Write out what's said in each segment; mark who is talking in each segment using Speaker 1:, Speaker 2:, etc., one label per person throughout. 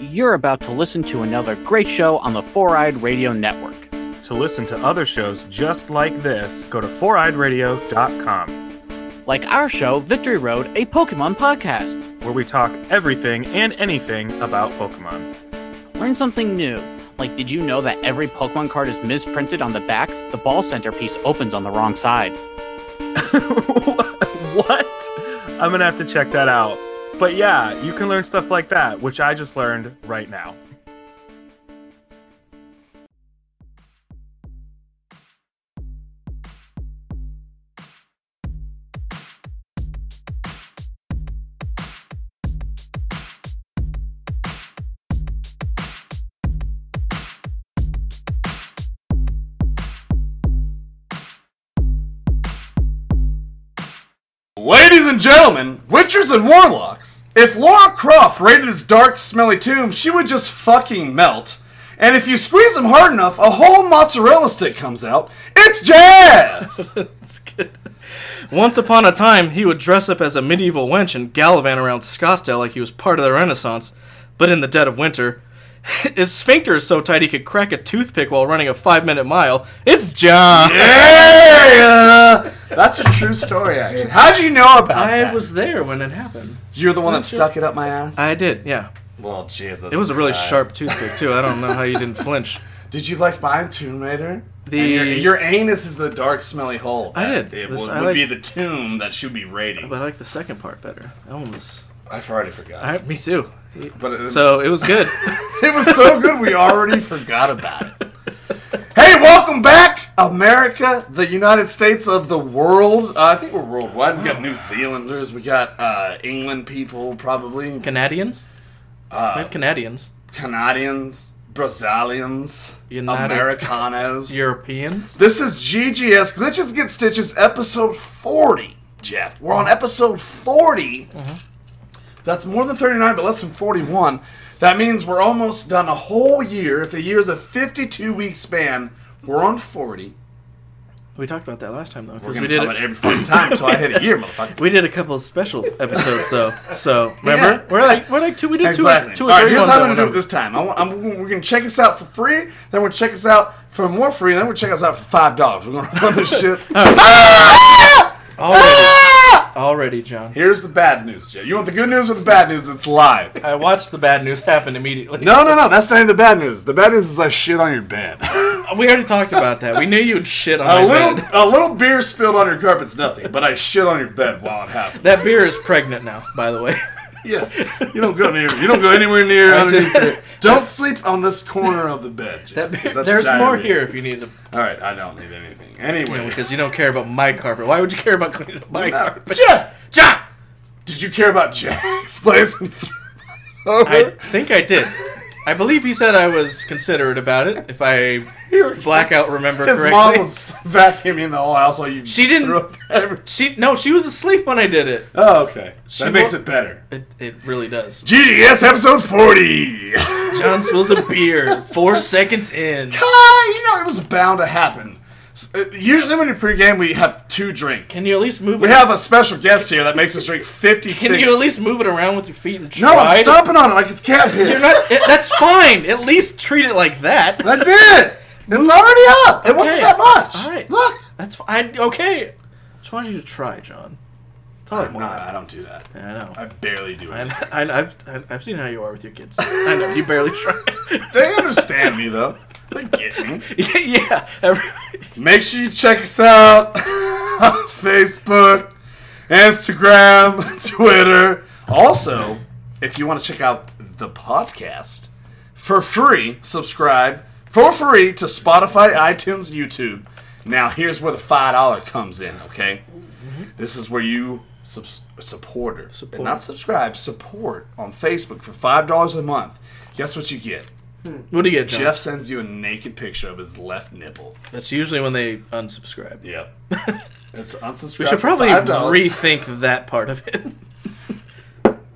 Speaker 1: you're about to listen to another great show on the Four Eyed Radio Network.
Speaker 2: To listen to other shows just like this, go to foureyedradio.com,
Speaker 1: Like our show, Victory Road, a Pokemon podcast.
Speaker 2: where we talk everything and anything about Pokemon.
Speaker 1: Learn something new. Like, did you know that every Pokemon card is misprinted on the back? The ball centerpiece opens on the wrong side.
Speaker 2: what? I'm gonna have to check that out. But yeah, you can learn stuff like that, which I just learned right now.
Speaker 3: Ladies and gentlemen, witchers and warlocks. If Laura Croft raided his dark, smelly tomb, she would just fucking melt. And if you squeeze him hard enough, a whole mozzarella stick comes out. It's Jeff!
Speaker 4: It's good. Once upon a time, he would dress up as a medieval wench and gallivant around Scottsdale like he was part of the Renaissance, but in the dead of winter. His sphincter is so tight he could crack a toothpick while running a five minute mile. It's John!
Speaker 3: hey! uh, that's a true story, actually. How'd you know about
Speaker 4: I
Speaker 3: that?
Speaker 4: was there when it happened.
Speaker 3: You're the one that stuck it up my ass?
Speaker 4: I did, yeah.
Speaker 3: well, Jesus.
Speaker 4: It was a really sharp toothpick, too. I don't know how you didn't flinch.
Speaker 3: Did you like my Tomb Raider?
Speaker 4: The-
Speaker 3: And your, your anus is the dark, smelly hole.
Speaker 4: I
Speaker 3: that
Speaker 4: did.
Speaker 3: It
Speaker 4: This-
Speaker 3: would,
Speaker 4: I
Speaker 3: would
Speaker 4: like-
Speaker 3: be the tomb that she'd be raiding.
Speaker 4: But I like the second part better. That one was.
Speaker 3: I've already forgot.
Speaker 4: I, me, too.
Speaker 3: but it,
Speaker 4: So it was good.
Speaker 3: It was so good we already forgot about it. Hey, welcome back, America, the United States of the world. Uh, I think we're worldwide. We got New Zealanders, we got uh, England people, probably
Speaker 4: Canadians? we have Canadians.
Speaker 3: Canadians, Brazilians,
Speaker 4: United-
Speaker 3: Americanos.
Speaker 4: Europeans?
Speaker 3: This is GGS Glitches Get Stitches, episode forty. Jeff, we're on episode 40
Speaker 4: Mm-hmm.
Speaker 3: That's more than thirty-nine, but less than forty-one. That means we're almost done a whole year. If the year's a fifty-two week span, we're on forty.
Speaker 4: We talked about that last time, though.
Speaker 3: We're
Speaker 4: 'cause
Speaker 3: gonna
Speaker 4: we
Speaker 3: talk
Speaker 4: did
Speaker 3: about it every fucking time until I hit a year, motherfucker.
Speaker 4: We did a couple of special episodes though, so
Speaker 3: Yeah.
Speaker 4: remember we're like we're like two. We did
Speaker 3: Exactly.
Speaker 4: two, two
Speaker 3: All right,
Speaker 4: or three
Speaker 3: here's
Speaker 4: ones
Speaker 3: how I'm gonna
Speaker 4: that
Speaker 3: do it
Speaker 4: went
Speaker 3: this time. I want, I'm, we're gonna check us out for free, then we're gonna check us out for more free, then we're gonna check us out for five dollars. We're gonna run this shit.
Speaker 4: over.
Speaker 3: Ah!
Speaker 4: already, already, John.
Speaker 3: Here's the bad news, Jeff. You want the good news or the bad news? It's live.
Speaker 4: I watched the bad news happen immediately.
Speaker 3: No, no, no. That's not even the bad news. The bad news is I shit on your bed.
Speaker 4: we already talked about that. We knew you'd shit on
Speaker 3: a
Speaker 4: my
Speaker 3: little,
Speaker 4: bed.
Speaker 3: a little beer spilled on your carpet's nothing, but I shit on your bed while it happened.
Speaker 4: That beer is pregnant now, by the way.
Speaker 3: Yeah, you don't go near. You don't go anywhere near.
Speaker 4: I
Speaker 3: underneath
Speaker 4: just-
Speaker 3: it. Don't sleep on this corner of the bed. Jeff,
Speaker 4: That
Speaker 3: 'cause
Speaker 4: beer,
Speaker 3: that's
Speaker 4: there's more
Speaker 3: diarrhea.
Speaker 4: here if you need to,
Speaker 3: All right, I don't need anything. Anyway,
Speaker 4: because you don't care about my carpet. Why would you care about cleaning up my
Speaker 3: Uh,
Speaker 4: carpet?
Speaker 3: Jeff,
Speaker 4: John,
Speaker 3: did you care about Jack's place? when you threw it over?
Speaker 4: I think I did. I believe he said I was considerate about it. If I blackout remember
Speaker 3: His
Speaker 4: correctly.
Speaker 3: mom was vacuuming the whole house while you.
Speaker 4: She didn't-
Speaker 3: Threw up every-
Speaker 4: She no, she was asleep when I did it.
Speaker 3: oh, okay.
Speaker 4: She
Speaker 3: That makes
Speaker 4: wa-
Speaker 3: it better.
Speaker 4: It, it really does.
Speaker 3: GGS episode forty.
Speaker 4: John spills a beer four seconds in.
Speaker 3: Ah, you know it was bound to happen. S- uh, Usually when you pregame, we have two drinks.
Speaker 4: Can you at least move?
Speaker 3: we
Speaker 4: it,
Speaker 3: have a special guest here that makes us drink fifty-six.
Speaker 4: Can you at least move it around with your feet and
Speaker 3: no,
Speaker 4: try?
Speaker 3: I'm
Speaker 4: to-
Speaker 3: stomping on it like it's cat piss.
Speaker 4: You're not- it- that's fine. At least treat it like that.
Speaker 3: I did. It's already up. It wasn't
Speaker 4: Okay.
Speaker 3: that much.
Speaker 4: All right.
Speaker 3: Look.
Speaker 4: That's fine. Okay. Just wanted you to try, John. That's all I
Speaker 3: No,
Speaker 4: want.
Speaker 3: I don't do that.
Speaker 4: I know.
Speaker 3: I barely do it.
Speaker 4: I, I, I've I- I've seen how you are with your kids. I know you barely try.
Speaker 3: They understand me though. They get me.
Speaker 4: yeah. Every,
Speaker 3: Make sure you check us out on Facebook, Instagram, Twitter. Also, if you want to check out the podcast for free, subscribe for free to Spotify, iTunes, YouTube. Now, here's where the $5 comes in, okay? This is where you subs- supporter, support. not subscribe, support on Facebook for $5 a month. Guess what you get?
Speaker 4: what do you get, John?
Speaker 3: Jeff sends you a naked picture of his left nipple.
Speaker 4: That's usually when they unsubscribe.
Speaker 3: Yep. it's unsubscribed.
Speaker 4: We should probably
Speaker 3: for $5.
Speaker 4: rethink that part of it.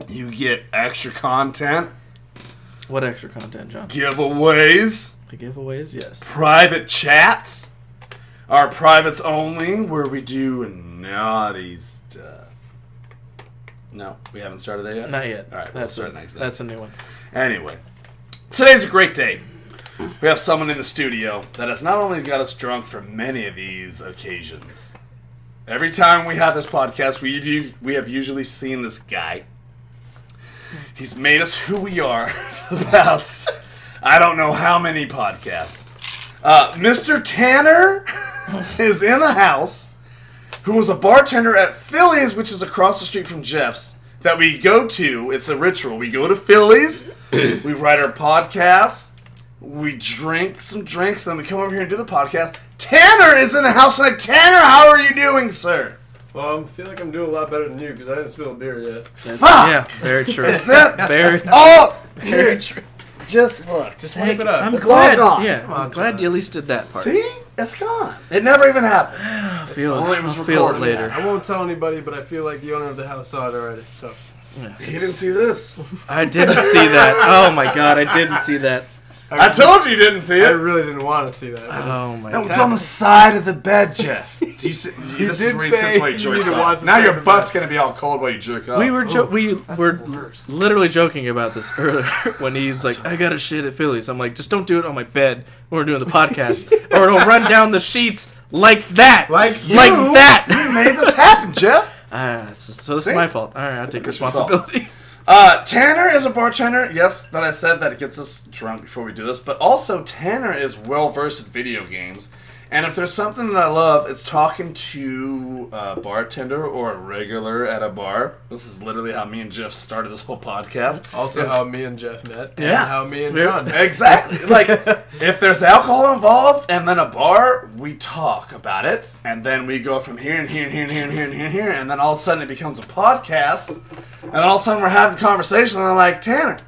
Speaker 3: You get extra content,
Speaker 4: What extra content, John?
Speaker 3: giveaways,
Speaker 4: The giveaways, yes.
Speaker 3: private chats, our privates only, where we do naughty stuff. No, we haven't started that yet.
Speaker 4: Not yet.
Speaker 3: All right, we'll
Speaker 4: that's
Speaker 3: start
Speaker 4: a,
Speaker 3: next time.
Speaker 4: That's a new one.
Speaker 3: Anyway, Today's a great day. We have someone in the studio that has not only got us drunk for many of these occasions. Every time we have this podcast, we u- we have usually seen this guy. He's made us who we are for the past I don't know how many podcasts. Uh, Mr. Tanner is in the house, who was a bartender at Phillies, which is across the street from Jeff's. That we go to. It's a ritual. We go to Phillies. we write our podcast. We drink some drinks, then we come over here and do the podcast. Tanner is in the house tonight. Tanner, how are you doing, sir?
Speaker 5: Well, Um, I feel like I'm doing a lot better than you because I didn't spill beer yet.
Speaker 3: Fuck!
Speaker 4: Yeah, very true.
Speaker 3: Is that
Speaker 4: Very.
Speaker 3: all? Here, Oh, just look.
Speaker 5: Just wipe it up.
Speaker 4: I'm
Speaker 5: It's
Speaker 4: glad.
Speaker 3: all gone.
Speaker 4: Yeah,
Speaker 5: Come on,
Speaker 4: I'm glad
Speaker 5: John.
Speaker 4: you at least did that part.
Speaker 3: See? It's gone. It never even happened.
Speaker 4: I feel
Speaker 3: only
Speaker 4: it.
Speaker 3: it was
Speaker 4: I'll feel it
Speaker 3: recorded.
Speaker 4: later.
Speaker 5: I won't tell anybody, but I feel like the owner of the house saw it already. So
Speaker 3: He didn't see this.
Speaker 4: I didn't see that. Oh my god, I didn't see that.
Speaker 3: I told you you didn't see
Speaker 5: I
Speaker 3: it.
Speaker 5: really didn't want to see that. but
Speaker 3: Uh-huh.
Speaker 5: it's-
Speaker 4: Oh my
Speaker 3: That was
Speaker 4: god.
Speaker 3: on the side of the bed, Jeff. Do you see?
Speaker 5: He
Speaker 3: this
Speaker 5: did
Speaker 3: is where he
Speaker 5: say
Speaker 3: sits while he
Speaker 5: you
Speaker 3: jerks
Speaker 5: need to
Speaker 3: off.
Speaker 5: watch the
Speaker 3: Now
Speaker 5: side
Speaker 3: your
Speaker 5: of the
Speaker 3: butt's
Speaker 5: bed.
Speaker 3: gonna be all cold while you jerk off.
Speaker 4: We were jo- we were
Speaker 5: the worst.
Speaker 4: literally joking about this earlier when he was like, "I got to shit at Phillies." I'm like, "Just don't do it on my bed when we're doing the podcast, or it'll run down the sheets like that,
Speaker 5: Like you.
Speaker 4: like
Speaker 3: You
Speaker 4: that."
Speaker 3: made this happen, Jeff.
Speaker 4: Ah, this is- so this
Speaker 3: See?
Speaker 4: is my fault. All right, I'll take
Speaker 3: It's your fault.
Speaker 4: responsibility.
Speaker 3: Uh, Tanner is a bartender. Yes, that I said that it gets us drunk before we do this, but also Tanner is well versed in video games. And if there's something that I love, it's talking to a bartender or a regular at a bar. This is literally how me and Jeff started this whole podcast.
Speaker 5: Also,
Speaker 3: It's-
Speaker 5: how me and Jeff met. and
Speaker 3: Yeah.
Speaker 5: how me and
Speaker 4: Yeah.
Speaker 5: John met.
Speaker 3: Exactly. Like, if there's alcohol involved and then a bar, we talk about it. And then we go from here and here and here and here and here and here and here. And then all of a sudden it becomes a podcast. And then all of a sudden we're having conversation. And I'm like, Tanner,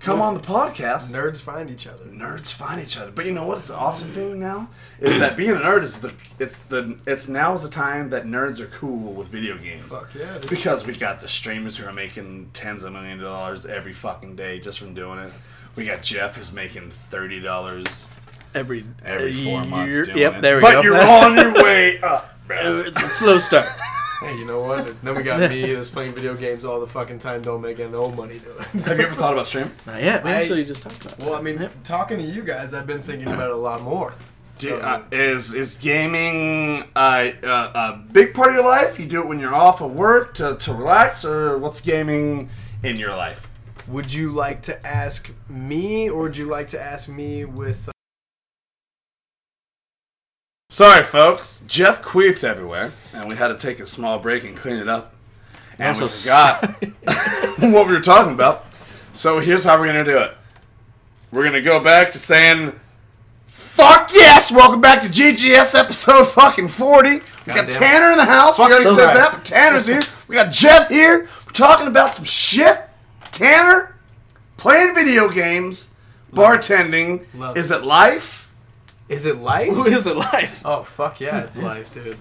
Speaker 3: come on the podcast.
Speaker 5: Nerds find each other.
Speaker 3: Nerds find each other. But you know what? It's the awesome thing now is that being a nerd is the it's the it's now is the time that nerds are cool with video games.
Speaker 5: Fuck yeah, dude.
Speaker 3: Because we got the streamers who are making tens of million dollars every fucking day just from doing it. We got Jeff who's making thirty dollars
Speaker 4: Every
Speaker 3: every four months
Speaker 4: year-
Speaker 3: doing
Speaker 4: yep,
Speaker 3: it.
Speaker 4: there we
Speaker 3: but
Speaker 4: go.
Speaker 3: you're on your way up.
Speaker 5: Uh,
Speaker 3: bro.
Speaker 4: It's a slow start.
Speaker 5: Hey, you know what? Then we got me that's playing video games all the fucking time, don't make any old money doing it.
Speaker 3: Have you ever thought about stream?
Speaker 4: Not yet. We
Speaker 5: I-
Speaker 4: actually just talked about.
Speaker 5: Well, I mean, talking to you guys, I've been thinking about it a lot more.
Speaker 3: Do
Speaker 5: So,
Speaker 3: you- uh, is is gaming uh, uh, a big part of your life? You do it when you're off of work to, to relax, or what's gaming in your life?
Speaker 5: would you like to ask me, or would you like to ask me with? Uh,
Speaker 3: Sorry, folks. Jeff queefed everywhere, and we had to take a small break and clean it up. And
Speaker 4: I'm
Speaker 3: we
Speaker 4: so
Speaker 3: forgot what we were talking about. So here's how we're gonna do it. We're gonna go back to saying, "Fuck yes!" Welcome back to GGS episode fucking forty. We got
Speaker 5: Goddamn.
Speaker 3: Tanner in the house. We already
Speaker 5: so
Speaker 3: said
Speaker 5: right.
Speaker 3: that, but Tanner's here. We got Jeff here. We're talking about some shit. Tanner playing video games, bartending.
Speaker 5: Love
Speaker 3: Is
Speaker 5: it.
Speaker 3: it life?
Speaker 5: is it life?
Speaker 4: Who is alive?
Speaker 5: Oh fuck yeah, it's life, dude.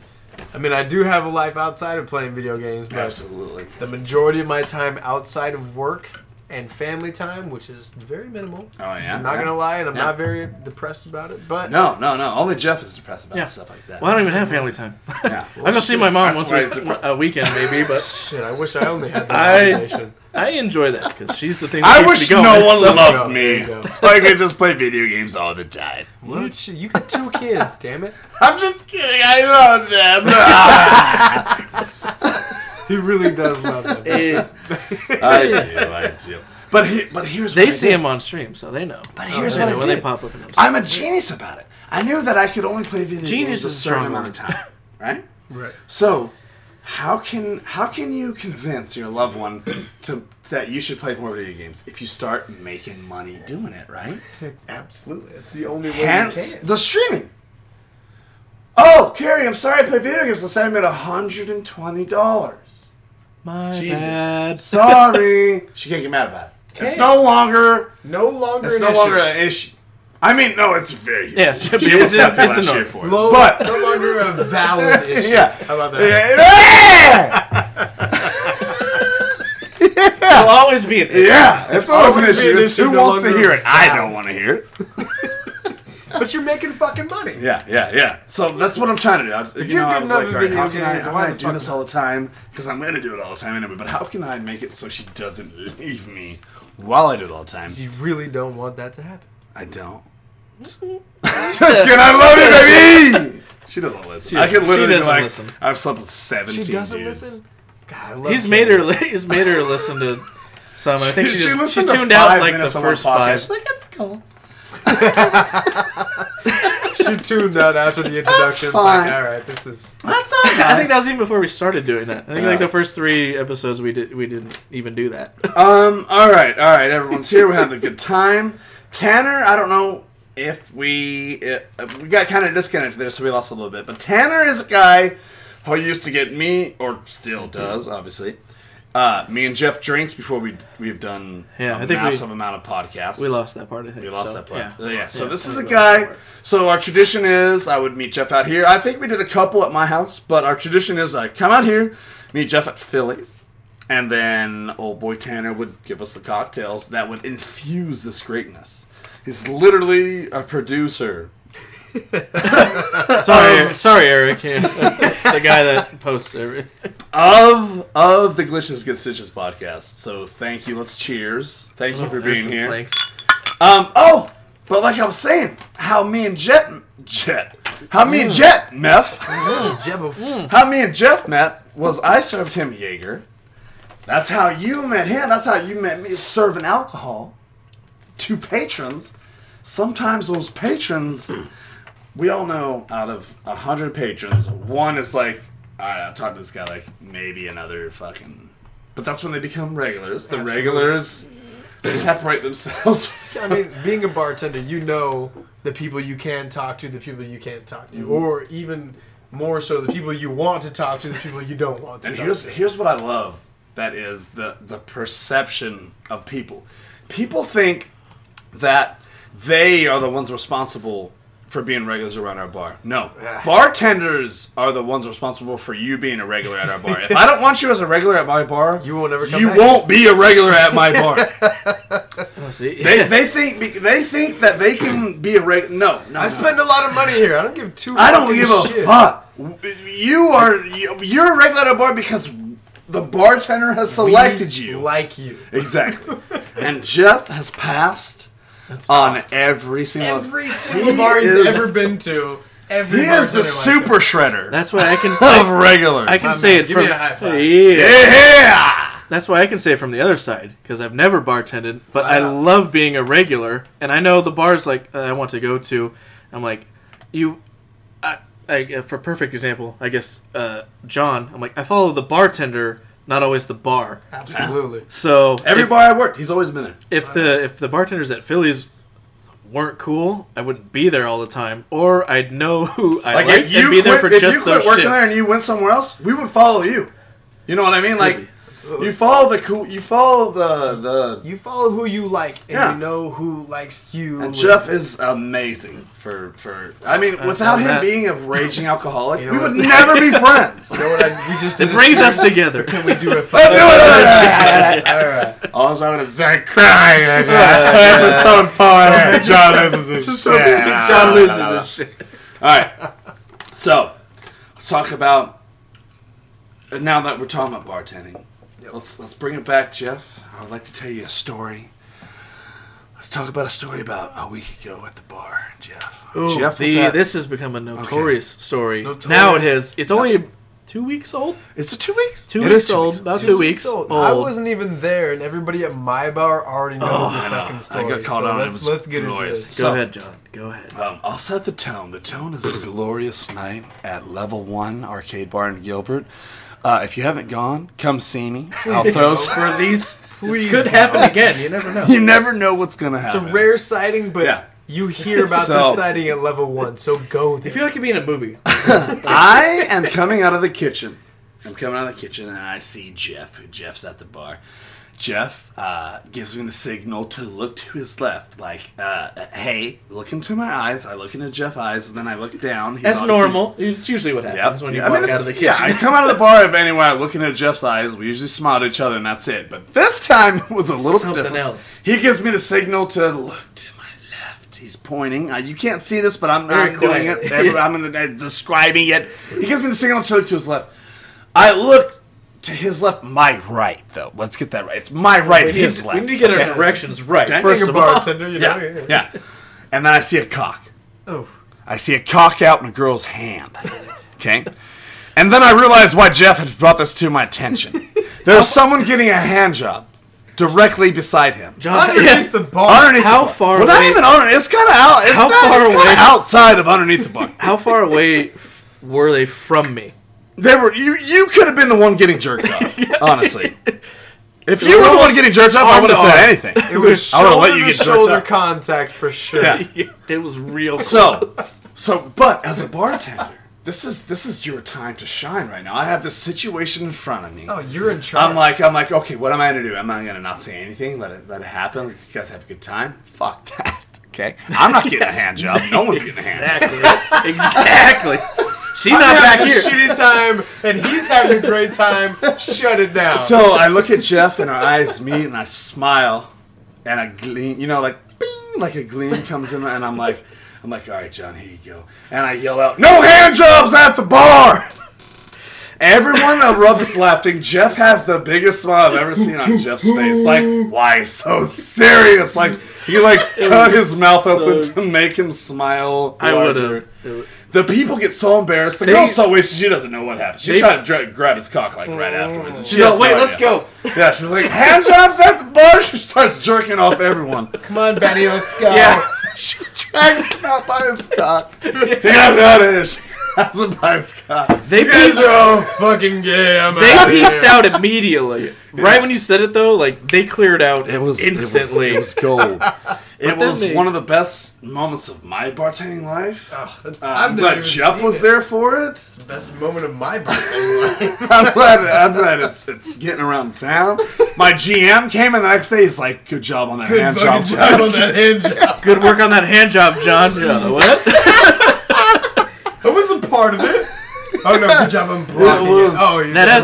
Speaker 5: I mean, I do have a life outside of playing video games, but
Speaker 3: Absolutely.
Speaker 5: the majority of my time outside of work and family time, which is very minimal.
Speaker 3: Oh yeah.
Speaker 5: I'm not gonna lie, and I'm
Speaker 3: Yeah.
Speaker 5: not very depressed about it. But
Speaker 3: No, no, no. Only Jeff is depressed about
Speaker 4: Yeah.
Speaker 3: stuff like that.
Speaker 4: Well, I don't even have family time.
Speaker 3: Yeah.
Speaker 4: I go see my mom
Speaker 3: That's
Speaker 4: once
Speaker 3: why he's
Speaker 4: a,
Speaker 3: depressed.
Speaker 4: a weekend, maybe, but
Speaker 5: shit, I wish I only had
Speaker 4: I-
Speaker 5: that combination.
Speaker 4: I enjoy that because she's the thing. That
Speaker 3: I
Speaker 4: keeps
Speaker 3: wish
Speaker 4: me going,
Speaker 3: no one
Speaker 4: so-
Speaker 5: There
Speaker 3: loved
Speaker 5: you
Speaker 3: me,
Speaker 5: go.
Speaker 3: so I could just play video games all the time.
Speaker 5: Well, shit, you got two kids, damn it.
Speaker 3: I'm just kidding. I love them. I
Speaker 5: He really does love them.
Speaker 4: It's-
Speaker 3: do. I do. But he, but here's
Speaker 4: They
Speaker 3: what
Speaker 4: see
Speaker 3: I did.
Speaker 4: him on stream, so they know. But
Speaker 3: here's
Speaker 4: they
Speaker 3: what
Speaker 4: know
Speaker 3: I
Speaker 4: when
Speaker 3: did.
Speaker 4: they pop up. In them.
Speaker 3: I'm a genius about it. I knew that I could only play video
Speaker 4: Genius
Speaker 3: games a
Speaker 4: is a
Speaker 3: certain
Speaker 4: strong
Speaker 3: amount of time, right?
Speaker 5: Right.
Speaker 3: So, how can how can you convince your loved one to that you should play more video games if you start making money doing it, right?
Speaker 5: Absolutely. That's the only way
Speaker 3: Hence
Speaker 5: you can.
Speaker 3: the streaming. Oh, Carrie, I'm sorry I play video games. Let's say I made $120.
Speaker 4: My
Speaker 3: Genius.
Speaker 4: bad.
Speaker 3: Sorry. she can't get mad about it. It's
Speaker 5: Can't.
Speaker 3: no longer
Speaker 5: No longer
Speaker 3: it's
Speaker 5: an
Speaker 3: no
Speaker 5: issue.
Speaker 3: longer an issue. I mean, no, it's very
Speaker 4: Yes,
Speaker 3: huge.
Speaker 4: it's-
Speaker 3: She almost
Speaker 4: it's-
Speaker 3: got
Speaker 4: it's
Speaker 3: last
Speaker 4: a
Speaker 3: year
Speaker 4: no.
Speaker 3: for it.
Speaker 5: No-
Speaker 3: But
Speaker 5: no longer a valid issue.
Speaker 3: Yeah.
Speaker 5: How about that?
Speaker 3: yeah,
Speaker 4: It'll always be an
Speaker 3: yeah, it's always an
Speaker 5: Always be
Speaker 3: issue.
Speaker 5: an
Speaker 3: It's
Speaker 5: issue,
Speaker 3: who
Speaker 5: no
Speaker 3: wants to
Speaker 5: longer
Speaker 3: hear it? I
Speaker 5: valid.
Speaker 3: don't want to hear it.
Speaker 5: But but you're making fucking money.
Speaker 3: Yeah, yeah, yeah. So that's what I'm trying to do. I, you
Speaker 5: you're
Speaker 3: know, I
Speaker 5: good
Speaker 3: was
Speaker 5: enough
Speaker 3: like,
Speaker 5: at
Speaker 3: all right,
Speaker 5: video
Speaker 3: how can I,
Speaker 5: games,
Speaker 3: how
Speaker 5: why
Speaker 3: can I
Speaker 5: the
Speaker 3: do
Speaker 5: fuck
Speaker 3: this all the time? Because I'm going to do it all the time anyway. But how can I make it so she doesn't leave me while I do it all the time?
Speaker 5: You really don't want that to happen.
Speaker 3: I don't. Just kidding. I love you, baby. She doesn't listen. I can
Speaker 4: she
Speaker 3: literally be
Speaker 4: doesn't
Speaker 3: like,
Speaker 4: listen.
Speaker 3: I've slept with 17
Speaker 5: She doesn't
Speaker 3: dudes.
Speaker 5: listen. God, I love
Speaker 4: He's
Speaker 5: Kim.
Speaker 4: made her. li- He's made her listen to some. I think she,
Speaker 3: she,
Speaker 4: just, she
Speaker 3: listened to
Speaker 4: tuned
Speaker 3: five
Speaker 4: out like the
Speaker 3: minutes on one
Speaker 4: first
Speaker 3: podcast.
Speaker 4: five.
Speaker 3: She's like, it's cool.
Speaker 5: She tuned out after the introduction. It's
Speaker 3: fine.
Speaker 5: like, all right, this is.
Speaker 3: That's all
Speaker 4: I think
Speaker 3: right.
Speaker 4: that was even before we started doing that. I think
Speaker 3: Yeah.
Speaker 4: like the first three episodes we did we didn't even do that.
Speaker 3: Um, all right, all right, everyone's here. We're having a good time. Tanner, I don't know if we uh we got kind of disconnected there, so we lost a little bit. But Tanner is a guy who used to get me, or still does, obviously. Uh, me and Jeff drinks before we we've done
Speaker 4: Yeah,
Speaker 3: a
Speaker 4: I think we-
Speaker 3: massive amount of podcasts.
Speaker 4: We lost that part. I think
Speaker 3: We lost
Speaker 4: so,
Speaker 3: that part.
Speaker 4: Yeah.
Speaker 3: Yeah. So this is a
Speaker 5: lost that
Speaker 3: guy.
Speaker 5: part.
Speaker 3: So our tradition is I would meet Jeff out here. I think we did a couple at my house, but our tradition is I come out here, meet Jeff at Philly's, and then old boy Tanner would give us the cocktails that would infuse this greatness. He's literally a producer.
Speaker 4: Sorry, sorry, Eric. Yeah. the guy that posts every.
Speaker 3: Of of the Glitches Get Stitches podcast. So thank you. Let's cheers. Thank
Speaker 4: Oh,
Speaker 3: you for being here. Um. Oh, but like I was saying, how me and Jet, Jet, how me
Speaker 4: Mm.
Speaker 3: and Jet, Meth,
Speaker 5: Jebbo.
Speaker 3: how me and Jeff met was I served him Jaeger. That's how you met him. That's how you met me serving alcohol to patrons. Sometimes those patrons, we all know, out of a hundred patrons, one is like, all right, I'll talk to this guy like maybe another fucking. But that's when they become regulars. The
Speaker 5: Absolutely.
Speaker 3: regulars separate themselves.
Speaker 5: I mean, being a bartender, you know the people you can talk to, the people you can't talk
Speaker 3: Mm.
Speaker 5: to, or even more so, the people you want to talk to, the people you don't want to
Speaker 3: And
Speaker 5: talk
Speaker 3: here's
Speaker 5: to.
Speaker 3: here's what I love. That is the the perception of people. People think that they are the ones responsible for being regulars around our bar. No,
Speaker 5: Yeah.
Speaker 3: bartenders are the ones responsible for you being a regular at our bar. If I don't want you as a regular at my bar,
Speaker 5: You won't ever come
Speaker 3: you
Speaker 5: back.
Speaker 3: won't be a regular at my bar.
Speaker 4: Oh, see?
Speaker 3: they, they think be- they think that they can be a regular. No, no,
Speaker 5: I
Speaker 3: no.
Speaker 5: spend a lot of money here. I don't give two.
Speaker 3: I don't
Speaker 5: fucking
Speaker 3: give a
Speaker 5: shit.
Speaker 3: fuck. You are you- you're a regular at a bar because the bartender has
Speaker 5: We
Speaker 3: selected you.
Speaker 5: Like you.
Speaker 3: Exactly. and Jeff has passed on every single
Speaker 5: Every
Speaker 3: He
Speaker 5: single bar he's
Speaker 3: is-
Speaker 5: ever been to. Every
Speaker 3: He is the
Speaker 5: bartender likes him.
Speaker 3: super shredder
Speaker 4: That's why I can.
Speaker 3: of
Speaker 4: I,
Speaker 3: regulars.
Speaker 4: I can say it
Speaker 5: Give
Speaker 4: from.
Speaker 5: me a high five.
Speaker 4: Yeah.
Speaker 3: yeah.
Speaker 4: That's why I can say it from the other side because I've never bartended, but I
Speaker 5: Wow.
Speaker 4: love being a regular, and I know the bars like that I want to go to. I'm like, you, I, I uh, for perfect example, I guess uh, John. I'm like, I follow the bartender, not always the bar.
Speaker 5: Absolutely.
Speaker 4: So
Speaker 3: Every
Speaker 4: if,
Speaker 3: bar I worked, he's always been there.
Speaker 4: if the if the bartenders at Phillies weren't cool, I wouldn't be there all the time, or I'd know who I
Speaker 3: Like
Speaker 4: like
Speaker 3: if
Speaker 4: liked
Speaker 3: you
Speaker 4: and be
Speaker 3: quit,
Speaker 4: there for
Speaker 3: if
Speaker 4: just
Speaker 3: you quit
Speaker 4: those
Speaker 3: working
Speaker 4: shifts.
Speaker 3: there and you went somewhere else, we would follow you. You know what I mean? Like you follow the cool, you follow the the.
Speaker 5: You follow who you like, and
Speaker 3: Yeah.
Speaker 5: you know who likes you.
Speaker 3: And Jeff is amazing for for. I mean, without
Speaker 4: found
Speaker 3: him
Speaker 4: that-
Speaker 3: being a raging alcoholic,
Speaker 5: know
Speaker 3: we
Speaker 5: what-
Speaker 3: would never be friends.
Speaker 5: You know what I, we just did
Speaker 4: it brings
Speaker 5: a-
Speaker 4: us together.
Speaker 5: Can we do
Speaker 3: Let's
Speaker 5: it?
Speaker 3: do it.
Speaker 5: All right.
Speaker 3: Also, I'm gonna start crying. Episode four. John loses his Just
Speaker 5: don't make
Speaker 4: John loses his shit.
Speaker 3: All right. So, let's talk about. and Now that we're talking about bartending, let's let's bring it back, Jeff. I would like to tell you a story. Let's talk about a story about a week ago at the bar, Jeff.
Speaker 4: Ooh,
Speaker 3: Jeff was
Speaker 4: the-
Speaker 3: at-
Speaker 4: this has become a notorious story.
Speaker 5: Notorious.
Speaker 4: Now it is. It's only two weeks old.
Speaker 3: Is it two weeks?
Speaker 4: Two
Speaker 3: It
Speaker 4: weeks
Speaker 3: is
Speaker 4: old. About two, weeks old. Oh.
Speaker 5: I wasn't even there, and everybody at my bar already knows the fucking story.
Speaker 3: Oh, I got called
Speaker 5: so
Speaker 3: on.
Speaker 5: Let's,
Speaker 3: it was
Speaker 5: let's get into
Speaker 3: glorious.
Speaker 5: this.
Speaker 4: Go
Speaker 3: So,
Speaker 4: ahead, John. Go ahead.
Speaker 3: Um, I'll set the tone. The tone is a glorious night at Level One Arcade Bar in Gilbert. Uh, if you haven't gone, come see me. I'll throw.
Speaker 4: For these,
Speaker 5: Please
Speaker 4: this could
Speaker 5: no.
Speaker 4: happen again. You never know.
Speaker 3: you never know what's gonna
Speaker 5: It's
Speaker 3: happen.
Speaker 5: a rare sighting, but
Speaker 3: Yeah.
Speaker 5: you hear about
Speaker 3: So-
Speaker 5: this sighting at level one, so go
Speaker 4: I
Speaker 5: there.
Speaker 4: feel like you'd be in a movie.
Speaker 3: I am coming out of the kitchen. I'm coming out of the kitchen and I see Jeff. who Jeff's at the bar. Jeff uh, gives me the signal to look to his left, like, uh, "Hey, look into my eyes." I look into Jeff's eyes, and then I look down. He's
Speaker 4: That's
Speaker 3: obviously-
Speaker 4: normal. It's usually what
Speaker 3: Yep.
Speaker 4: happens when you
Speaker 3: Yeah, I mean,
Speaker 4: walk
Speaker 3: it's-
Speaker 4: out of the kitchen.
Speaker 3: yeah, I come out of the bar if anywhere, I look into Jeff's eyes. We usually smile at each other, and that's it. But this time it was a little
Speaker 4: Something
Speaker 3: different.
Speaker 4: else.
Speaker 3: He gives me the signal to look to my left. He's pointing. Uh, you can't see this, but I'm
Speaker 5: Very
Speaker 3: not doing
Speaker 5: quiet.
Speaker 3: it. Every- I'm in the, uh, describing it. He gives me the signal to look to his left. I look to his left, my right, though. Let's get that right. It's my right,
Speaker 4: Oh, We need,
Speaker 3: his
Speaker 4: to,
Speaker 3: left.
Speaker 4: we need to get our directions right.
Speaker 3: Okay.
Speaker 4: First
Speaker 5: Being
Speaker 4: of
Speaker 5: a
Speaker 4: all,
Speaker 5: bartender, you know.
Speaker 3: yeah, yeah. And then I see a cock.
Speaker 5: Oh.
Speaker 3: I see a cock out in a girl's hand. Okay? And then I realized why Jeff had brought this to my attention. There's someone getting a hand job directly beside him.
Speaker 4: John,
Speaker 5: Underneath
Speaker 4: yeah.
Speaker 5: the bar.
Speaker 3: Underneath
Speaker 4: How
Speaker 3: the bar.
Speaker 4: far
Speaker 3: Well, not
Speaker 4: away-
Speaker 3: even underneath. It's kind of out. It's
Speaker 4: How
Speaker 3: not-
Speaker 4: far
Speaker 3: it's kinda
Speaker 4: away-
Speaker 3: outside of underneath the bar.
Speaker 4: how far away were they from me?
Speaker 3: They were you. You could have been the one getting jerked off. Honestly, if you were the one getting jerked off, I
Speaker 4: arm
Speaker 3: would have
Speaker 4: to
Speaker 3: said
Speaker 4: arm.
Speaker 3: anything.
Speaker 5: It was
Speaker 3: I
Speaker 5: shoulder
Speaker 3: would've let you
Speaker 5: to
Speaker 3: get jerked
Speaker 5: shoulder
Speaker 3: up.
Speaker 5: contact for sure.
Speaker 3: Yeah.
Speaker 4: It was real.
Speaker 3: So, so, but as a bartender, this is this is your time to shine right now. I have this situation in front of me.
Speaker 5: Oh, you're in charge.
Speaker 3: I'm like, I'm like, okay, what am I gonna do? Am I gonna not say anything? Let it let it happen. Let these guys have a good time. Fuck that. Okay, I'm not getting a hand job. No one's getting a hand. job.
Speaker 4: exactly. exactly. She not
Speaker 5: I'm
Speaker 4: back
Speaker 5: having a
Speaker 4: here.
Speaker 5: shitty time, and he's having a great time. Shut it down.
Speaker 3: So I look at Jeff and our eyes meet and I smile and a gleam, you know, like bing, like a gleam comes in and I'm like, I'm like, all right, John, here you go. And I yell out, no hand jobs at the bar. Everyone erupts laughing. Jeff has the biggest smile I've ever seen on Jeff's face. Like, why so serious? Like he like cut his mouth open
Speaker 4: so-
Speaker 3: to make him smile.
Speaker 4: I would
Speaker 3: larger.
Speaker 4: have. It
Speaker 3: The people get so embarrassed. The girl girl's so wasted. She doesn't know what happened. She
Speaker 4: They-
Speaker 3: tried to dra- grab his cock like right afterwards. and she has
Speaker 4: was- Wait,
Speaker 3: no
Speaker 4: let's
Speaker 3: idea."
Speaker 4: go.
Speaker 3: Yeah, she's like, hand jobs at the bar. She starts jerking off everyone.
Speaker 5: come on, Benny, let's go.
Speaker 4: Yeah.
Speaker 3: she drags him out by his cock. He got out of it. She grabs him by his cock.
Speaker 4: They
Speaker 5: You guys
Speaker 4: peaced,
Speaker 5: are all fucking gay. I'm
Speaker 4: they
Speaker 5: out of
Speaker 4: peaced
Speaker 5: here.
Speaker 4: out immediately. Right when you said it, though, like they cleared out
Speaker 3: It was
Speaker 4: instantly.
Speaker 3: It was, it was gold. it
Speaker 4: then
Speaker 3: was
Speaker 4: they-
Speaker 3: one of the best moments of my bartending life.
Speaker 5: Oh, that's-
Speaker 3: I'm
Speaker 5: never
Speaker 3: glad
Speaker 5: even
Speaker 3: Jeff
Speaker 5: seen
Speaker 3: was
Speaker 5: it.
Speaker 3: there for it.
Speaker 5: It's the best moment of my birthday.
Speaker 3: I'm glad. I'm glad it's, it's getting around town. My GM came in the next day. He's like, "Good job on that hand job."
Speaker 5: Fucking job on that hand job.
Speaker 4: Good work on that hand job, John. Yeah, what?
Speaker 5: I wasn't part of it. Oh no, good job on blocking it.
Speaker 3: was-
Speaker 5: Oh, you
Speaker 4: That
Speaker 5: did
Speaker 4: has-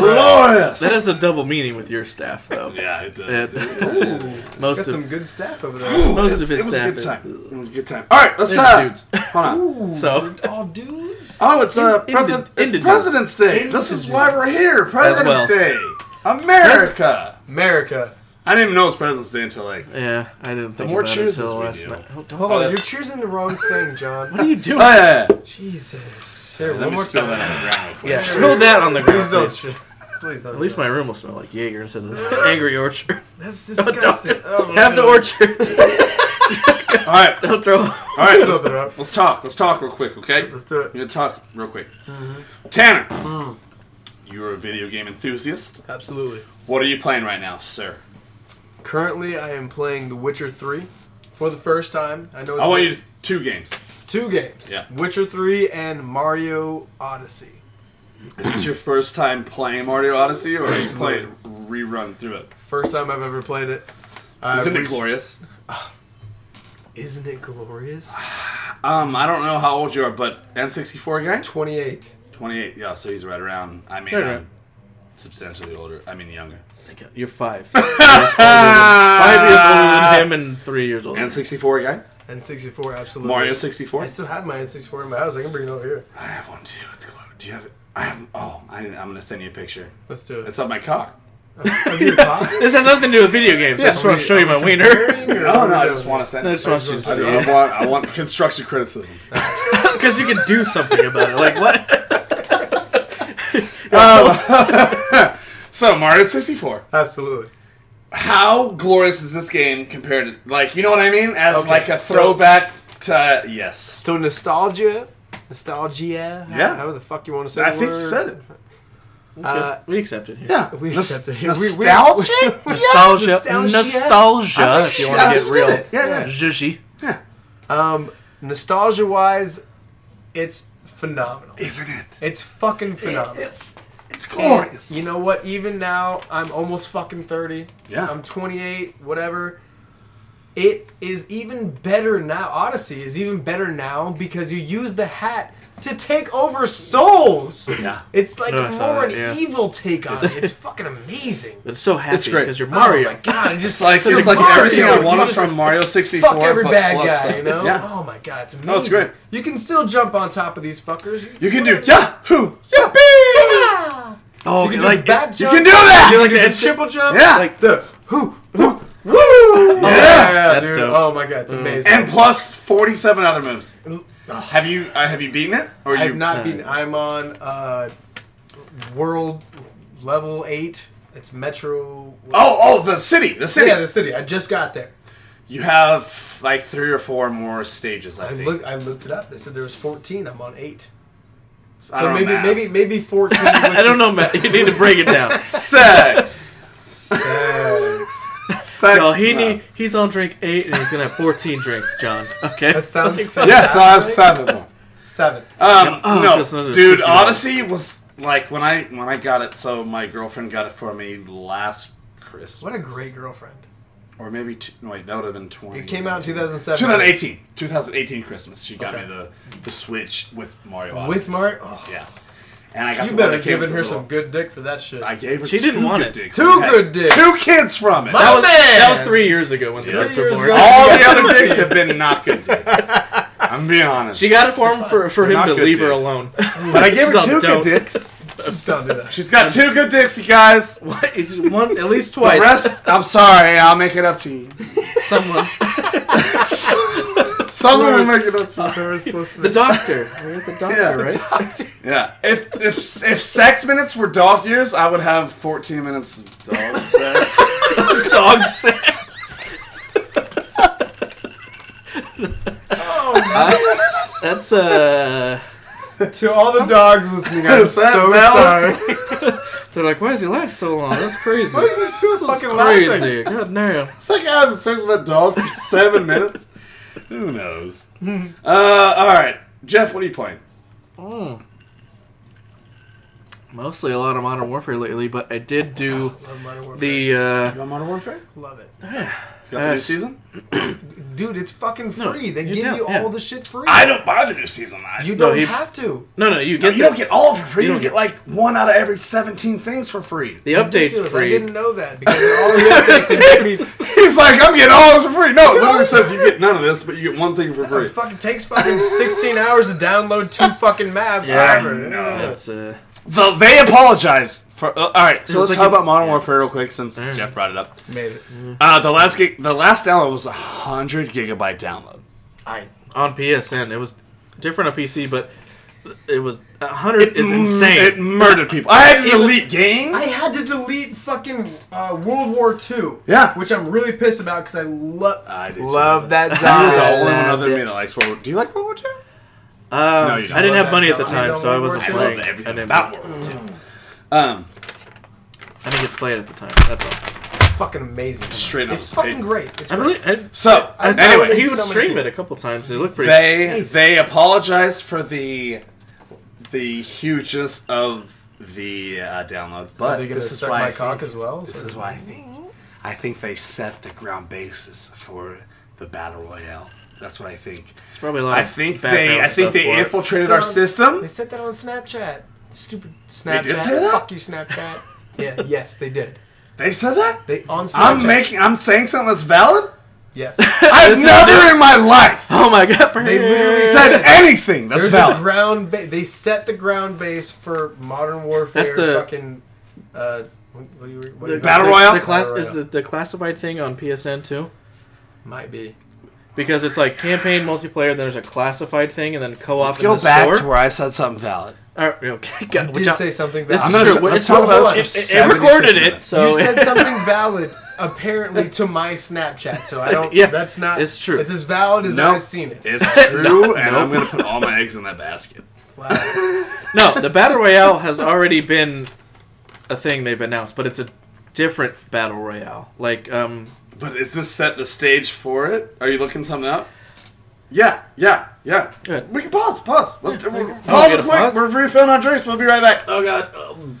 Speaker 5: right.
Speaker 3: Glorious.
Speaker 4: That is a double meaning with your staff, though.
Speaker 3: Yeah, it did.
Speaker 4: That- most
Speaker 5: Got
Speaker 4: of
Speaker 5: some good staff over there.
Speaker 4: most
Speaker 3: It's-
Speaker 4: of his
Speaker 3: it was
Speaker 4: staff
Speaker 3: a good
Speaker 4: is-
Speaker 3: time. It was a good time. All right, let's
Speaker 4: They're
Speaker 3: uh,
Speaker 4: dudes.
Speaker 3: hold on.
Speaker 4: So-
Speaker 5: all dudes.
Speaker 3: Oh, it's uh,
Speaker 4: Indi-
Speaker 3: President,
Speaker 4: Indigenous.
Speaker 3: it's President's Day. This is
Speaker 5: Indigenous.
Speaker 3: why we're here. President's
Speaker 4: well.
Speaker 3: Day, America.
Speaker 5: America.
Speaker 3: I didn't even know it was President's Day until like.
Speaker 4: yeah, I didn't think
Speaker 3: more
Speaker 4: about it
Speaker 3: cheers
Speaker 4: until
Speaker 3: as we
Speaker 4: last
Speaker 3: do.
Speaker 4: night. Oh, don't-
Speaker 5: Hold
Speaker 4: what
Speaker 5: on, you're choosing the wrong thing, John.
Speaker 4: are you doing?
Speaker 3: Oh, yeah, yeah.
Speaker 5: Jesus. Here,
Speaker 3: Let
Speaker 5: one
Speaker 3: me
Speaker 5: more
Speaker 3: spill
Speaker 5: time.
Speaker 3: that on the ground real quick.
Speaker 4: yeah, spill that on the ground.
Speaker 5: Please don't.
Speaker 4: please.
Speaker 5: Please don't.
Speaker 4: At least my room will smell like Jaeger instead of this Angry Orchard.
Speaker 5: That's
Speaker 4: Don't-
Speaker 5: disgusting.
Speaker 4: don't-
Speaker 5: Oh,
Speaker 4: have the
Speaker 5: no.
Speaker 4: orchard.
Speaker 3: All right,
Speaker 4: don't throw.
Speaker 3: all right.
Speaker 5: Let's open it
Speaker 3: Let's,
Speaker 5: up.
Speaker 3: let's talk. Let's Mm-hmm. talk real quick, okay?
Speaker 5: Let's do
Speaker 3: I'm
Speaker 5: it.
Speaker 3: gonna talk real quick. Tanner, Mm. you're a video game enthusiast.
Speaker 5: Absolutely.
Speaker 3: What are you playing right now, sir?
Speaker 5: Currently, I am playing The Witcher 3 for the first time. I know it's
Speaker 3: I want
Speaker 5: been
Speaker 3: you to two games.
Speaker 5: two games.
Speaker 3: Yeah.
Speaker 5: Witcher 3 and Mario Odyssey.
Speaker 3: Is this your first time playing Mario Odyssey, or have you
Speaker 5: Absolutely.
Speaker 3: played rerun through it?
Speaker 5: First time I've ever played it. Uh,
Speaker 3: Isn't it
Speaker 5: rec-
Speaker 3: glorious?
Speaker 5: Isn't it glorious?
Speaker 3: Um, I don't know how old you are, but N64 guy,
Speaker 5: 28.
Speaker 3: 28. Yeah, so he's right around. I mean,
Speaker 4: Right
Speaker 3: I'm
Speaker 4: around.
Speaker 3: substantially older. I mean, younger.
Speaker 4: You're five. You're five years older than him and three years older.
Speaker 3: N64 guy,
Speaker 5: N64, absolutely.
Speaker 3: Mario
Speaker 5: I
Speaker 3: 64.
Speaker 5: still have my N64 in my house. I can bring it over here.
Speaker 3: I have one too. It's glow. Do you have it? I have. Oh, I, I'm gonna send you a picture.
Speaker 5: Let's do it.
Speaker 3: It's on my cock.
Speaker 5: Have you ever-
Speaker 4: This has nothing to do with video games. I just want to show you my wiener
Speaker 5: Or-
Speaker 3: No, no, I just want to send.
Speaker 4: I
Speaker 3: it.
Speaker 4: just want you to
Speaker 3: I,
Speaker 4: see
Speaker 3: don't- I want. I want construction criticism.
Speaker 4: because you can do something about it. Like what?
Speaker 3: So Mario 64.
Speaker 5: Absolutely.
Speaker 3: How glorious is this game compared to like you know what I mean? As
Speaker 5: Okay,
Speaker 3: like a
Speaker 5: so-
Speaker 3: throwback to yes.
Speaker 5: So nostalgia, nostalgia.
Speaker 3: Yeah.
Speaker 5: However the fuck you want to say.
Speaker 3: I
Speaker 5: the
Speaker 3: think you
Speaker 5: word.
Speaker 3: said it.
Speaker 5: Uh,
Speaker 4: We accept it here.
Speaker 3: Yeah.
Speaker 5: We
Speaker 3: Nos-
Speaker 5: accept it. We- we-
Speaker 3: Nostalgia?
Speaker 4: Nostalgia,
Speaker 5: nostalgia.
Speaker 4: nostalgia. If you want
Speaker 3: I
Speaker 4: to
Speaker 3: think
Speaker 4: get
Speaker 3: you
Speaker 4: real,
Speaker 3: did it. Yeah, yeah.
Speaker 4: Zhuzhy.
Speaker 5: um, nostalgia wise, it's phenomenal.
Speaker 3: Isn't it?
Speaker 5: It's fucking phenomenal.
Speaker 3: It's it's glorious.
Speaker 5: You know what? Even now, I'm almost fucking 30.
Speaker 3: Yeah.
Speaker 5: I'm 28, whatever. It is even better now. Odyssey is even better now because you use the hat to take over souls.
Speaker 4: Yeah.
Speaker 5: It's like
Speaker 4: Oh, I saw
Speaker 5: more an
Speaker 4: that, yeah.
Speaker 5: evil take on it. It's fucking amazing.
Speaker 4: It's so happy
Speaker 3: It's great.
Speaker 4: because you're
Speaker 5: Oh
Speaker 4: Mario.
Speaker 5: my god, it's just
Speaker 3: like
Speaker 5: You're
Speaker 3: it's like
Speaker 5: Mario,
Speaker 3: everything I
Speaker 5: you
Speaker 3: wanted
Speaker 5: just
Speaker 3: from Mario 64.
Speaker 5: fuck every
Speaker 3: but
Speaker 5: bad
Speaker 3: plus
Speaker 5: guy,
Speaker 3: that.
Speaker 5: you know?
Speaker 3: Yeah.
Speaker 5: Oh my god, it's amazing.
Speaker 3: No, it's great.
Speaker 5: You can still jump on top of these fuckers.
Speaker 3: You can do Yahoo! Yippee!
Speaker 4: Oh,
Speaker 5: You can do
Speaker 4: like
Speaker 5: back
Speaker 4: it-
Speaker 5: jump.
Speaker 3: can do that!
Speaker 5: You
Speaker 4: Like
Speaker 5: can
Speaker 4: the
Speaker 5: do
Speaker 4: Ed-
Speaker 5: triple jump.
Speaker 3: Yeah.
Speaker 5: Like the who who woo.
Speaker 3: Yeah.
Speaker 4: That's
Speaker 5: dude.
Speaker 4: dope. Mm.
Speaker 5: Oh my god, it's amazing.
Speaker 3: And plus 47 other moves.
Speaker 5: Ugh,
Speaker 3: Have you uh, have you beaten it? Or
Speaker 5: I
Speaker 3: you
Speaker 5: have not been. I'm on uh, world level eight. It's Metro.
Speaker 3: Oh, oh, the city, the city.
Speaker 5: yeah, the city. I just got there.
Speaker 3: you have like three or four more stages. I
Speaker 5: I
Speaker 3: think.
Speaker 5: looked. I looked it up. They said there was 14. I'm on eight.
Speaker 3: I
Speaker 5: So
Speaker 3: don't know
Speaker 5: maybe
Speaker 3: math.
Speaker 5: maybe maybe 14. with
Speaker 4: I don't
Speaker 5: the
Speaker 4: know, Matt. You need to break it down.
Speaker 3: sex.
Speaker 5: Sex.
Speaker 3: sex.
Speaker 4: Well, he
Speaker 3: Uh,
Speaker 4: need, he's on drink eight and he's gonna have fourteen drinks, John. Okay.
Speaker 5: That sounds fantastic.
Speaker 3: Yeah, so I have seven more.
Speaker 5: Seven.
Speaker 3: Um,
Speaker 4: Oh, that's
Speaker 3: no,
Speaker 4: another
Speaker 3: dude,
Speaker 4: $60.
Speaker 3: Odyssey was like when I when I got it. So my girlfriend got it for me last Christmas.
Speaker 5: What a great girlfriend.
Speaker 3: Or maybe two, no, wait, that would have been twenty.
Speaker 5: It came out in 2007.
Speaker 3: 2018. 2018 Christmas. She got
Speaker 5: Okay.
Speaker 3: me the the Switch with Mario. Odyssey.
Speaker 5: With Mario. Oh,
Speaker 3: yeah, and I got.
Speaker 5: you
Speaker 3: the one
Speaker 5: better
Speaker 3: that came
Speaker 5: giving
Speaker 3: with
Speaker 5: her
Speaker 3: the
Speaker 5: some
Speaker 3: little-
Speaker 5: good dick for that shit.
Speaker 3: I gave her.
Speaker 4: She didn't
Speaker 3: two
Speaker 4: want
Speaker 3: good
Speaker 4: it.
Speaker 3: Dicks.
Speaker 5: Two
Speaker 3: We had
Speaker 5: good dicks.
Speaker 3: Two kids from it.
Speaker 5: My-
Speaker 4: that was,
Speaker 5: man!
Speaker 4: that was three years ago when the
Speaker 3: Three
Speaker 4: kids were
Speaker 5: years
Speaker 4: born.
Speaker 5: ago.
Speaker 3: All the other dicks have been not good dicks. I'm being honest.
Speaker 4: She got it for him for, for
Speaker 3: They're
Speaker 4: him
Speaker 3: not
Speaker 4: to
Speaker 3: good
Speaker 4: leave her
Speaker 3: dicks.
Speaker 4: alone.
Speaker 3: but I gave her
Speaker 4: She's
Speaker 3: two
Speaker 4: on
Speaker 3: good
Speaker 4: dope.
Speaker 3: dicks.
Speaker 5: Just don't do that.
Speaker 3: She's got two good dicks, you guys. The
Speaker 4: What? It's One, at least twice.
Speaker 3: rest, I'm sorry, I'll make it up to you.
Speaker 4: Someone.
Speaker 3: Someone will make it up to you.
Speaker 4: The doctor. We're at the doctor,
Speaker 3: Yeah.
Speaker 4: right?
Speaker 3: Yeah. If if if sex minutes were dog years, I would have 14 minutes of dog sex.
Speaker 4: Dog sex. That's uh.
Speaker 5: to all the dogs listening, I'm
Speaker 3: Is
Speaker 5: so
Speaker 3: that Val?
Speaker 5: sorry.
Speaker 4: They're like, why does he last so long? That's crazy.
Speaker 5: Why is he still fucking laughing?
Speaker 4: crazy. God damn.
Speaker 3: It's like I haven't sex with a dog for seven minutes. Who knows? Uh, all right, Jeff, what are you playing?
Speaker 4: Mostly a lot of Modern Warfare lately, but I did do
Speaker 5: Love Modern Warfare.
Speaker 4: the. uh
Speaker 3: You on Modern Warfare?
Speaker 5: Love it.
Speaker 3: You got the new
Speaker 4: Yes.
Speaker 3: season?
Speaker 5: Dude, it's fucking free. they
Speaker 4: you're
Speaker 5: give
Speaker 4: down,
Speaker 5: you
Speaker 4: yeah.
Speaker 5: all the shit free.
Speaker 3: I don't buy the new season. I,
Speaker 5: you
Speaker 3: you,
Speaker 5: don't
Speaker 4: he-
Speaker 5: have to.
Speaker 4: No, no, you get the,
Speaker 3: you don't get all for free. You,
Speaker 4: don't
Speaker 3: get
Speaker 4: get-
Speaker 3: like one out of every 17 things for free.
Speaker 4: the updates
Speaker 5: Ridiculous. I
Speaker 4: free.
Speaker 5: didn't know that because all the updates they give me
Speaker 3: He's like, I'm getting all this for free. No, it literally says you get none of this, but you get one thing for free.
Speaker 5: it fucking takes fucking 16 hours to download two fucking maps.
Speaker 3: I
Speaker 5: whatever.
Speaker 3: know.
Speaker 4: That's uh.
Speaker 3: The, they apologize for. Uh, all right, so
Speaker 4: It's
Speaker 3: let's
Speaker 4: like
Speaker 3: talk
Speaker 4: a-
Speaker 3: about Modern Warfare real quick since Jeff brought it up.
Speaker 5: Made it.
Speaker 3: Uh, the last gig, the last download was a hundred gigabyte download.
Speaker 5: I
Speaker 4: on PSN. It was different on PC, but it was a hundred is
Speaker 3: Mm,
Speaker 4: insane.
Speaker 3: It murdered people. I had an elite game.
Speaker 5: I had to delete fucking uh, World War II.
Speaker 3: Yeah.
Speaker 5: Which I'm really pissed about because I love
Speaker 3: I did too.
Speaker 5: love that
Speaker 3: You're the only
Speaker 5: zombie.
Speaker 3: one other than
Speaker 4: Yeah.
Speaker 3: me that likes World War. Do you like World War Two?
Speaker 4: um,
Speaker 3: No,
Speaker 4: I
Speaker 3: you don't.
Speaker 4: didn't have
Speaker 5: Love
Speaker 4: money
Speaker 5: that
Speaker 4: at the
Speaker 5: song.
Speaker 4: time,
Speaker 5: He's
Speaker 4: so I
Speaker 5: on
Speaker 4: wasn't
Speaker 5: World
Speaker 3: I
Speaker 5: War
Speaker 4: playing.
Speaker 3: love
Speaker 4: I
Speaker 3: everything
Speaker 4: didn't, Mm.
Speaker 3: about World War Two. Um,
Speaker 4: I didn't get to play it at the time. That's all.
Speaker 5: fucking amazing.
Speaker 3: Straight
Speaker 5: it's
Speaker 3: off the
Speaker 5: fucking
Speaker 3: paper.
Speaker 5: great. It's
Speaker 4: I
Speaker 5: great.
Speaker 4: really. I,
Speaker 3: so
Speaker 4: I-
Speaker 5: I- Anyway.
Speaker 4: he
Speaker 3: anyway,
Speaker 4: would
Speaker 5: So many
Speaker 4: stream
Speaker 5: people.
Speaker 4: it a couple times. It looked pretty.
Speaker 3: they they apologized for the the hugeness of the uh, download,
Speaker 5: Are
Speaker 3: but
Speaker 5: they gonna
Speaker 3: this is
Speaker 5: suck
Speaker 3: why I
Speaker 5: my
Speaker 3: think-
Speaker 5: cock as well? So-
Speaker 3: This is why I think I think they set the ground basis for the battle royale. That's what I think.
Speaker 4: it's probably a lot.
Speaker 3: I
Speaker 4: of
Speaker 3: think they
Speaker 4: background
Speaker 3: I think
Speaker 4: stuff for
Speaker 3: they
Speaker 4: it.
Speaker 3: infiltrated
Speaker 5: They
Speaker 3: our
Speaker 5: said on- They
Speaker 3: system.
Speaker 5: said that on Snapchat. Stupid Snapchat.
Speaker 3: did say that?
Speaker 5: Fuck you, Snapchat. yeah. Yes, they did.
Speaker 3: They said that?
Speaker 5: They on Snapchat.
Speaker 3: I'm making I'm saying something that's valid?
Speaker 5: Yes.
Speaker 3: I've
Speaker 4: is
Speaker 3: never in my life
Speaker 4: Oh my god!
Speaker 5: They literally
Speaker 3: said anything that's
Speaker 5: There's a
Speaker 3: valid.
Speaker 5: ground base. They set the ground base for Modern Warfare.
Speaker 4: That's the-
Speaker 5: fucking. Uh, what, what do you? What do you-
Speaker 3: Battle
Speaker 4: the,
Speaker 3: Royale?
Speaker 4: The class
Speaker 5: Battle
Speaker 4: is
Speaker 5: Royale.
Speaker 4: the, the classified thing on PSN too,
Speaker 5: might be.
Speaker 4: because it's like campaign, multiplayer, then there's a classified thing, and then co-op.
Speaker 3: Let's
Speaker 4: in
Speaker 3: go
Speaker 4: the
Speaker 3: back
Speaker 4: store.
Speaker 3: to where I said something valid.
Speaker 4: All right, okay, God,
Speaker 5: You
Speaker 4: which
Speaker 5: did
Speaker 4: I-
Speaker 5: say something.
Speaker 4: This
Speaker 5: valid.
Speaker 4: is
Speaker 3: not-
Speaker 4: true.
Speaker 3: let's
Speaker 4: It's-
Speaker 3: talk about
Speaker 4: it-
Speaker 3: this for
Speaker 4: it- it
Speaker 3: 76
Speaker 4: recorded it,
Speaker 3: minutes.
Speaker 4: so
Speaker 5: you said something valid, apparently, to my Snapchat. So I don't.
Speaker 4: Yeah,
Speaker 5: that's not.
Speaker 4: it's true.
Speaker 5: It's as valid as
Speaker 3: No,
Speaker 5: I've seen it.
Speaker 3: It's true, and I'm gonna put all my eggs in that basket.
Speaker 5: It's loud.
Speaker 4: No, the battle royale has already been a thing they've announced, but it's a different battle royale. Like, um,
Speaker 3: But is this set the stage for it? Are you looking something up? Yeah, yeah, yeah.
Speaker 4: Good.
Speaker 3: We can pause, pause. Let's do,
Speaker 4: we can- Oh,
Speaker 3: pause
Speaker 4: we
Speaker 3: quick.
Speaker 4: gotta pause?
Speaker 3: We're refilling our drinks. We'll be right back. Oh god.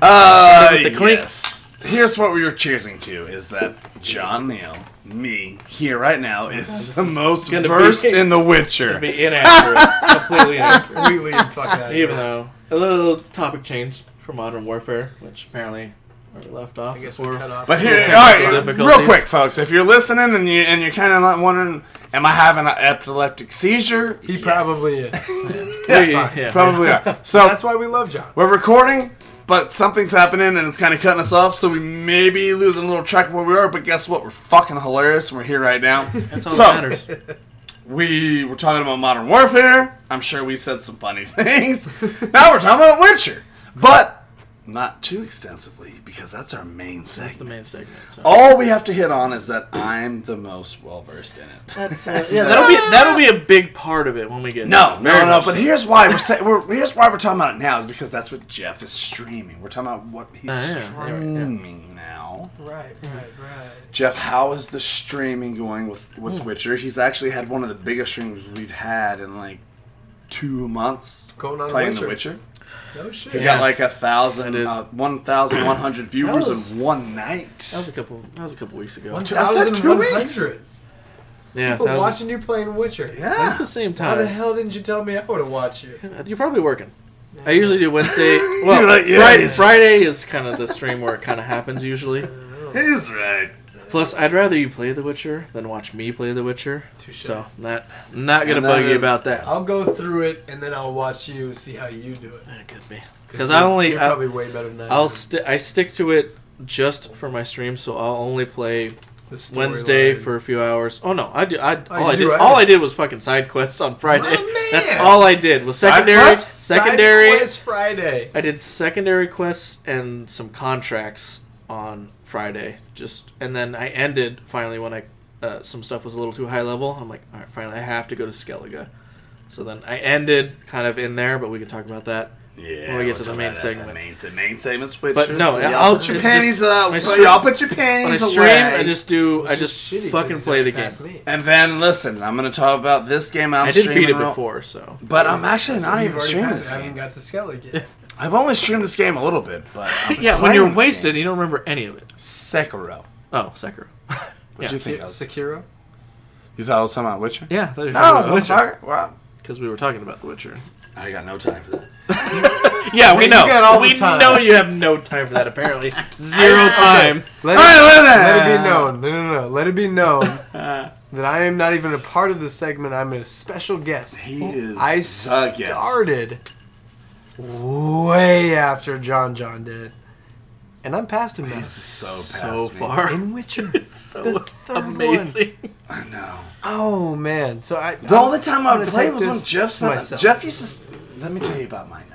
Speaker 3: Uh,
Speaker 4: with the clink.
Speaker 3: Uh, yes. here's what we were cheersing to is that John Neal, me, here right now, is the most
Speaker 4: gonna be-
Speaker 3: versed in The Witcher.
Speaker 4: Be inaccurate. Completely inaccurate.
Speaker 5: Completely and fuck that.
Speaker 4: Even though a little topic change for Modern Warfare, which apparently where we left off.
Speaker 5: I guess we're cut off.
Speaker 3: But here, all
Speaker 4: technical
Speaker 3: right, real
Speaker 4: difficulties.
Speaker 3: quick, folks, if you're listening and you and you're kind of not wondering, am I having an epileptic seizure?
Speaker 5: he
Speaker 3: Yes.
Speaker 5: probably is.
Speaker 4: We-
Speaker 3: Yeah,
Speaker 4: yeah.
Speaker 3: probably are. So
Speaker 5: That's why we love John.
Speaker 3: we're recording, but something's happening and it's kind of cutting us off, so we may be losing a little track of where we are. But guess what? We're fucking hilarious, and we're here right now.
Speaker 4: That's all
Speaker 3: So-
Speaker 4: that matters.
Speaker 3: we were talking about Modern Warfare. I'm sure we said some funny things. now we're talking about Witcher, but not too extensively because that's our main
Speaker 4: That's the
Speaker 3: segment.
Speaker 4: main segment. So.
Speaker 3: All we have to hit on is that I'm the most well versed in it.
Speaker 4: That's, uh, yeah, that'll be that'll be a big part of it when we get
Speaker 3: No, no,
Speaker 4: Very
Speaker 3: no.
Speaker 4: much
Speaker 3: But
Speaker 4: so.
Speaker 3: here's why we're, sa- we're here's why we're talking about it now is because that's what Jeff is streaming. We're talking about what he's
Speaker 4: Ah, yeah, yeah, right, yeah.
Speaker 3: streaming now.
Speaker 5: Right, right, right.
Speaker 3: Jeff, how is the streaming going with
Speaker 4: Hmm.
Speaker 3: with Witcher? He's actually had one of the biggest streams we've had in like two months
Speaker 5: Going on
Speaker 3: playing
Speaker 5: Witcher.
Speaker 3: The Witcher.
Speaker 5: No shit.
Speaker 3: He
Speaker 4: Yeah.
Speaker 3: got like a thousand,
Speaker 4: did.
Speaker 3: uh, one thousand one hundred viewers
Speaker 4: was-
Speaker 3: in one night.
Speaker 4: that was a couple that was a couple weeks ago.
Speaker 5: One
Speaker 3: said
Speaker 5: thousand
Speaker 3: two
Speaker 5: one
Speaker 3: weeks.
Speaker 5: hundred.
Speaker 4: yeah,
Speaker 5: People
Speaker 4: that was-
Speaker 5: watching you playing Witcher.
Speaker 4: at
Speaker 3: yeah,
Speaker 4: the same
Speaker 5: How the
Speaker 4: time.
Speaker 5: hell didn't you tell me I would have watched you?
Speaker 4: You're probably working. I usually do Wednesday. Well,
Speaker 3: You're like, yeah,
Speaker 4: Friday,
Speaker 3: he's-
Speaker 4: Friday is kind of the stream where it kind of happens usually.
Speaker 5: Uh,
Speaker 3: he's right.
Speaker 4: Plus, I'd rather you play The Witcher than watch me play The Witcher.
Speaker 5: Touche.
Speaker 4: So, not not gonna
Speaker 3: And that
Speaker 4: bug you
Speaker 3: is-
Speaker 4: about that.
Speaker 5: I'll go through it and then I'll watch you and see how you do it.
Speaker 4: That could be because I
Speaker 5: you're-
Speaker 4: only
Speaker 5: you're
Speaker 4: I,
Speaker 5: probably way better than that.
Speaker 4: I'll sti- I stick to it just for my stream, so I'll only play
Speaker 5: The storyline.
Speaker 4: Wednesday for a few hours. Oh no, I do. I
Speaker 5: Oh,
Speaker 4: all
Speaker 5: you
Speaker 4: I
Speaker 5: do,
Speaker 4: did
Speaker 5: right?
Speaker 4: all I did was fucking side quests on Friday.
Speaker 5: My
Speaker 4: That's
Speaker 5: man!
Speaker 4: all I did was secondary,
Speaker 3: quests?
Speaker 5: Side
Speaker 4: secondary.
Speaker 5: quest Friday.
Speaker 4: I did secondary quests and some contracts on Friday. Just and then I ended finally when I uh, some stuff was a little too high level. I'm like, all right, finally I have to go to Skellige. So then I ended kind of in there, but we can talk about that.
Speaker 3: Yeah,
Speaker 4: When we get
Speaker 3: let's
Speaker 4: to the
Speaker 3: talk
Speaker 4: main
Speaker 3: about that.
Speaker 4: segment.
Speaker 3: The main, the main segment's Witcher.
Speaker 4: But no,
Speaker 3: so y'all
Speaker 4: I'll-
Speaker 3: put your
Speaker 4: it's
Speaker 3: panties
Speaker 4: just-
Speaker 3: up.
Speaker 4: my
Speaker 3: but
Speaker 4: stream-
Speaker 3: y'all put your
Speaker 4: When I
Speaker 3: panties
Speaker 4: stream,
Speaker 3: away.
Speaker 4: I just do.
Speaker 5: It's
Speaker 4: I just
Speaker 5: shitty 'cause
Speaker 4: fucking
Speaker 5: it's
Speaker 4: play the
Speaker 5: not
Speaker 4: game.
Speaker 5: past Me.
Speaker 3: And then listen, I'm gonna talk about this game I'm
Speaker 4: I did
Speaker 3: streaming.
Speaker 4: beat it
Speaker 3: real-
Speaker 4: before, so
Speaker 3: But I'm actually
Speaker 5: You've
Speaker 3: not even
Speaker 5: already
Speaker 3: streaming
Speaker 5: passed
Speaker 3: this
Speaker 5: it. I haven't
Speaker 3: game.
Speaker 5: got to Skellig yet.
Speaker 3: I've only streamed this game a little bit, but I'm
Speaker 4: yeah, when
Speaker 3: playing
Speaker 4: you're
Speaker 3: this
Speaker 4: wasted,
Speaker 3: game.
Speaker 4: you don't remember any of it.
Speaker 3: Sekiro.
Speaker 4: Oh, Sekiro.
Speaker 3: What
Speaker 4: Yeah.
Speaker 3: do you think? I was-
Speaker 5: Sekiro?
Speaker 3: You thought I was talking about Witcher?
Speaker 4: yeah, that is
Speaker 3: No,
Speaker 4: Witcher
Speaker 3: Witcher. Well,
Speaker 4: because we were talking about The Witcher.
Speaker 3: I got no time for that.
Speaker 4: Yeah, we
Speaker 5: You
Speaker 4: know.
Speaker 5: got all the
Speaker 4: we
Speaker 5: time.
Speaker 4: know you have no time for that. Apparently, zero time.
Speaker 5: Let
Speaker 3: All right,
Speaker 5: it,
Speaker 3: look at
Speaker 5: let it
Speaker 3: that.
Speaker 5: be known. No, no, no. Let it be known that I am not even a part of this segment. I'm a special guest.
Speaker 3: He is
Speaker 5: I
Speaker 3: the guest.
Speaker 5: started way after John John did, and I'm past him now.
Speaker 3: This is so past
Speaker 4: So
Speaker 3: me.
Speaker 4: far,
Speaker 5: In Witcher,
Speaker 4: so
Speaker 5: the third one.
Speaker 4: amazing.
Speaker 3: I know.
Speaker 5: Oh man! So I
Speaker 3: The only time I
Speaker 5: I'm gonna
Speaker 3: played
Speaker 5: take
Speaker 3: was when
Speaker 5: this
Speaker 3: Jeff's
Speaker 5: to
Speaker 3: not.
Speaker 5: myself.
Speaker 3: Jeff used to. s- Let me tell you about my nights.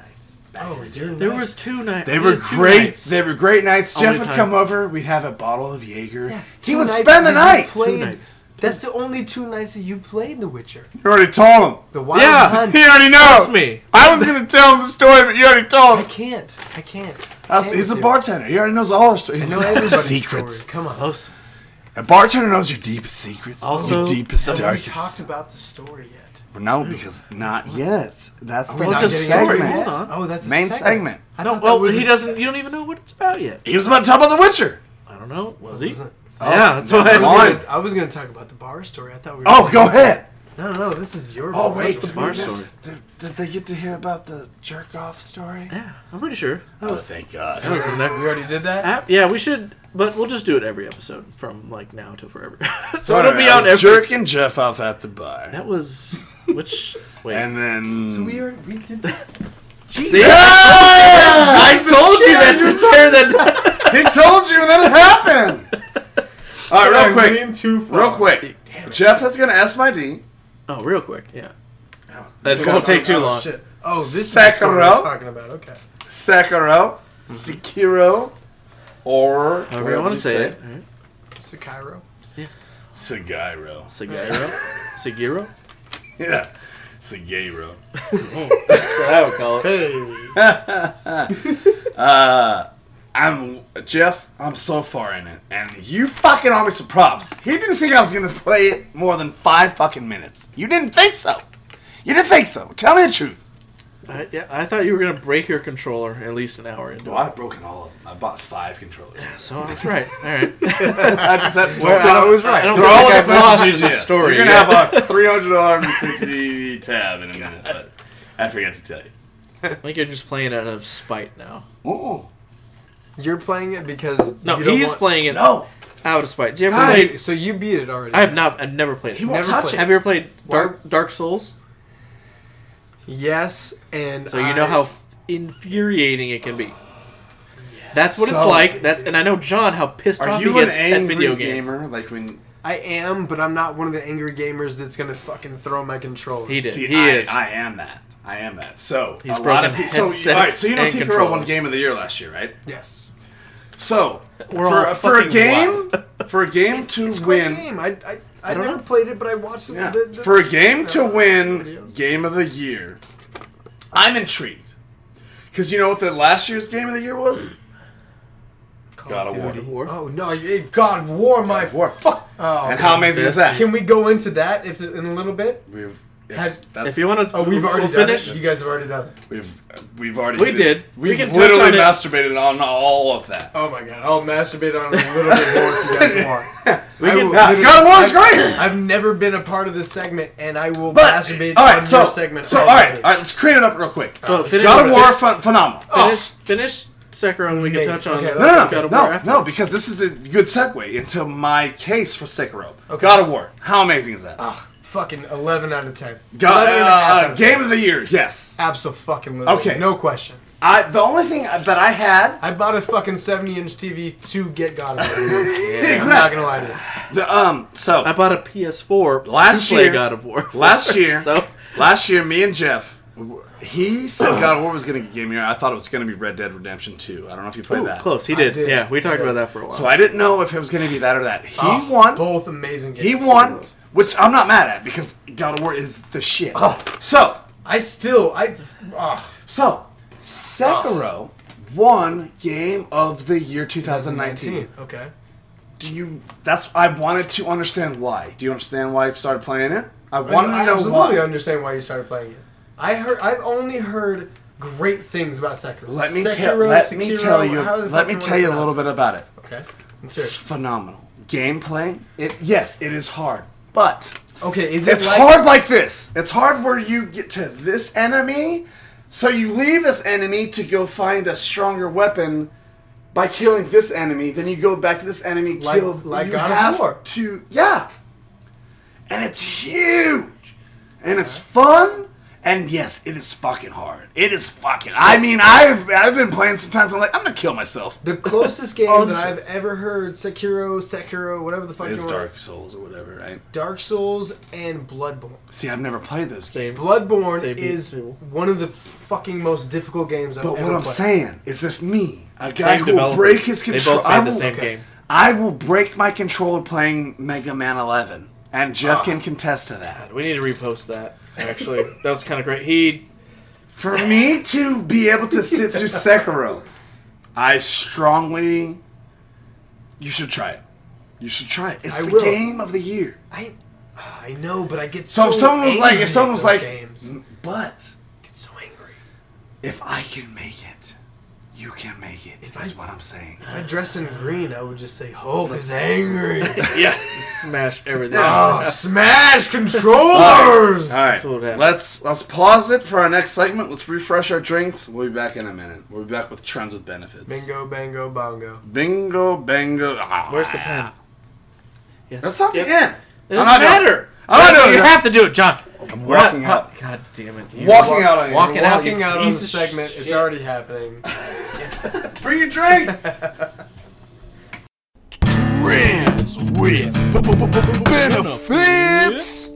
Speaker 5: Oh, you're
Speaker 4: There
Speaker 5: nice.
Speaker 4: was two nights.
Speaker 3: They were great. They were great nights.
Speaker 4: Only
Speaker 3: Jeff would
Speaker 4: time.
Speaker 3: come over. We'd have a bottle of Jaeger.
Speaker 5: Yeah,
Speaker 3: he
Speaker 5: two
Speaker 3: would
Speaker 5: nights
Speaker 3: spend the
Speaker 5: that you
Speaker 3: night.
Speaker 5: Played.
Speaker 4: nights.
Speaker 5: That's the only two nights that you played The Witcher.
Speaker 3: You already told him.
Speaker 5: The Wild
Speaker 4: Yeah,
Speaker 5: Hunt.
Speaker 3: He already knows
Speaker 4: Trust me.
Speaker 3: I was gonna tell him the story, but you already told
Speaker 5: I
Speaker 3: him.
Speaker 5: can't. I can't. I
Speaker 3: That's-
Speaker 5: can't
Speaker 3: he's a
Speaker 5: with you.
Speaker 3: bartender. He already knows all our stories.
Speaker 5: I
Speaker 3: He
Speaker 5: know
Speaker 3: knows our
Speaker 5: everybody's Story. Come on.
Speaker 4: Also,
Speaker 3: A bartender knows your deepest secrets,
Speaker 4: Also-
Speaker 3: your deepest,
Speaker 5: Have we
Speaker 3: darkest.
Speaker 5: talked about the story yet?
Speaker 3: no, because not yet. That's the
Speaker 4: Well,
Speaker 5: We're not
Speaker 3: main
Speaker 4: it's a
Speaker 5: getting into
Speaker 4: story.
Speaker 5: it
Speaker 3: segment.
Speaker 5: yet?
Speaker 4: Hold on.
Speaker 5: Oh, that's a
Speaker 3: Main segment.
Speaker 5: I
Speaker 4: no.
Speaker 5: thought
Speaker 4: Well,
Speaker 5: that was
Speaker 4: he
Speaker 5: a-
Speaker 4: doesn't. You don't even know what it's about yet.
Speaker 3: He was about to talk about The Witcher.
Speaker 4: I don't know. Was he?
Speaker 5: wasn't.
Speaker 4: yeah, that's what I
Speaker 5: I was,
Speaker 3: Come on.
Speaker 4: was.
Speaker 5: gonna, I was gonna talk about the bar story. I thought we. Were
Speaker 3: Oh, go ahead.
Speaker 5: No, no, no. This is your.
Speaker 3: Oh
Speaker 5: bar
Speaker 3: wait,
Speaker 5: story.
Speaker 3: the bar story. Did, did they get to hear about the jerk off story?
Speaker 4: Yeah, I'm pretty sure. That
Speaker 3: Oh,
Speaker 4: was,
Speaker 3: thank God.
Speaker 4: that was in there.
Speaker 5: We already did that.
Speaker 4: App- Yeah, we should, but we'll just do it every episode from like now till forever. so
Speaker 3: Sorry,
Speaker 4: it'll be
Speaker 3: I
Speaker 4: on
Speaker 3: was
Speaker 4: every.
Speaker 3: jerking Jeff off at the bar.
Speaker 4: That was which? Wait,
Speaker 3: And then.
Speaker 5: So we already we did this.
Speaker 4: I told you that's the chair that.
Speaker 3: he told you that it happened. All right, real quick.
Speaker 5: Game too far.
Speaker 3: Real quick. Jeff is gonna S my D.
Speaker 4: oh, real quick, yeah. That
Speaker 5: Okay,
Speaker 4: won't take too
Speaker 5: oh,
Speaker 4: long.
Speaker 5: Shit. Oh, this is the story
Speaker 3: Sekiro.
Speaker 5: we're talking about. Okay.
Speaker 3: Sekiro, Sekiro, or
Speaker 4: However you want to say it. Alright.
Speaker 5: Sekiro.
Speaker 3: Segiro.
Speaker 4: Segiro, Segiro.
Speaker 3: Yeah, Segiro.
Speaker 4: I would call it.
Speaker 5: Hey.
Speaker 3: I'm Jeff. I'm so far in it, and you fucking owe me some props. He didn't think I was gonna play it more than five fucking minutes. You didn't think so. You didn't think so. Tell me the truth.
Speaker 4: I, yeah, I thought you were gonna break your controller at least an hour into
Speaker 3: Well, I've broken all of them. I bought five controllers.
Speaker 4: it. So that's right. All right.
Speaker 3: I just had,
Speaker 4: I don't- I don't
Speaker 3: They're
Speaker 4: feel
Speaker 3: all
Speaker 4: like I've
Speaker 3: expensive
Speaker 4: lost in
Speaker 3: GGS.
Speaker 4: this story
Speaker 3: You're
Speaker 4: yet.
Speaker 3: gonna have a three hundred dollar fifty tab in a minute, but I forgot to tell you.
Speaker 4: I think you're just playing out of spite now.
Speaker 3: Oh
Speaker 5: You're playing it because
Speaker 4: No,
Speaker 5: you don't
Speaker 4: he's
Speaker 5: want-
Speaker 4: playing it
Speaker 3: no,
Speaker 4: out of spite. Do you ever
Speaker 5: So
Speaker 4: play?
Speaker 5: wait, so you beat it already.
Speaker 4: I have not. I've never played
Speaker 3: he
Speaker 4: it.
Speaker 3: won't
Speaker 5: Never
Speaker 3: touch
Speaker 5: played.
Speaker 3: it.
Speaker 4: Have you ever played Dark Dark Souls?
Speaker 5: yes, and
Speaker 4: So you know
Speaker 5: I-
Speaker 4: how infuriating it can be. That's what it's
Speaker 3: So-
Speaker 4: like. That's and I know John how pissed
Speaker 3: Are
Speaker 4: off he
Speaker 3: you an
Speaker 4: gets at
Speaker 3: angry
Speaker 4: video games.
Speaker 3: gamer? Like when
Speaker 5: I am, but I'm not one of the angry gamers that's gonna fucking throw my controller.
Speaker 4: He did.
Speaker 3: see,
Speaker 4: he
Speaker 3: I,
Speaker 4: is.
Speaker 3: I am that. I am that. So
Speaker 4: He's
Speaker 3: a lot of
Speaker 4: broken
Speaker 3: people. So,
Speaker 4: headsets
Speaker 3: all right, so you know,
Speaker 4: and
Speaker 3: Sekiro won
Speaker 4: controllers.
Speaker 3: Game of the Year last year, right?
Speaker 5: Yes,
Speaker 3: So
Speaker 4: We're
Speaker 3: for,
Speaker 4: all
Speaker 3: for a
Speaker 4: fucking
Speaker 3: game, for a game to
Speaker 5: it's a great
Speaker 3: win,
Speaker 5: game. I I, I,
Speaker 4: don't
Speaker 5: never
Speaker 4: know.
Speaker 5: played it, but I watched
Speaker 3: Yeah.
Speaker 5: the, the
Speaker 3: for a game to
Speaker 5: somebody
Speaker 3: win
Speaker 5: else.
Speaker 3: Game of the Year, I'm intrigued. Because you know what the last year's Game of the Year was?
Speaker 5: Call
Speaker 3: God of
Speaker 5: Duty.
Speaker 4: War.
Speaker 5: Oh no, you- eh, God of War, my
Speaker 3: of War.
Speaker 5: fuck. Oh,
Speaker 3: and how amazing is that?
Speaker 5: Can we go into that if in a little bit?
Speaker 3: We've, it's-
Speaker 5: Have-
Speaker 3: that's-
Speaker 4: if you want to,
Speaker 5: Oh, we've already
Speaker 4: we'll
Speaker 5: done
Speaker 4: finish.
Speaker 5: it. You guys have already done it.
Speaker 3: we've we've already
Speaker 4: We
Speaker 3: hit
Speaker 4: did.
Speaker 3: It.
Speaker 4: We
Speaker 3: We've
Speaker 4: can touch
Speaker 3: literally
Speaker 4: on it.
Speaker 3: masturbated on all of that.
Speaker 5: Oh my god, I'll masturbate on it a little bit more if you guys want.
Speaker 4: We
Speaker 5: I
Speaker 4: can-
Speaker 5: will
Speaker 3: Yeah,
Speaker 5: literally-
Speaker 3: God of War is
Speaker 5: I've-
Speaker 3: great.
Speaker 5: I've never been a part of this segment, and I will
Speaker 3: But
Speaker 5: masturbate
Speaker 3: all right,
Speaker 5: on
Speaker 3: so
Speaker 5: your segment.
Speaker 3: so all
Speaker 5: already.
Speaker 3: right, all right. Let's clean it up real quick.
Speaker 4: So
Speaker 3: It's
Speaker 4: finish-
Speaker 3: God of War, ph- phenomenal.
Speaker 4: Finish, finish Sekiro, and we can
Speaker 5: Amazing.
Speaker 4: touch on
Speaker 5: Okay,
Speaker 4: Oh, God
Speaker 5: let's-
Speaker 3: No, no, no,
Speaker 4: of War
Speaker 3: no,
Speaker 4: after.
Speaker 3: no, because this is a good segue into my case for Sekiro.
Speaker 5: Okay. Uh,
Speaker 3: God of War, how amazing is that?
Speaker 5: Ugh, fucking eleven out of ten.
Speaker 3: God,
Speaker 5: 11 and a half out
Speaker 3: uh, game of the year, yes.
Speaker 5: Absolutely.
Speaker 3: Okay.
Speaker 5: No question.
Speaker 3: I the only thing that I had,
Speaker 5: I bought a fucking 70 inch TV to get God of War. I'm not
Speaker 3: exactly.
Speaker 5: gonna lie to you.
Speaker 3: The, um, so
Speaker 4: I bought a PS4
Speaker 3: Last
Speaker 4: to play
Speaker 3: year-
Speaker 4: God of War.
Speaker 3: last year,
Speaker 4: so
Speaker 3: last year, me and Jeff, he said God of War was going to be game of the year. I thought it was going to be Red Dead Redemption 2. I don't know if you played
Speaker 4: Ooh,
Speaker 3: that.
Speaker 4: close. He did.
Speaker 5: did.
Speaker 4: Yeah, we talked about that for a while.
Speaker 3: So I didn't know if it was going to be that or that. He
Speaker 5: Oh,
Speaker 3: won.
Speaker 5: Both amazing games.
Speaker 3: He won, which I'm not mad at because God of War is the shit. So,
Speaker 5: I still, I, ah. ugh.
Speaker 3: so Sekiro won Game of the Year 2019.
Speaker 5: Okay.
Speaker 3: do you that's i wanted to understand why do you understand why i started playing it i wanted
Speaker 5: I,
Speaker 3: to know
Speaker 5: absolutely
Speaker 3: why
Speaker 5: understand why you started playing it. I heard, I've only heard great things about Sekiro.
Speaker 3: let me,
Speaker 5: Sekiro,
Speaker 3: tell. let me
Speaker 5: Sekiro,
Speaker 3: tell you
Speaker 5: how the
Speaker 3: let
Speaker 5: fuck
Speaker 3: me
Speaker 5: am I
Speaker 3: tell you a
Speaker 5: gonna
Speaker 3: little bit about it
Speaker 5: pronounce it? Okay. Let's hear it.
Speaker 3: phenomenal gameplay it yes it is hard but
Speaker 5: Okay, is it
Speaker 3: it's
Speaker 5: like,
Speaker 3: hard like this it's hard where you get to this enemy so you leave this enemy to go find a stronger weapon by killing this enemy then you go back to this enemy
Speaker 5: Like-
Speaker 3: kill
Speaker 5: like
Speaker 3: you
Speaker 5: God of
Speaker 3: have
Speaker 5: War.
Speaker 3: to yeah and it's huge and it's fun and yes it is fucking hard it is fucking i mean i've i've been playing sometimes i'm like i'm gonna kill myself
Speaker 5: the closest game
Speaker 3: Oh,
Speaker 5: that
Speaker 3: this-
Speaker 5: I've ever heard Sekiro, Sekiro, whatever the fuck you want-
Speaker 3: souls or whatever right
Speaker 5: Dark Souls and Bloodborne.
Speaker 3: see i've never played those
Speaker 4: Same.
Speaker 5: Bloodborne
Speaker 4: Same here,
Speaker 5: is
Speaker 4: too.
Speaker 5: one of the fucking most difficult games I've
Speaker 3: But
Speaker 5: ever
Speaker 3: what I'm
Speaker 5: played.
Speaker 3: saying is, if me, a guy
Speaker 4: Same
Speaker 3: who will
Speaker 4: developer.
Speaker 3: break his
Speaker 4: They both
Speaker 3: control,
Speaker 4: made
Speaker 3: I
Speaker 4: the
Speaker 3: will,
Speaker 4: same game.
Speaker 3: I will break my controller playing Mega Man 11, and Jeff
Speaker 4: Ah.
Speaker 3: can contest to that.
Speaker 4: we need to repost that. Actually, that was kind of great. He
Speaker 3: For me to be able to sit through Sekiro, I strongly, you should try it. You should try it. It's
Speaker 5: I
Speaker 3: the
Speaker 5: will.
Speaker 3: game of the year.
Speaker 5: I ah, I know, but I get
Speaker 3: So,
Speaker 5: so,
Speaker 3: if someone was like,
Speaker 5: angry
Speaker 3: if someone
Speaker 5: at
Speaker 3: was
Speaker 5: those
Speaker 3: like,
Speaker 5: games.
Speaker 3: "M- but
Speaker 5: I get so angry.
Speaker 3: if I can make it, you can make it. Is what I'm saying.
Speaker 5: If I dressed in green, I would just say, Hulk is angry.
Speaker 4: yeah smashed everything.
Speaker 5: oh, smash controllers.
Speaker 3: All right,
Speaker 4: That's what would happen.
Speaker 3: let's let's pause it for our next segment. Let's refresh our drinks. We'll be back in a minute. We'll be back with trends with benefits.
Speaker 5: Bingo, bango, bongo.
Speaker 3: bingo, bingo. Ah.
Speaker 4: Where's the pen? Yeah.
Speaker 3: That's not
Speaker 4: Yep.
Speaker 3: the end.
Speaker 4: It
Speaker 3: I'm
Speaker 4: doesn't
Speaker 3: not doing
Speaker 4: matter.
Speaker 3: I'm not doing
Speaker 4: you
Speaker 3: it.
Speaker 4: have to do it, John.
Speaker 3: I'm walking
Speaker 4: What?
Speaker 3: out.
Speaker 4: God damn it. You
Speaker 3: Walking
Speaker 4: walk-
Speaker 3: out on you.
Speaker 4: Walking
Speaker 5: You're
Speaker 4: out. you
Speaker 5: walking out on the
Speaker 4: piece of
Speaker 5: segment.
Speaker 4: shit.
Speaker 5: It's already happening.
Speaker 3: Bring your drinks.
Speaker 6: Friends with benefits.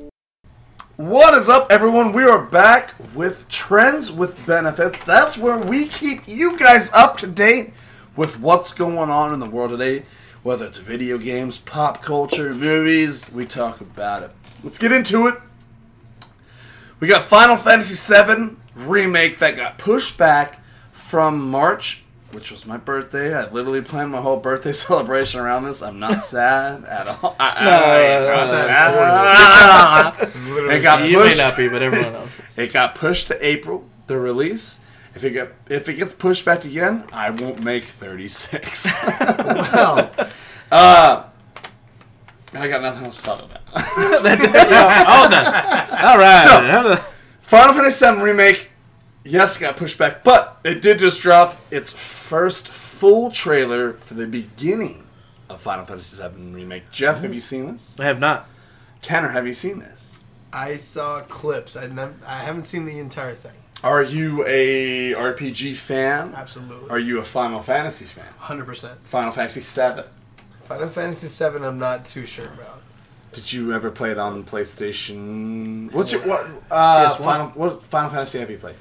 Speaker 3: What is up, everyone? We are back with Trends with Benefits. That's where we keep you guys up to date with what's going on in the world today, whether it's video games, pop culture, movies, we talk about it. Let's get into it. We got Final Fantasy VII Remake that got pushed back from March, which was my birthday. I literally planned my whole birthday celebration around this. I'm not sad at all. I- I-
Speaker 4: No,
Speaker 3: I'm
Speaker 4: no,
Speaker 3: sad. It
Speaker 5: Literally.
Speaker 3: got
Speaker 4: You may
Speaker 3: Ah! pushed
Speaker 4: not be, but everyone else is.
Speaker 3: it got pushed to April. the release. If it get if it gets pushed back again, I won't make thirty six.
Speaker 5: Well,
Speaker 3: Uh, I got nothing else to talk about.
Speaker 4: Oh, then. All right.
Speaker 3: Final Fantasy VII Remake, yes, got pushed back, but it did just drop its first full trailer for the beginning of Final Fantasy VII Remake. Jeff, have you seen this?
Speaker 4: I have not.
Speaker 3: Tanner, have you seen this?
Speaker 5: I saw clips. I, nev- I haven't seen the entire thing.
Speaker 3: Are you a RPG fan?
Speaker 5: Absolutely.
Speaker 3: Are you a Final Fantasy fan?
Speaker 5: 100%.
Speaker 3: Final Fantasy VII.
Speaker 5: Final Fantasy VII, I'm not too sure about.
Speaker 3: Did you ever play it on PlayStation? What's your what? Uh, Final what Final Fantasy have you played?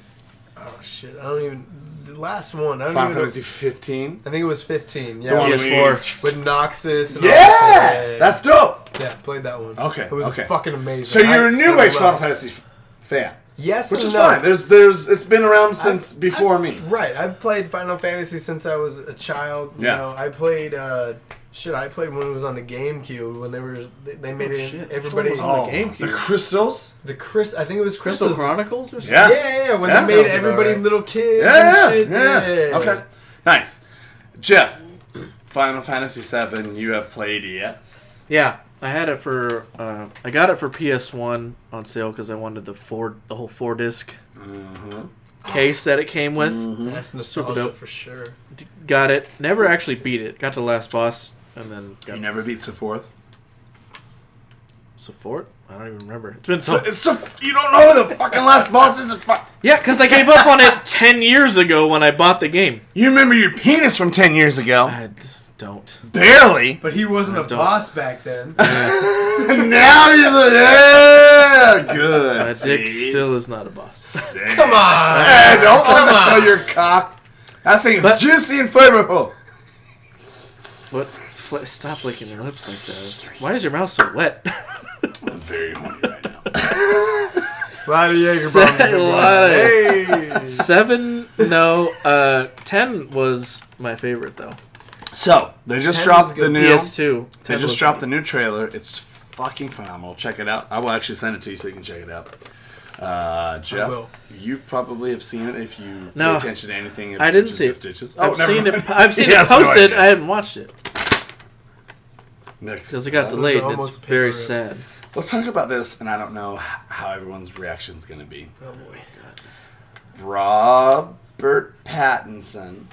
Speaker 5: Oh, shit. I don't even. The last one. I don't
Speaker 3: Final
Speaker 5: even.
Speaker 3: Fantasy 15.
Speaker 5: I think it was 15. Yeah.
Speaker 3: The one
Speaker 4: PS4.
Speaker 5: With Noxus and all that.
Speaker 3: Yeah, that's dope.
Speaker 5: Yeah, played that one.
Speaker 3: Okay,
Speaker 5: It was
Speaker 3: okay.
Speaker 5: fucking amazing.
Speaker 3: So you're a
Speaker 5: I-
Speaker 3: new
Speaker 5: I
Speaker 3: age
Speaker 5: love
Speaker 3: Final
Speaker 5: it.
Speaker 3: Fantasy f- fan.
Speaker 5: Yes,
Speaker 3: Which
Speaker 5: and
Speaker 3: is
Speaker 5: no.
Speaker 3: fine. There's there's it's been around since before me.
Speaker 5: Right, I've played Final Fantasy since I was a child. You
Speaker 3: Yeah.
Speaker 5: know, I played uh shit, I played when it was on the GameCube when they were they, they made it
Speaker 4: shit.
Speaker 5: everybody
Speaker 4: Which one was
Speaker 5: oh,
Speaker 4: on the GameCube?
Speaker 3: The crystals?
Speaker 5: the Chris I think it was
Speaker 4: Crystal
Speaker 5: Crystal
Speaker 4: Chronicles or something?
Speaker 5: Yeah, yeah, yeah, when
Speaker 3: That
Speaker 5: they
Speaker 3: sounds
Speaker 5: made
Speaker 4: about
Speaker 5: everybody
Speaker 4: right.
Speaker 5: little kids
Speaker 3: Yeah,
Speaker 5: and shit.
Speaker 3: yeah, Okay. Nice. Jeff, Final Fantasy VII. You have played yes.
Speaker 4: Yeah, I had it for uh, I got it for PS One on sale because I wanted the four the whole four disk
Speaker 3: Uh-huh.
Speaker 4: case that it came with.
Speaker 3: Mm-hmm.
Speaker 5: That's nostalgia
Speaker 4: dope.
Speaker 5: for sure.
Speaker 4: Got it. Never actually beat it. Got to the last boss and then
Speaker 3: You
Speaker 4: got
Speaker 3: never beat Sephiroth.
Speaker 4: support. I don't even remember. It's been
Speaker 3: So,
Speaker 4: so
Speaker 3: it's Seph- you don't know who the fucking last boss is. in fi-
Speaker 4: yeah, because I gave up on it ten years ago when I bought the game.
Speaker 3: You remember your penis from ten years ago?
Speaker 4: I d- don't.
Speaker 3: Barely.
Speaker 5: But he wasn't a boss back then.
Speaker 3: And now he's a yeah, good.
Speaker 4: My dick
Speaker 3: See?
Speaker 4: still is not a boss.
Speaker 3: Come on. Hey, don't let us show your cock. That thing's
Speaker 4: But-
Speaker 3: juicy and flavorful.
Speaker 4: What? fl- Stop licking your lips like that. It's- Why is your mouth so wet?
Speaker 3: I'm very horny right now.
Speaker 5: Lot of Jaeger
Speaker 4: Said a lot of-
Speaker 3: Hey.
Speaker 4: Seven? No. Uh, ten was my favorite though.
Speaker 3: So they just
Speaker 5: Ten
Speaker 3: dropped
Speaker 5: was
Speaker 3: the
Speaker 5: good.
Speaker 3: new.
Speaker 4: PS2.
Speaker 3: They just dropped the new trailer. It's fucking phenomenal. Check it out. I will actually send it to you so you can check it out. Uh, Jeff,
Speaker 5: will.
Speaker 3: you probably have seen it if you
Speaker 4: No.
Speaker 3: pay attention to anything. in
Speaker 4: I didn't
Speaker 3: Bitches
Speaker 4: see
Speaker 3: and
Speaker 4: it.
Speaker 3: Stitches.
Speaker 4: I've
Speaker 3: oh, never
Speaker 4: seen
Speaker 3: mind.
Speaker 4: it. I've seen
Speaker 3: He
Speaker 4: it
Speaker 3: has no
Speaker 4: posted.
Speaker 3: idea.
Speaker 4: I haven't watched it
Speaker 3: Next.
Speaker 4: because it got
Speaker 3: Uh,
Speaker 4: delayed. And it's
Speaker 5: almost
Speaker 4: very
Speaker 5: paper.
Speaker 4: sad.
Speaker 3: Let's talk about this, and I don't know h- how everyone's reaction's going to be.
Speaker 4: Oh boy.
Speaker 3: Robert Pattinson.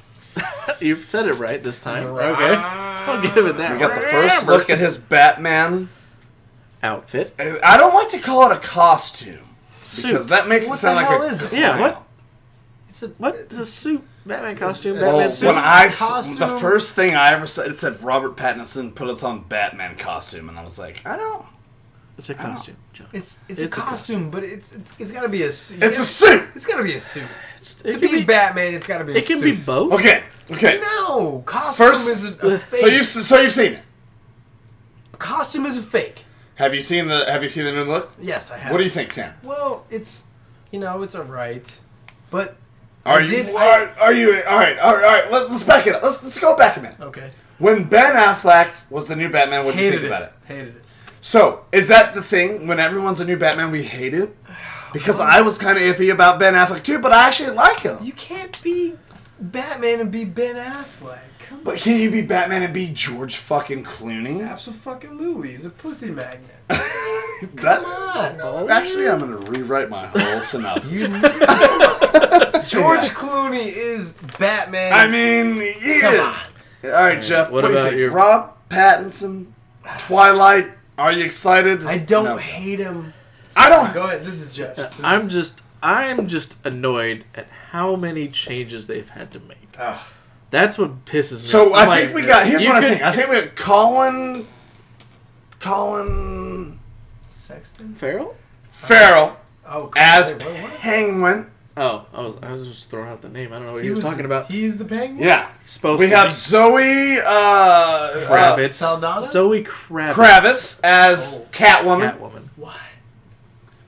Speaker 4: You said it right this time. Okay. I'll give it that.
Speaker 3: We got the first look at his Batman.
Speaker 4: outfit.
Speaker 3: I I don't like to call it a costume
Speaker 4: Suit.
Speaker 3: because that makes it
Speaker 5: What
Speaker 3: sound
Speaker 5: the
Speaker 3: like
Speaker 5: hell
Speaker 3: a
Speaker 5: is it?
Speaker 4: yeah. What?
Speaker 5: It's a
Speaker 4: What is a suit? Batman costume.
Speaker 5: Well,
Speaker 4: Batman
Speaker 3: Well,
Speaker 4: suit.
Speaker 3: when I s-
Speaker 5: Costume?
Speaker 3: the first thing I ever said it said Robert Pattinson put us on Batman costume, and I was like, I don't.
Speaker 4: It's a costume. John.
Speaker 5: it's it's, a
Speaker 4: It's a
Speaker 5: costume, but it's it's, it's gotta be a suit.
Speaker 3: It's a suit.
Speaker 5: It's gotta be a suit.
Speaker 4: It's-
Speaker 5: to
Speaker 4: it
Speaker 5: be,
Speaker 4: can be.
Speaker 5: Batman, it's gotta be a
Speaker 4: It
Speaker 5: suit.
Speaker 4: can be both.
Speaker 3: Okay, okay.
Speaker 5: No, costume
Speaker 3: First-
Speaker 5: is a, a fake.
Speaker 3: So you've s- so you've seen it.
Speaker 5: costume is a fake.
Speaker 3: Have you seen the Have you seen the new look?
Speaker 5: Yes, I have.
Speaker 3: What do you think, Tim?
Speaker 5: Well, it's you know it's alright, but
Speaker 3: Are
Speaker 5: I
Speaker 3: you
Speaker 5: did-
Speaker 3: are, are you all right? All right, all right. Let, let's back it up. Let's let's go back a minute.
Speaker 5: okay.
Speaker 3: When Ben Affleck was the new Batman, what did you
Speaker 5: Hated
Speaker 3: think
Speaker 5: it.
Speaker 3: about it?
Speaker 5: Hated it.
Speaker 3: So is that the thing? When everyone's a new Batman, we hate it. Because I was kind of iffy about Ben Affleck too, but I actually like him.
Speaker 5: You can't be Batman and be Ben Affleck. Come on.
Speaker 3: But can you be Batman and be George fucking Clooney?
Speaker 5: Absolutely, he's a pussy magnet.
Speaker 3: That,
Speaker 5: on, boy.
Speaker 3: actually, I'm gonna rewrite my whole synopsis.
Speaker 5: George Clooney is Batman.
Speaker 3: I mean, he
Speaker 5: Come
Speaker 3: is.
Speaker 5: on.
Speaker 3: All right, Jeff. What,
Speaker 4: what
Speaker 3: do you
Speaker 4: about
Speaker 3: think?
Speaker 4: your-
Speaker 3: Rob Pattinson, Twilight. Are you excited?
Speaker 5: I don't
Speaker 3: No.
Speaker 5: hate him.
Speaker 3: I don't.
Speaker 5: Go ahead. This is Jeff. This
Speaker 4: I'm
Speaker 5: is-
Speaker 4: just I'm just annoyed at how many changes they've had to make.
Speaker 3: Ugh.
Speaker 4: That's what pisses me.
Speaker 3: Ah. So
Speaker 4: I'm
Speaker 3: I think
Speaker 4: like,
Speaker 3: we got. Here's
Speaker 4: you
Speaker 3: what I
Speaker 4: could-
Speaker 3: think. I think we got Colin. Colin
Speaker 5: Sexton.
Speaker 4: Farrell.
Speaker 3: Farrell
Speaker 5: Oh,
Speaker 3: as
Speaker 5: wait, what- what?
Speaker 3: Penguin.
Speaker 4: Oh, I was I was just throwing out the name. I don't know what
Speaker 5: He
Speaker 4: you were
Speaker 5: was
Speaker 4: talking
Speaker 5: the-
Speaker 4: about.
Speaker 5: He's the penguin.
Speaker 3: Yeah.
Speaker 4: Supposed
Speaker 3: We
Speaker 4: to
Speaker 3: have
Speaker 4: be
Speaker 3: Zoe uh,
Speaker 4: Kravitz.
Speaker 5: Saldana?
Speaker 4: Zoe Kravitz.
Speaker 3: uh, Kravitz as
Speaker 5: Oh.
Speaker 3: Catwoman,
Speaker 4: Catwoman.
Speaker 5: Why?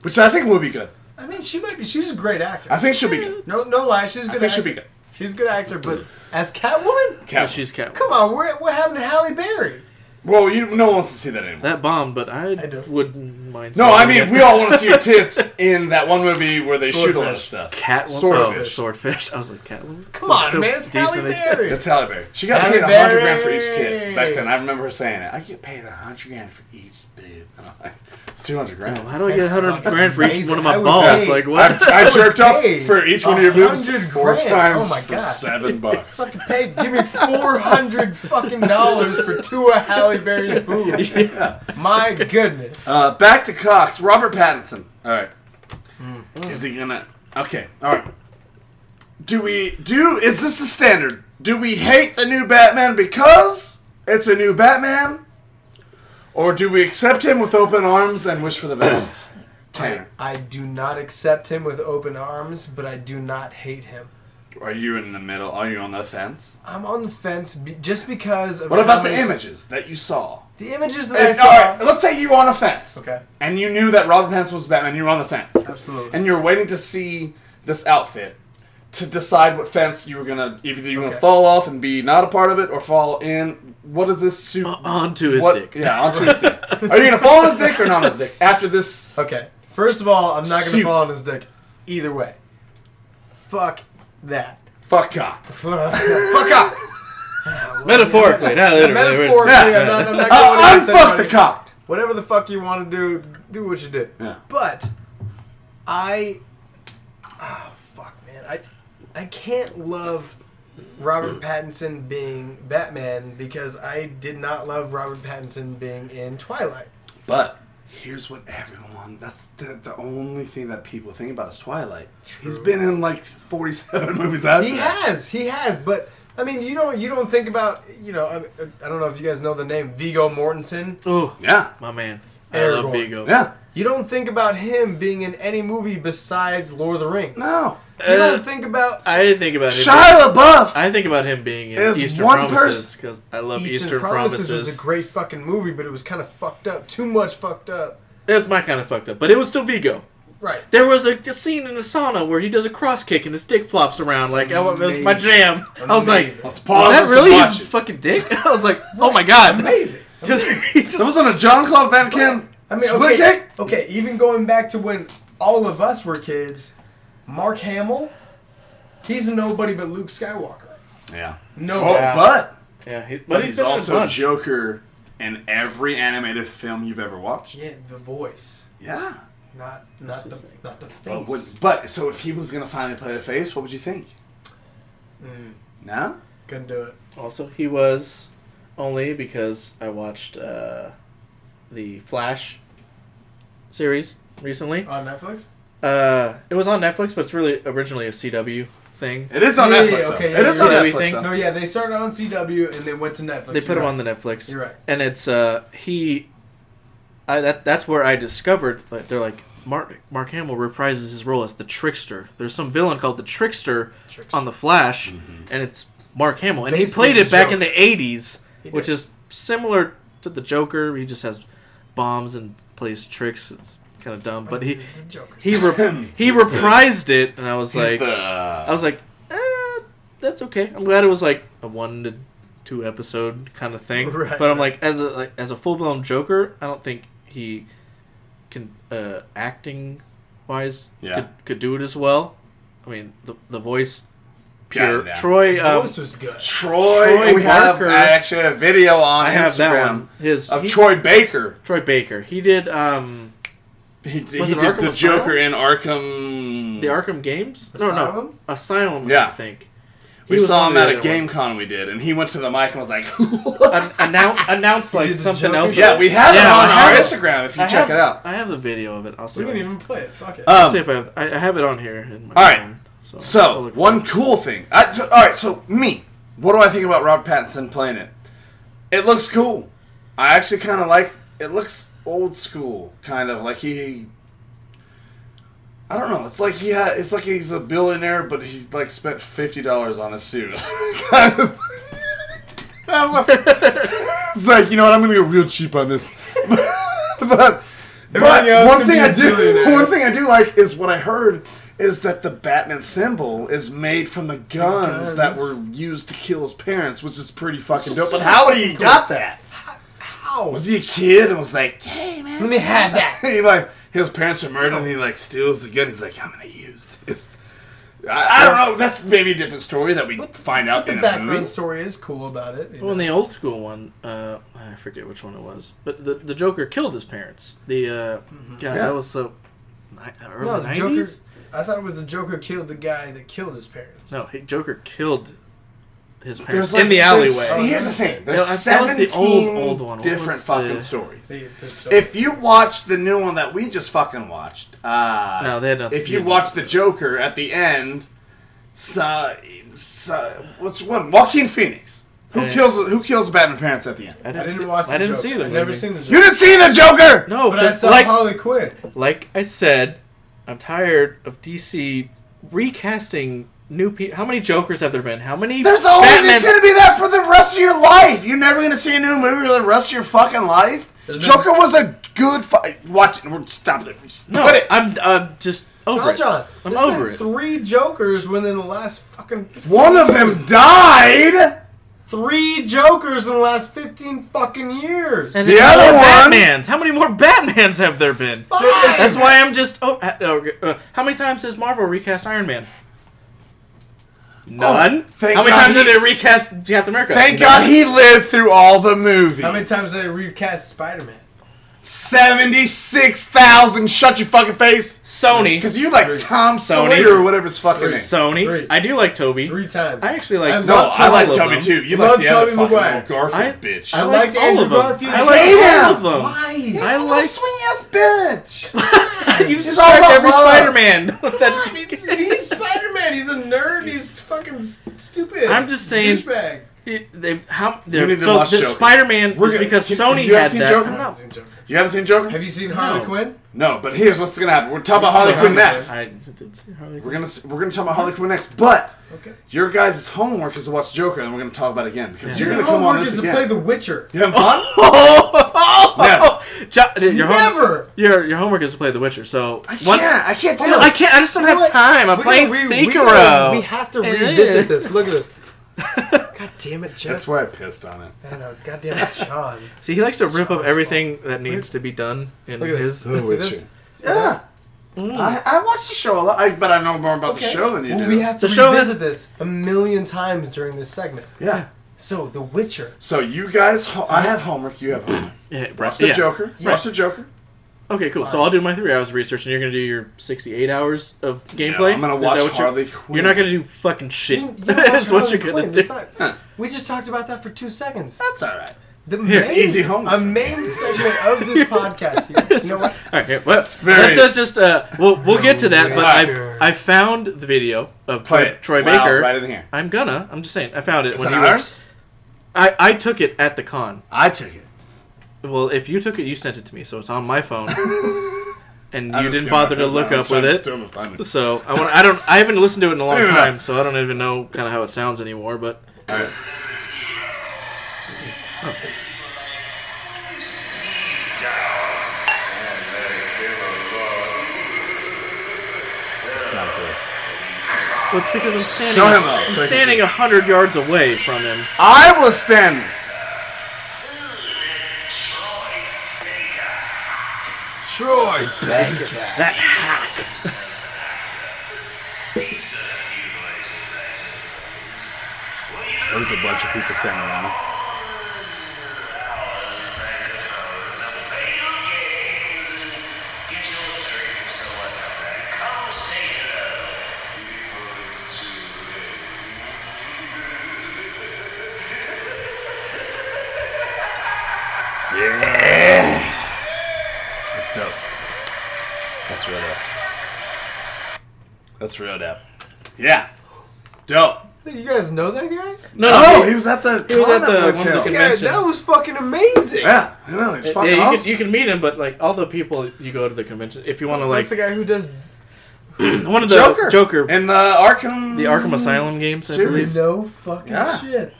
Speaker 3: which I think will be good.
Speaker 5: I mean, she might be. She's a great actor.
Speaker 3: I think she'll be good.
Speaker 5: no, no lie. She's a
Speaker 3: I
Speaker 5: good.
Speaker 3: think
Speaker 5: actor.
Speaker 3: she'll be good.
Speaker 5: She's a good actor, but as Catwoman,
Speaker 3: Catwoman.
Speaker 4: She's Catwoman.
Speaker 5: come on. Where, what happened to Halle Berry?
Speaker 3: Well, you, no one wants to see that anymore.
Speaker 4: That bomb, but I,
Speaker 5: do.
Speaker 4: wouldn't mind.
Speaker 3: No, I
Speaker 4: seeing
Speaker 3: mean
Speaker 4: it.
Speaker 3: we all want to see your tits in that one movie where they shoot a lot of
Speaker 5: Swordfish.
Speaker 3: stuff.
Speaker 4: cat
Speaker 3: Swordfish.
Speaker 4: swordfish. swordfish. I was like Catwoman.
Speaker 5: Come on,
Speaker 4: Still
Speaker 5: man. It's Halle
Speaker 4: decent.
Speaker 5: Berry.
Speaker 3: That's Halle Berry. She got
Speaker 5: Halle
Speaker 3: paid a hundred grand for each
Speaker 5: Berry.
Speaker 3: tit back then. I remember her saying it. I get paid a hundred grand for each bib. And I'm like, It's two hundred grand.
Speaker 4: How do I get
Speaker 5: That's
Speaker 4: 100
Speaker 5: fucking
Speaker 4: grand for each
Speaker 5: amazing.
Speaker 4: one of my
Speaker 5: I would
Speaker 4: balls?
Speaker 5: pay-
Speaker 4: Like
Speaker 3: I,
Speaker 4: what?
Speaker 3: I jerked off
Speaker 5: Hey,
Speaker 3: for each one of your boobs
Speaker 5: 100
Speaker 3: four
Speaker 5: grand.
Speaker 3: times
Speaker 5: Oh my
Speaker 3: for
Speaker 5: God.
Speaker 3: seven bucks.
Speaker 5: Fucking pay. Give me four hundred fucking dollars for two of Halle Berry's boobs. My goodness.
Speaker 3: Uh, back to Cox. Robert Pattinson. All right. Is he gonna? Okay. All right. Do we do? Is this the standard? Do we hate the new Batman because it's a new Batman, or do we accept him with open arms and wish for the best? Tanner,
Speaker 5: I do not accept him with open arms, but I do not hate him.
Speaker 3: are you in the middle? Are you on the fence?
Speaker 5: I'm on the fence be- just because of
Speaker 3: What about
Speaker 5: how
Speaker 3: the
Speaker 5: many-
Speaker 3: images that you saw?
Speaker 5: The images that I
Speaker 3: If-
Speaker 5: saw.
Speaker 3: all right, let's say you were on a fence.
Speaker 5: Okay.
Speaker 3: And you knew that Robert Pattinson was Batman. You were on the fence.
Speaker 5: Absolutely.
Speaker 3: And you're waiting to see this outfit to decide what fence you were gonna either you were gonna fall off and be not a part of it or fall in. What is this suit?
Speaker 4: Onto Uh, his
Speaker 3: what,
Speaker 4: dick.
Speaker 3: Yeah, onto his dick. Are you gonna fall on his dick or not on his dick after this?
Speaker 5: Okay. First of all, I'm not gonna
Speaker 3: Suit.
Speaker 5: fall on his dick. Either way. Fuck that.
Speaker 3: Fuck cock.
Speaker 5: Fuck fuck up.
Speaker 4: Metaphorically, not literally.
Speaker 5: Metaphorically,
Speaker 3: Yeah.
Speaker 5: I'm not, I'm not going
Speaker 3: Uh,
Speaker 5: against
Speaker 3: unfuck the
Speaker 5: anybody.
Speaker 3: cock.
Speaker 5: Whatever the fuck you want to do, do what you do.
Speaker 3: Yeah.
Speaker 5: But I, oh fuck, man, I, I can't love Robert Pattinson being Batman because I did not love Robert Pattinson being in Twilight.
Speaker 3: But here's what everyone. That's the, the only thing that people think about is Twilight. He's been in like 47 movies. After
Speaker 5: He
Speaker 3: that.
Speaker 5: has, he has, but. I mean, you don't you don't think about you know I, I don't know if you guys know the name Vigo Mortensen.
Speaker 4: Oh,
Speaker 3: Yeah.
Speaker 4: my man. I
Speaker 5: Aragorn.
Speaker 4: love Vigo.
Speaker 3: Yeah.
Speaker 5: You don't think about him being in any movie besides Lord of the Rings.
Speaker 3: No.
Speaker 5: You don't
Speaker 4: Uh,
Speaker 5: think about
Speaker 4: I think about him. being-
Speaker 3: Shia LaBeouf.
Speaker 4: I think about him being in
Speaker 3: Is
Speaker 4: Easter
Speaker 3: one
Speaker 4: Promises because I love
Speaker 5: Eastern,
Speaker 4: Easter,
Speaker 5: Promises,
Speaker 4: Promises.
Speaker 5: was a great fucking movie, but it was kind of fucked up. Too much fucked up.
Speaker 4: it was my kind of fucked up, but it was still Vigo.
Speaker 5: Right.
Speaker 4: There was a, a scene in the sauna where he does a cross kick and his dick flops around. Like I, it was my jam. I was like,
Speaker 5: Amazing.
Speaker 4: is
Speaker 3: Let's pause.
Speaker 4: that
Speaker 3: this
Speaker 4: really
Speaker 3: and watch
Speaker 4: his
Speaker 3: it.
Speaker 4: fucking dick? I was like, oh my god,
Speaker 5: Amazing.
Speaker 4: Because he just
Speaker 3: That was on a John Claude Van Damme.
Speaker 5: I mean,
Speaker 3: split
Speaker 5: okay,
Speaker 3: kick.
Speaker 5: okay, even going back to when all of us were kids, Mark Hamill, he's nobody but Luke Skywalker.
Speaker 3: Yeah.
Speaker 5: No,
Speaker 3: Oh,
Speaker 5: doubt.
Speaker 3: but
Speaker 4: yeah, he, but,
Speaker 3: but
Speaker 4: he's,
Speaker 3: he's
Speaker 4: been in a
Speaker 3: also
Speaker 4: bunch.
Speaker 3: Joker in every animated film you've ever watched.
Speaker 5: yeah, the voice,
Speaker 3: Yeah.
Speaker 5: not not the not the
Speaker 3: But,
Speaker 5: face.
Speaker 3: would- but so if he was gonna finally play the face, what would you think? Mm. No.
Speaker 5: Couldn't do it.
Speaker 4: Also, he was only because I watched uh, the Flash series recently.
Speaker 5: On Netflix.
Speaker 4: Uh, it was on Netflix, but it's really originally a CW thing.
Speaker 3: It is on
Speaker 5: Yeah, yeah,
Speaker 3: Netflix.
Speaker 5: yeah,
Speaker 3: though.
Speaker 5: okay,
Speaker 3: it
Speaker 5: yeah,
Speaker 3: is
Speaker 5: yeah,
Speaker 3: on
Speaker 4: yeah.
Speaker 3: Netflix.
Speaker 4: Everything.
Speaker 3: though.
Speaker 5: No, yeah, they started on CW and they went to Netflix.
Speaker 4: They put him
Speaker 5: You're
Speaker 4: on
Speaker 5: right.
Speaker 4: the Netflix.
Speaker 5: You're right.
Speaker 4: And it's uh he, I that that's where I discovered. But they're like Mark Mark Hamill reprises his role as the Trickster. There's some villain called the Trickster, on the Flash, and it's Mark Hamill, and he
Speaker 5: Mm-hmm. basically
Speaker 4: played
Speaker 5: the
Speaker 4: it back in
Speaker 5: Joker.
Speaker 4: the '80s,
Speaker 5: did.
Speaker 4: which is similar to the Joker. He just has bombs and plays tricks. It's kind of dumb, but he
Speaker 5: The Joker's-
Speaker 4: he re- he reprised it, and I was
Speaker 3: He's
Speaker 4: like,
Speaker 3: the-
Speaker 4: I was like, eh, that's okay. I'm glad it was like a one to two episode kind of thing.
Speaker 5: Right,
Speaker 4: but I'm like, as a like, as a full blown Joker, I don't think he can uh, acting wise
Speaker 3: Yeah.
Speaker 4: could, could do it as well. I mean, the the voice,
Speaker 3: Got
Speaker 4: pure
Speaker 3: it now.
Speaker 4: Troy.
Speaker 5: The
Speaker 4: Um,
Speaker 5: voice was good.
Speaker 3: Troy.
Speaker 4: Troy
Speaker 3: we have
Speaker 4: Barker.
Speaker 3: I actually have a video on
Speaker 4: I
Speaker 3: Instagram
Speaker 4: have that one. His
Speaker 3: of
Speaker 4: he-
Speaker 3: Troy Baker.
Speaker 4: Troy Baker. He did um
Speaker 3: He, he
Speaker 4: Was
Speaker 3: did
Speaker 4: it Arkham
Speaker 3: the
Speaker 4: Asylum?
Speaker 3: Joker in Arkham.
Speaker 4: the Arkham Games. No, no,
Speaker 5: Asylum?
Speaker 4: Asylum.
Speaker 3: Yeah.
Speaker 4: I think. He
Speaker 3: We
Speaker 4: was
Speaker 3: saw
Speaker 4: one
Speaker 3: him
Speaker 4: of the
Speaker 3: at a
Speaker 4: other
Speaker 3: game
Speaker 4: ones.
Speaker 3: con we did, and he went to the mic and was like,
Speaker 4: An- announce announce like
Speaker 5: did the
Speaker 4: something
Speaker 5: Joker?
Speaker 4: else.
Speaker 3: "Yeah, we have
Speaker 4: Yeah,
Speaker 3: it on
Speaker 4: I
Speaker 3: our
Speaker 4: have it.
Speaker 3: Instagram if you
Speaker 4: I
Speaker 3: check
Speaker 4: have-
Speaker 3: it out."
Speaker 4: I have the video of it. I'll see.
Speaker 5: We
Speaker 4: if I
Speaker 5: didn't
Speaker 4: can-
Speaker 5: even play it. Fuck it.
Speaker 4: Let's see
Speaker 3: Um,
Speaker 4: if I
Speaker 5: Oh.
Speaker 4: have. I, I have it on here. In my
Speaker 3: All right.
Speaker 4: phone, so I'll
Speaker 3: so
Speaker 4: look for
Speaker 3: one
Speaker 4: it.
Speaker 3: cool thing. I, so, all right, so me, what do I think about Rob Pattinson playing it? It looks cool. I actually kind of like. It looks old school, kind of like he. I don't know. It's like he had. It's like he's a billionaire, but he like spent fifty dollars on a suit. kind of. I'm like- it's like you know what? I'm gonna go real cheap on this. but
Speaker 5: Everything
Speaker 3: but
Speaker 5: else
Speaker 3: one
Speaker 5: can
Speaker 3: thing
Speaker 5: be
Speaker 3: I
Speaker 5: a
Speaker 3: do
Speaker 5: billionaire.
Speaker 3: one thing I do like is what I heard is that the Batman symbol is made from the guns,
Speaker 5: guns.
Speaker 3: that were used to kill his parents, which is pretty fucking dope. But how would he got that?
Speaker 5: Wow.
Speaker 3: Was he a kid and was like, hey man,
Speaker 5: Let me have that.
Speaker 3: he like his parents were murdered and he like steals the gun. He's like, I'm gonna use this. I, I don't know. That's maybe a different story that we find out
Speaker 5: the
Speaker 3: in a movie.
Speaker 5: background story is cool about it. you
Speaker 4: Well, in
Speaker 5: know.
Speaker 4: the old school one, uh, I forget which one it was, but the the Joker killed his parents. The uh, God,
Speaker 3: Yeah.
Speaker 4: that was the ni- early
Speaker 5: no, the
Speaker 4: 90s?
Speaker 5: Joker. I thought it was the Joker killed the guy that killed his parents.
Speaker 4: No, he, Joker killed his parents
Speaker 3: There's like,
Speaker 4: in the
Speaker 3: there's-
Speaker 4: alleyway.
Speaker 3: Here's the thing. There's
Speaker 4: No, I- that was the
Speaker 3: seventeen
Speaker 4: old- old one. What
Speaker 3: different
Speaker 4: was
Speaker 3: fucking
Speaker 4: the-
Speaker 3: stories.
Speaker 5: See, there's so-
Speaker 3: If you watch the new one that we just fucking watched, uh,
Speaker 4: No, they had nothing
Speaker 3: if
Speaker 4: to
Speaker 3: you
Speaker 4: do
Speaker 3: watch the Joker at the end, so, so, what's one? Joaquin Phoenix. Who
Speaker 4: Yeah.
Speaker 3: kills who kills Batman parents at the end?
Speaker 5: I didn't watch. The
Speaker 4: I didn't
Speaker 5: Joker.
Speaker 4: see the
Speaker 5: I've never
Speaker 4: movie.
Speaker 5: seen the Joker.
Speaker 3: You didn't see the Joker.
Speaker 4: No,
Speaker 5: But I
Speaker 4: 'cause
Speaker 5: saw
Speaker 4: like
Speaker 5: Harley Quinn.
Speaker 4: like I said, I'm tired of DC recasting new people. How many Jokers have there been? How many
Speaker 3: There's always
Speaker 4: Batmans-
Speaker 3: it's gonna be that for the rest of your life. You're never gonna see a new movie for the rest of your fucking life. Joker was a good fi- watch. We're stop it.
Speaker 4: No,
Speaker 3: Put it.
Speaker 4: I'm I'm just over
Speaker 5: John,
Speaker 4: it.
Speaker 5: John,
Speaker 4: I'm
Speaker 5: there's
Speaker 4: over
Speaker 5: been
Speaker 4: it.
Speaker 5: Three Jokers within the last fucking
Speaker 3: One of them died.
Speaker 5: three Jokers in the last fifteen fucking years.
Speaker 4: And
Speaker 3: The
Speaker 4: the
Speaker 3: other
Speaker 4: other
Speaker 3: one-
Speaker 4: Batmans. How many more Batmans have there been?
Speaker 5: Five!
Speaker 4: That's why I'm just. Oh, uh, uh, uh, how many times has Marvel recast Iron Man? None.
Speaker 3: Oh, thank
Speaker 4: how many
Speaker 3: God
Speaker 4: times
Speaker 3: he-
Speaker 4: did they recast Captain America?
Speaker 3: Thank
Speaker 4: None.
Speaker 3: God he lived through all the movies.
Speaker 5: How many times did they recast Spider-Man?
Speaker 3: Seventy-six thousand. Shut your fucking face.
Speaker 4: Sony.
Speaker 3: Because you like Tom
Speaker 4: Sony.
Speaker 3: Sawyer or whatever his fucking name.
Speaker 4: Sony.
Speaker 5: Three.
Speaker 4: I do like Toby.
Speaker 5: Three times.
Speaker 4: I actually like.
Speaker 5: I
Speaker 3: No,
Speaker 5: love
Speaker 3: I like
Speaker 4: all of
Speaker 3: Toby
Speaker 4: them.
Speaker 3: too. You like
Speaker 5: Love
Speaker 3: the other
Speaker 5: Tobey
Speaker 3: fucking
Speaker 5: Maguire.
Speaker 3: little Garfield
Speaker 4: I-
Speaker 3: bitch.
Speaker 5: I
Speaker 4: I
Speaker 5: like
Speaker 4: liked all
Speaker 5: Andrew
Speaker 4: of them.
Speaker 5: Garfield.
Speaker 4: I like
Speaker 3: Yeah.
Speaker 4: all of them.
Speaker 5: Why?
Speaker 4: I like-
Speaker 3: swing ass bitch.
Speaker 4: You
Speaker 3: It's all
Speaker 4: described
Speaker 3: about
Speaker 4: every
Speaker 3: love.
Speaker 4: Spider-Man. That-
Speaker 5: It's, he's Spider-Man. He's a nerd. He's fucking s- stupid.
Speaker 4: I'm just saying-
Speaker 5: Douchebag.
Speaker 4: It- they- how-
Speaker 3: You need to
Speaker 4: so
Speaker 3: watch
Speaker 4: the
Speaker 3: Joker.
Speaker 4: Spider-Man
Speaker 3: We're
Speaker 4: is
Speaker 3: gonna-
Speaker 4: because
Speaker 3: you-
Speaker 4: Sony
Speaker 3: you haven't
Speaker 4: had
Speaker 3: seen
Speaker 4: that.
Speaker 3: Joker?
Speaker 5: I haven't
Speaker 4: No.
Speaker 5: seen Joker.
Speaker 3: You haven't seen Joker?
Speaker 5: Have you seen Harley Quinn?
Speaker 3: No, but here's what's gonna happen. We're talking about
Speaker 4: So
Speaker 3: Harley Quinn
Speaker 4: I'm-
Speaker 3: next.
Speaker 4: I did see Harley
Speaker 3: We're
Speaker 4: Quinn.
Speaker 3: gonna s- we're gonna talk about Harley Quinn next, but
Speaker 5: Okay.
Speaker 3: your guys' homework is to watch Joker, and we're gonna talk about it again because you're
Speaker 5: Your
Speaker 3: gonna come on
Speaker 5: homework
Speaker 3: this
Speaker 5: is to
Speaker 3: again.
Speaker 5: play The Witcher.
Speaker 3: you having fun?
Speaker 4: Oh, Jo- your home-
Speaker 5: Never.
Speaker 4: your your homework is to play The Witcher. So
Speaker 3: I
Speaker 4: once-
Speaker 3: can't. I can't do
Speaker 4: No,
Speaker 3: it.
Speaker 4: I can't. I just don't have
Speaker 5: What?
Speaker 4: time. I'm
Speaker 5: We're
Speaker 4: playing
Speaker 5: gonna re- we
Speaker 4: Sekiro.
Speaker 5: gotta- We have to
Speaker 4: It
Speaker 5: revisit
Speaker 4: is.
Speaker 5: this. Look at this. God damn it, Jeff.
Speaker 3: That's why I pissed on it.
Speaker 5: I know. God damn it, John.
Speaker 4: See, he likes to rip up
Speaker 5: Sean's
Speaker 4: everything that needs to be done in
Speaker 5: Look at
Speaker 4: his.
Speaker 5: this. See this?
Speaker 3: Yeah. I, I watched the show a lot, I, but I know more about the
Speaker 5: Okay.
Speaker 3: show than you
Speaker 5: Well,
Speaker 3: do.
Speaker 5: we have to
Speaker 4: The show
Speaker 5: revisit this a million times during this segment.
Speaker 3: yeah.
Speaker 5: So, The Witcher.
Speaker 3: So you guys, ho- I have homework. You have homework.
Speaker 4: Yeah, right,
Speaker 3: Watch the
Speaker 4: yeah.
Speaker 3: Joker. Watch the Joker.
Speaker 4: Okay, cool. So I'll do my three hours of research, and you're gonna do your sixty-eight hours of gameplay.
Speaker 3: I'm gonna
Speaker 4: Is
Speaker 3: watch
Speaker 4: that what you're-
Speaker 3: Harley
Speaker 4: You're,
Speaker 3: Quinn.
Speaker 4: not gonna do fucking shit.
Speaker 5: You- you don't watch
Speaker 4: That's what
Speaker 5: Harley
Speaker 4: you're gonna
Speaker 5: Quinn.
Speaker 4: do.
Speaker 5: It's not- we just talked about that for two seconds.
Speaker 3: That's all right.
Speaker 5: The
Speaker 4: Here's
Speaker 5: main,
Speaker 3: easy homework.
Speaker 5: A main segment of this podcast. You, you know what?
Speaker 4: All right, yeah, well, that's,
Speaker 3: very-
Speaker 4: that's just uh, we'll we'll get to that. But
Speaker 5: Witcher.
Speaker 4: I I found the video of
Speaker 3: Play
Speaker 4: Troy,
Speaker 3: it.
Speaker 4: Troy
Speaker 3: Wow,
Speaker 4: Baker.
Speaker 3: right in here.
Speaker 4: I'm gonna. I'm just saying. I found it
Speaker 3: It's
Speaker 4: when
Speaker 3: an
Speaker 4: he
Speaker 3: ours.
Speaker 4: was. I I took it at the con.
Speaker 3: I took it.
Speaker 4: Well, if you took it, you sent it to me, so it's on my phone, and
Speaker 3: I'm
Speaker 4: you
Speaker 3: just
Speaker 4: didn't
Speaker 3: gonna-
Speaker 4: bother to
Speaker 3: I'm
Speaker 4: look
Speaker 3: just
Speaker 4: up
Speaker 3: trying
Speaker 4: with
Speaker 3: to
Speaker 4: it.
Speaker 3: steal my phone.
Speaker 4: So I want. I don't. I haven't listened to it in a long
Speaker 3: Maybe not.
Speaker 4: time, so I don't even know kind of how it sounds anymore. But well, it's because I'm standing.
Speaker 3: Show him up, so I
Speaker 4: I'm
Speaker 3: can
Speaker 4: standing
Speaker 3: see.
Speaker 4: a hundred yards away from him.
Speaker 3: I was standing.
Speaker 5: Troy
Speaker 4: That hack.
Speaker 3: There was a bunch of people standing around. That's dope. That's real dope. That's real dope. Yeah. Dope.
Speaker 5: You guys know that guy?
Speaker 4: No,
Speaker 3: Oh,
Speaker 4: he-
Speaker 3: he was at the.
Speaker 4: he was
Speaker 3: con
Speaker 4: at the
Speaker 3: with
Speaker 4: one with
Speaker 3: you.
Speaker 4: the
Speaker 5: Yeah,
Speaker 4: Convention.
Speaker 5: that was fucking amazing.
Speaker 3: Yeah, I know. He's fucking
Speaker 4: yeah, you,
Speaker 3: awesome.
Speaker 4: can, you can meet him, but like all the people you go to the convention, if you want to like
Speaker 5: That's the guy who does
Speaker 4: one of the
Speaker 3: Joker.
Speaker 4: Joker,
Speaker 3: In the Arkham.
Speaker 4: the Arkham Asylum games, I believe.
Speaker 3: Series.
Speaker 5: no fucking
Speaker 3: Yeah.
Speaker 5: shit.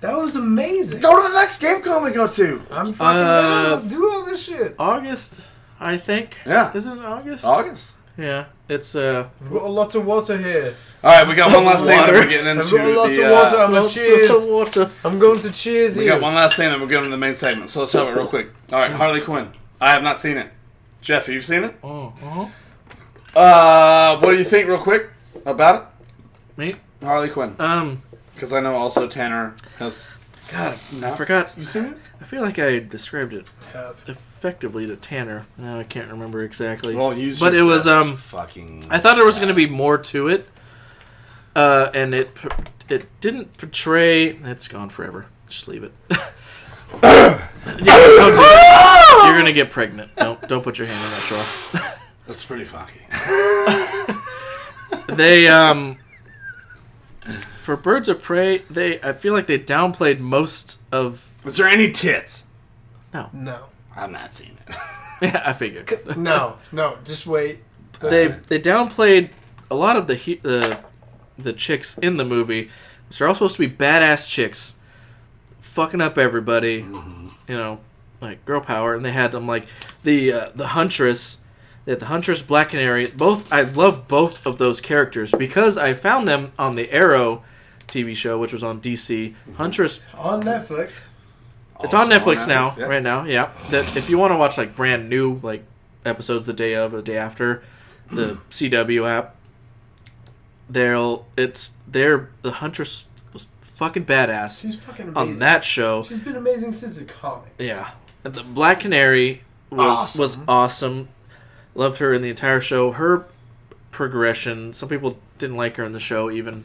Speaker 5: That was amazing.
Speaker 3: Go to the next game con we go to.
Speaker 5: I'm fucking
Speaker 4: Uh,
Speaker 5: down. Let's do all this shit.
Speaker 4: August, I think.
Speaker 3: Yeah.
Speaker 4: Isn't it August?
Speaker 3: August.
Speaker 4: Yeah, it's uh.
Speaker 5: I've got lots of water here.
Speaker 3: All right, we got one last thing that
Speaker 4: Water.
Speaker 3: we're getting into.
Speaker 5: I've got lots
Speaker 3: the,
Speaker 5: of water.
Speaker 3: uh,
Speaker 5: I'm a
Speaker 4: lots of
Speaker 5: cheers.
Speaker 4: water.
Speaker 5: I'm going to cheers
Speaker 3: We
Speaker 5: you.
Speaker 3: got one last thing, and we're going to the main segment. So let's have it real quick. All right, Harley Quinn. I have not seen it. Jeff, have you seen it?
Speaker 4: Oh, uh-huh.
Speaker 3: Uh, what do you think, real quick, about
Speaker 4: me.
Speaker 3: it? Harley Quinn,
Speaker 4: Um,
Speaker 3: because I know also Tanner has. God,
Speaker 4: I forgot.
Speaker 3: You seen it?
Speaker 4: I feel like I described it
Speaker 5: Have.
Speaker 4: effectively to Tanner. Now I can't remember exactly.
Speaker 3: Well, use
Speaker 4: But
Speaker 3: your
Speaker 4: it was,
Speaker 3: best
Speaker 4: um,
Speaker 3: Fucking.
Speaker 4: I thought there was going to be more to it, uh, and it p- it didn't portray. It's gone forever. Just leave it. yeah, don't do it. You're gonna get pregnant. Don't don't put your hand in that straw.
Speaker 3: That's pretty funky.
Speaker 4: They um. For Birds of Prey, they I feel like they downplayed most of.
Speaker 3: Is there any tits?
Speaker 5: No.
Speaker 3: I'm not seeing it.
Speaker 4: Yeah, I figured.
Speaker 5: No. No. Just wait.
Speaker 4: they they downplayed a lot of the he- the the chicks in the movie. So they're all supposed to be badass chicks, fucking up everybody, you know, like girl power. And they had them like the uh, the huntress, they had the huntress Black Canary. Both I love both of those characters because I found them on the Arrow TV show, which was on DC. Huntress
Speaker 5: On Netflix.
Speaker 4: it's on
Speaker 3: Also
Speaker 4: Netflix, now,
Speaker 3: yeah.
Speaker 4: right now. Yeah, that if you want to watch like brand new like episodes the day of, the day after, the CW app, they'll it's there. The Huntress was fucking badass
Speaker 5: She's fucking amazing.
Speaker 4: on that show.
Speaker 5: She's been amazing since the comics.
Speaker 4: Yeah, And the Black Canary was was awesome. Loved her in the entire show. Her progression. Some people didn't like her in the show even,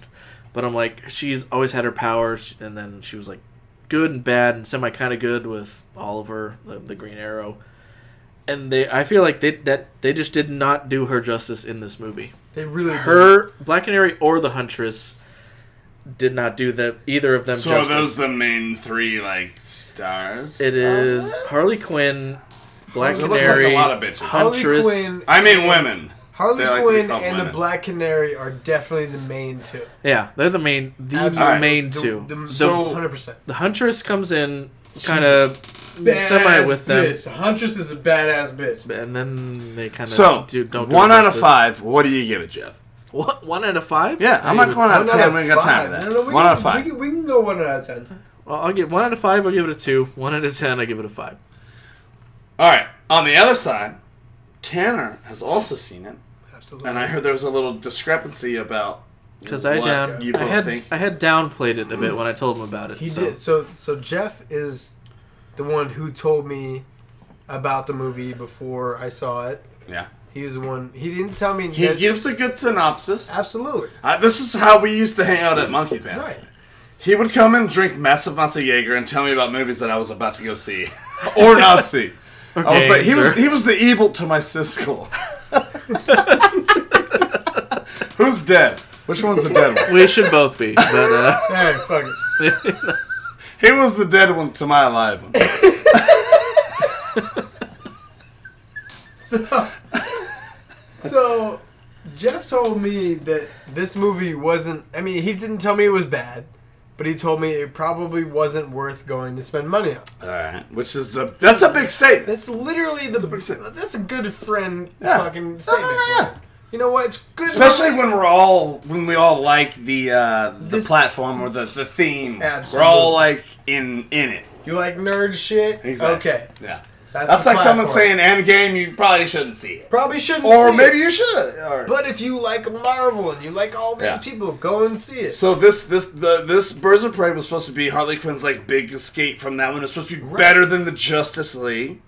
Speaker 4: but I'm like, she's always had her powers, and then she was like, good and bad and semi kind of good with Oliver, the, the Green Arrow. And they, I feel like they that they just did not do her justice in this movie.
Speaker 5: They really
Speaker 4: Her Black Canary or the Huntress did not do them either of them.
Speaker 3: So
Speaker 4: justice.
Speaker 3: are those the main three like stars?
Speaker 4: It is Harley Quinn, Black
Speaker 3: It looks like
Speaker 4: Canary,
Speaker 3: a lot of bitches.
Speaker 5: did. Harley
Speaker 4: Huntress.
Speaker 5: Quinn.
Speaker 3: I mean, women.
Speaker 5: Harley
Speaker 3: They like to be
Speaker 5: Quinn
Speaker 3: called
Speaker 5: and the
Speaker 3: women.
Speaker 5: Black Canary are definitely the main two.
Speaker 4: Yeah, they're the main, the
Speaker 5: Absolutely.
Speaker 4: main
Speaker 5: The-
Speaker 4: two.
Speaker 5: The,
Speaker 4: The,
Speaker 3: So-
Speaker 5: hundred percent.
Speaker 4: the Huntress comes in kind of semi
Speaker 5: Badass
Speaker 4: with them,
Speaker 5: Bitch. Huntress is a badass bitch.
Speaker 4: and then they kind of
Speaker 3: So
Speaker 4: do, don't do
Speaker 3: one
Speaker 4: it
Speaker 3: out of
Speaker 4: justice.
Speaker 3: five. What do you give it, Jeff?
Speaker 4: What one out of five?
Speaker 3: Yeah, I'm not
Speaker 4: would-
Speaker 3: going out of
Speaker 5: One
Speaker 3: ten. We ain't got time
Speaker 5: five.
Speaker 3: for that.
Speaker 5: No, no, we
Speaker 3: one
Speaker 5: can,
Speaker 3: out of five.
Speaker 5: We can, we can go one out of ten.
Speaker 4: Well, I'll give one out of five. I'll give it a two. One out of ten. I give it a five.
Speaker 3: All right. On the other side, Tanner has also seen it,
Speaker 5: Absolutely.
Speaker 3: and I heard there was a little discrepancy about
Speaker 4: Because I
Speaker 3: What
Speaker 4: down,
Speaker 3: you
Speaker 4: I
Speaker 3: both
Speaker 4: had
Speaker 3: think?
Speaker 4: I had downplayed it a bit when I told him about it.
Speaker 5: He
Speaker 4: so.
Speaker 5: did. So so Jeff is the one who told me about the movie before I saw it.
Speaker 3: yeah.
Speaker 5: He was the one. He didn't tell me.
Speaker 3: He
Speaker 5: that-
Speaker 3: gives a good synopsis.
Speaker 5: absolutely
Speaker 3: Uh, this is how we used to hang out at Monkey Pants.
Speaker 5: right.
Speaker 3: He would come and drink massive amounts of Jaeger and tell me about movies that I was about to go see or not see. I was
Speaker 4: Okay,
Speaker 3: like, he was
Speaker 4: sir.
Speaker 3: he was the evil to my Siskel. Who's dead? Which one's the dead one?
Speaker 4: We should both be, but uh,
Speaker 5: Hey, fuck it.
Speaker 3: He was the dead one to my alive one.
Speaker 5: So, so Jeff told me that this movie wasn't. I mean, he didn't tell me it was bad, but he told me it probably wasn't worth going to spend money on.
Speaker 3: All right, which is a that's a big statement.
Speaker 5: That's literally the. That's a,
Speaker 3: statement.
Speaker 5: good friend
Speaker 3: Yeah.
Speaker 5: fucking
Speaker 3: No, no,
Speaker 5: statement.
Speaker 3: no, yeah.
Speaker 5: You know what? It's good.
Speaker 3: Especially when we're all when we all like the uh, the
Speaker 5: This-
Speaker 3: platform or the, the theme. We're
Speaker 5: Absolutely.
Speaker 3: all like in in it.
Speaker 5: you like nerd shit.
Speaker 3: Exactly.
Speaker 5: Okay,
Speaker 3: Yeah.
Speaker 5: that's,
Speaker 3: That's
Speaker 5: the
Speaker 3: like someone
Speaker 5: platform.
Speaker 3: saying Endgame. You probably shouldn't see it.
Speaker 5: Probably shouldn't.
Speaker 3: Or
Speaker 5: see
Speaker 3: maybe
Speaker 5: It.
Speaker 3: you should. Or-
Speaker 5: But if you like Marvel and you like all these
Speaker 3: Yeah.
Speaker 5: people, go and see it.
Speaker 3: So this this the this Birds of Prey was supposed to be Harley Quinn's like big escape from that one. It's supposed to be better than the Justice League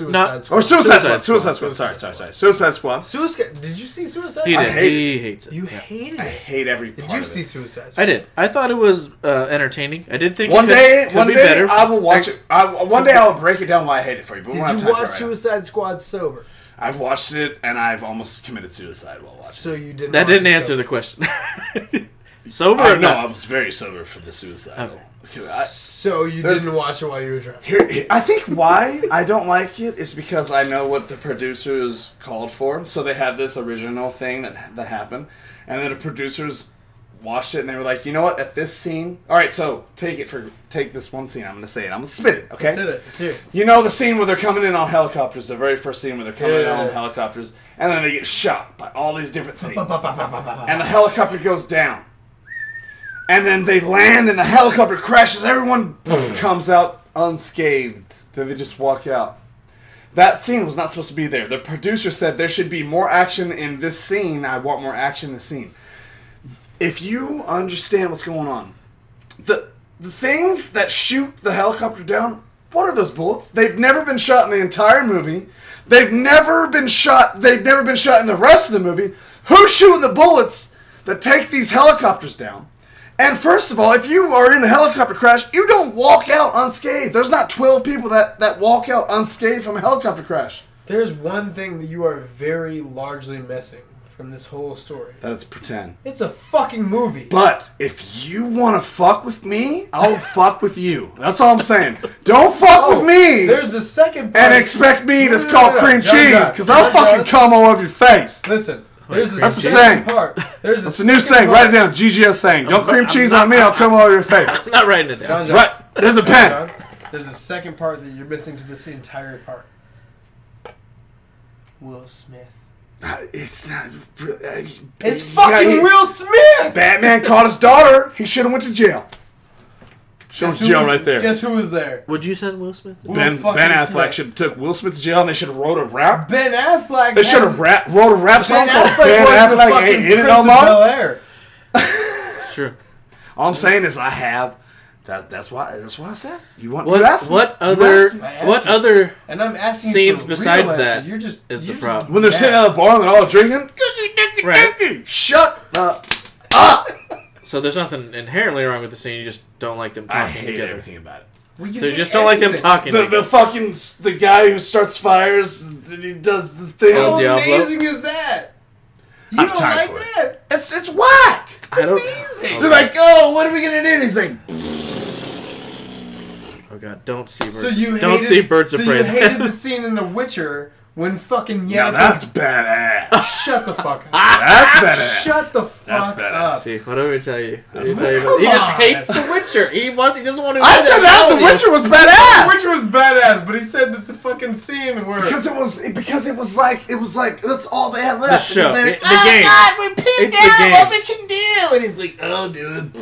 Speaker 5: Suicide
Speaker 4: Not-
Speaker 5: Squad.
Speaker 3: or Suicide,
Speaker 4: Suicide
Speaker 3: Squad.
Speaker 4: Squad.
Speaker 3: Suicide Squad. Sorry, sorry, sorry. Suicide Squad.
Speaker 5: Suicide. Did you see Suicide?
Speaker 4: he
Speaker 5: Squad?
Speaker 4: did.
Speaker 3: hate
Speaker 4: He hates it.
Speaker 5: You
Speaker 4: Yeah.
Speaker 5: hated
Speaker 3: I
Speaker 5: it.
Speaker 3: hate every. Part
Speaker 5: Did you
Speaker 3: of
Speaker 5: see
Speaker 3: it.
Speaker 5: Suicide
Speaker 4: I
Speaker 5: Squad?
Speaker 4: did. I thought it was uh, entertaining. I did think
Speaker 3: One
Speaker 4: it could,
Speaker 3: day,
Speaker 4: could
Speaker 3: one
Speaker 4: be
Speaker 3: day
Speaker 4: better.
Speaker 3: I will watch it. I, one day I will break it down why I hate it for you. But we don't
Speaker 5: Did
Speaker 3: have
Speaker 5: you
Speaker 3: time for
Speaker 5: watch
Speaker 3: it right now.
Speaker 5: Suicide Squad sober?
Speaker 3: I've watched it and I've almost committed suicide while watching.
Speaker 5: So you didn't.
Speaker 4: That
Speaker 5: watch
Speaker 4: didn't
Speaker 5: it
Speaker 4: answer
Speaker 5: sober.
Speaker 4: the question. Sober
Speaker 3: I
Speaker 4: or
Speaker 3: know
Speaker 4: not?
Speaker 3: I was very sober for the suicidal. Okay, I,
Speaker 5: So you
Speaker 3: There's-
Speaker 5: didn't watch it while you were drunk.
Speaker 3: Here, I think why I don't like it is because I know what the producers called for. So they had this original thing that that happened, and then the producers watched it and they were like, you know what? At this scene, all right. So take it for take this one scene. I'm gonna say it. I'm gonna spit it. Okay.
Speaker 5: That's it. It's here.
Speaker 3: You know the scene where they're coming in on helicopters, the very first scene where they're coming in
Speaker 5: Yeah.
Speaker 3: on helicopters, and then they get shot by all these different things. And the helicopter goes down. And then they land and the helicopter crashes, everyone comes out unscathed. Then they just walk out. That scene was not supposed to be there. The producer said there should be more action in this scene. I want more action in the scene. If you understand what's going on, the the things that shoot the helicopter down, what are those bullets? They've never been shot in the entire movie. They've never been shot. They've never been shot in the rest of the movie. Who's shooting the bullets that take these helicopters down? And first of all, if you are in a helicopter crash, you don't walk out unscathed. There's not 12 people that, that walk out unscathed from a helicopter crash.
Speaker 5: There's one thing that you are very largely missing from this whole story.
Speaker 3: That it's pretend.
Speaker 5: It's a fucking movie.
Speaker 3: But if you want to fuck with me, I'll fuck with you. That's all I'm saying. Don't fuck
Speaker 5: Oh,
Speaker 3: with me.
Speaker 5: There's the second part.
Speaker 3: and expect me to
Speaker 5: No, no,
Speaker 3: call
Speaker 5: no, no,
Speaker 3: cream
Speaker 5: John,
Speaker 3: cheese
Speaker 5: John,
Speaker 3: because I'll
Speaker 5: John,
Speaker 3: fucking
Speaker 5: John.
Speaker 3: come all over your face.
Speaker 5: Listen, there's the
Speaker 3: That's a saying.
Speaker 5: second part. There's
Speaker 3: It's a new saying. Write it down. GGS saying. Don't cream cheese on me. I'll come all over your face.
Speaker 4: I'm not writing it down.
Speaker 5: John, John,
Speaker 3: Right. There's a pen.
Speaker 5: John, there's a second part that you're missing to this entire part. Will Smith.
Speaker 3: It's not. really-
Speaker 5: It's
Speaker 3: You gotta
Speaker 5: fucking
Speaker 3: hit-
Speaker 5: Will Smith.
Speaker 3: Batman caught his daughter. He should have went to jail. Show him
Speaker 5: Guess who
Speaker 3: jail
Speaker 5: was-
Speaker 3: right there.
Speaker 5: Guess who was there?
Speaker 4: Would you send Will Smith?
Speaker 5: Will
Speaker 3: ben
Speaker 5: fucking
Speaker 3: Ben Affleck
Speaker 5: Smith.
Speaker 3: should have took Will Smith to jail, and they should have wrote a rap.
Speaker 5: Ben Affleck.
Speaker 3: They should
Speaker 5: has-
Speaker 3: have rap, wrote a rap song
Speaker 5: Ben
Speaker 3: called
Speaker 5: Affleck
Speaker 3: Ben
Speaker 5: was the
Speaker 3: Affleck
Speaker 5: fucking
Speaker 3: ain't in it
Speaker 5: Prince
Speaker 3: no
Speaker 5: of Bel
Speaker 3: more.
Speaker 5: Air.
Speaker 4: It's true.
Speaker 3: All I'm saying is I have. That, that's why. That's why I said you want.
Speaker 4: What
Speaker 3: you asked me-
Speaker 4: what
Speaker 3: you
Speaker 4: other
Speaker 3: asked me.
Speaker 5: I
Speaker 4: what
Speaker 5: asked you.
Speaker 4: other
Speaker 5: And I'm asking
Speaker 4: Scenes
Speaker 5: you for
Speaker 4: besides
Speaker 5: real answer.
Speaker 4: that
Speaker 5: You're just
Speaker 4: is
Speaker 5: you're
Speaker 4: the
Speaker 5: just
Speaker 4: problem.
Speaker 3: When they're
Speaker 5: mad.
Speaker 3: sitting at a bar and they're all drinking, cookie, dookie,
Speaker 4: Right.
Speaker 3: dookie, shut up.
Speaker 4: so there's nothing inherently wrong with the scene. You just don't like them talking
Speaker 3: I hate
Speaker 4: together.
Speaker 3: everything about it.
Speaker 5: Well,
Speaker 4: So you
Speaker 5: hate
Speaker 4: just don't like them
Speaker 5: everything.
Speaker 4: talking.
Speaker 3: The,
Speaker 4: together.
Speaker 3: the fucking s- the guy who starts fires, th- he does the thing.
Speaker 4: Oh, yeah.
Speaker 5: How
Speaker 4: Diablo.
Speaker 5: amazing is that? You
Speaker 3: I'm
Speaker 5: don't
Speaker 3: tired
Speaker 5: like
Speaker 3: for it.
Speaker 5: that?
Speaker 3: It's it's whack.
Speaker 4: I don't-
Speaker 5: amazing.
Speaker 4: Oh,
Speaker 3: They're like, oh, what are we gonna do? And he's like,
Speaker 4: oh god, don't see birds.
Speaker 5: So you
Speaker 4: don't
Speaker 5: hated,
Speaker 4: see birds
Speaker 5: so
Speaker 4: of prey.
Speaker 5: you hated the scene in The Witcher when fucking
Speaker 3: yeah,
Speaker 5: Yennefer.
Speaker 3: that's badass.
Speaker 5: shut the fuck up.
Speaker 3: That's badass.
Speaker 5: shut the fuck
Speaker 3: badass.
Speaker 5: up.
Speaker 4: see, what do we tell you?
Speaker 3: That's
Speaker 4: Tell you
Speaker 3: bad.
Speaker 4: about- he
Speaker 5: Come
Speaker 4: just
Speaker 5: on.
Speaker 4: hates The Witcher. He wants. He doesn't want to.
Speaker 3: I said that the Witcher was
Speaker 5: The
Speaker 3: badass.
Speaker 5: Witcher was badass, but he said that the fucking scene where
Speaker 3: because it was because it was like it was like that's all they had
Speaker 4: The
Speaker 3: left.
Speaker 4: show,
Speaker 3: And
Speaker 4: the,
Speaker 3: they're
Speaker 4: the
Speaker 3: like, "Ah,
Speaker 4: game.
Speaker 3: we're pinned
Speaker 4: It's the game.
Speaker 3: can do. And he's like, oh, dude.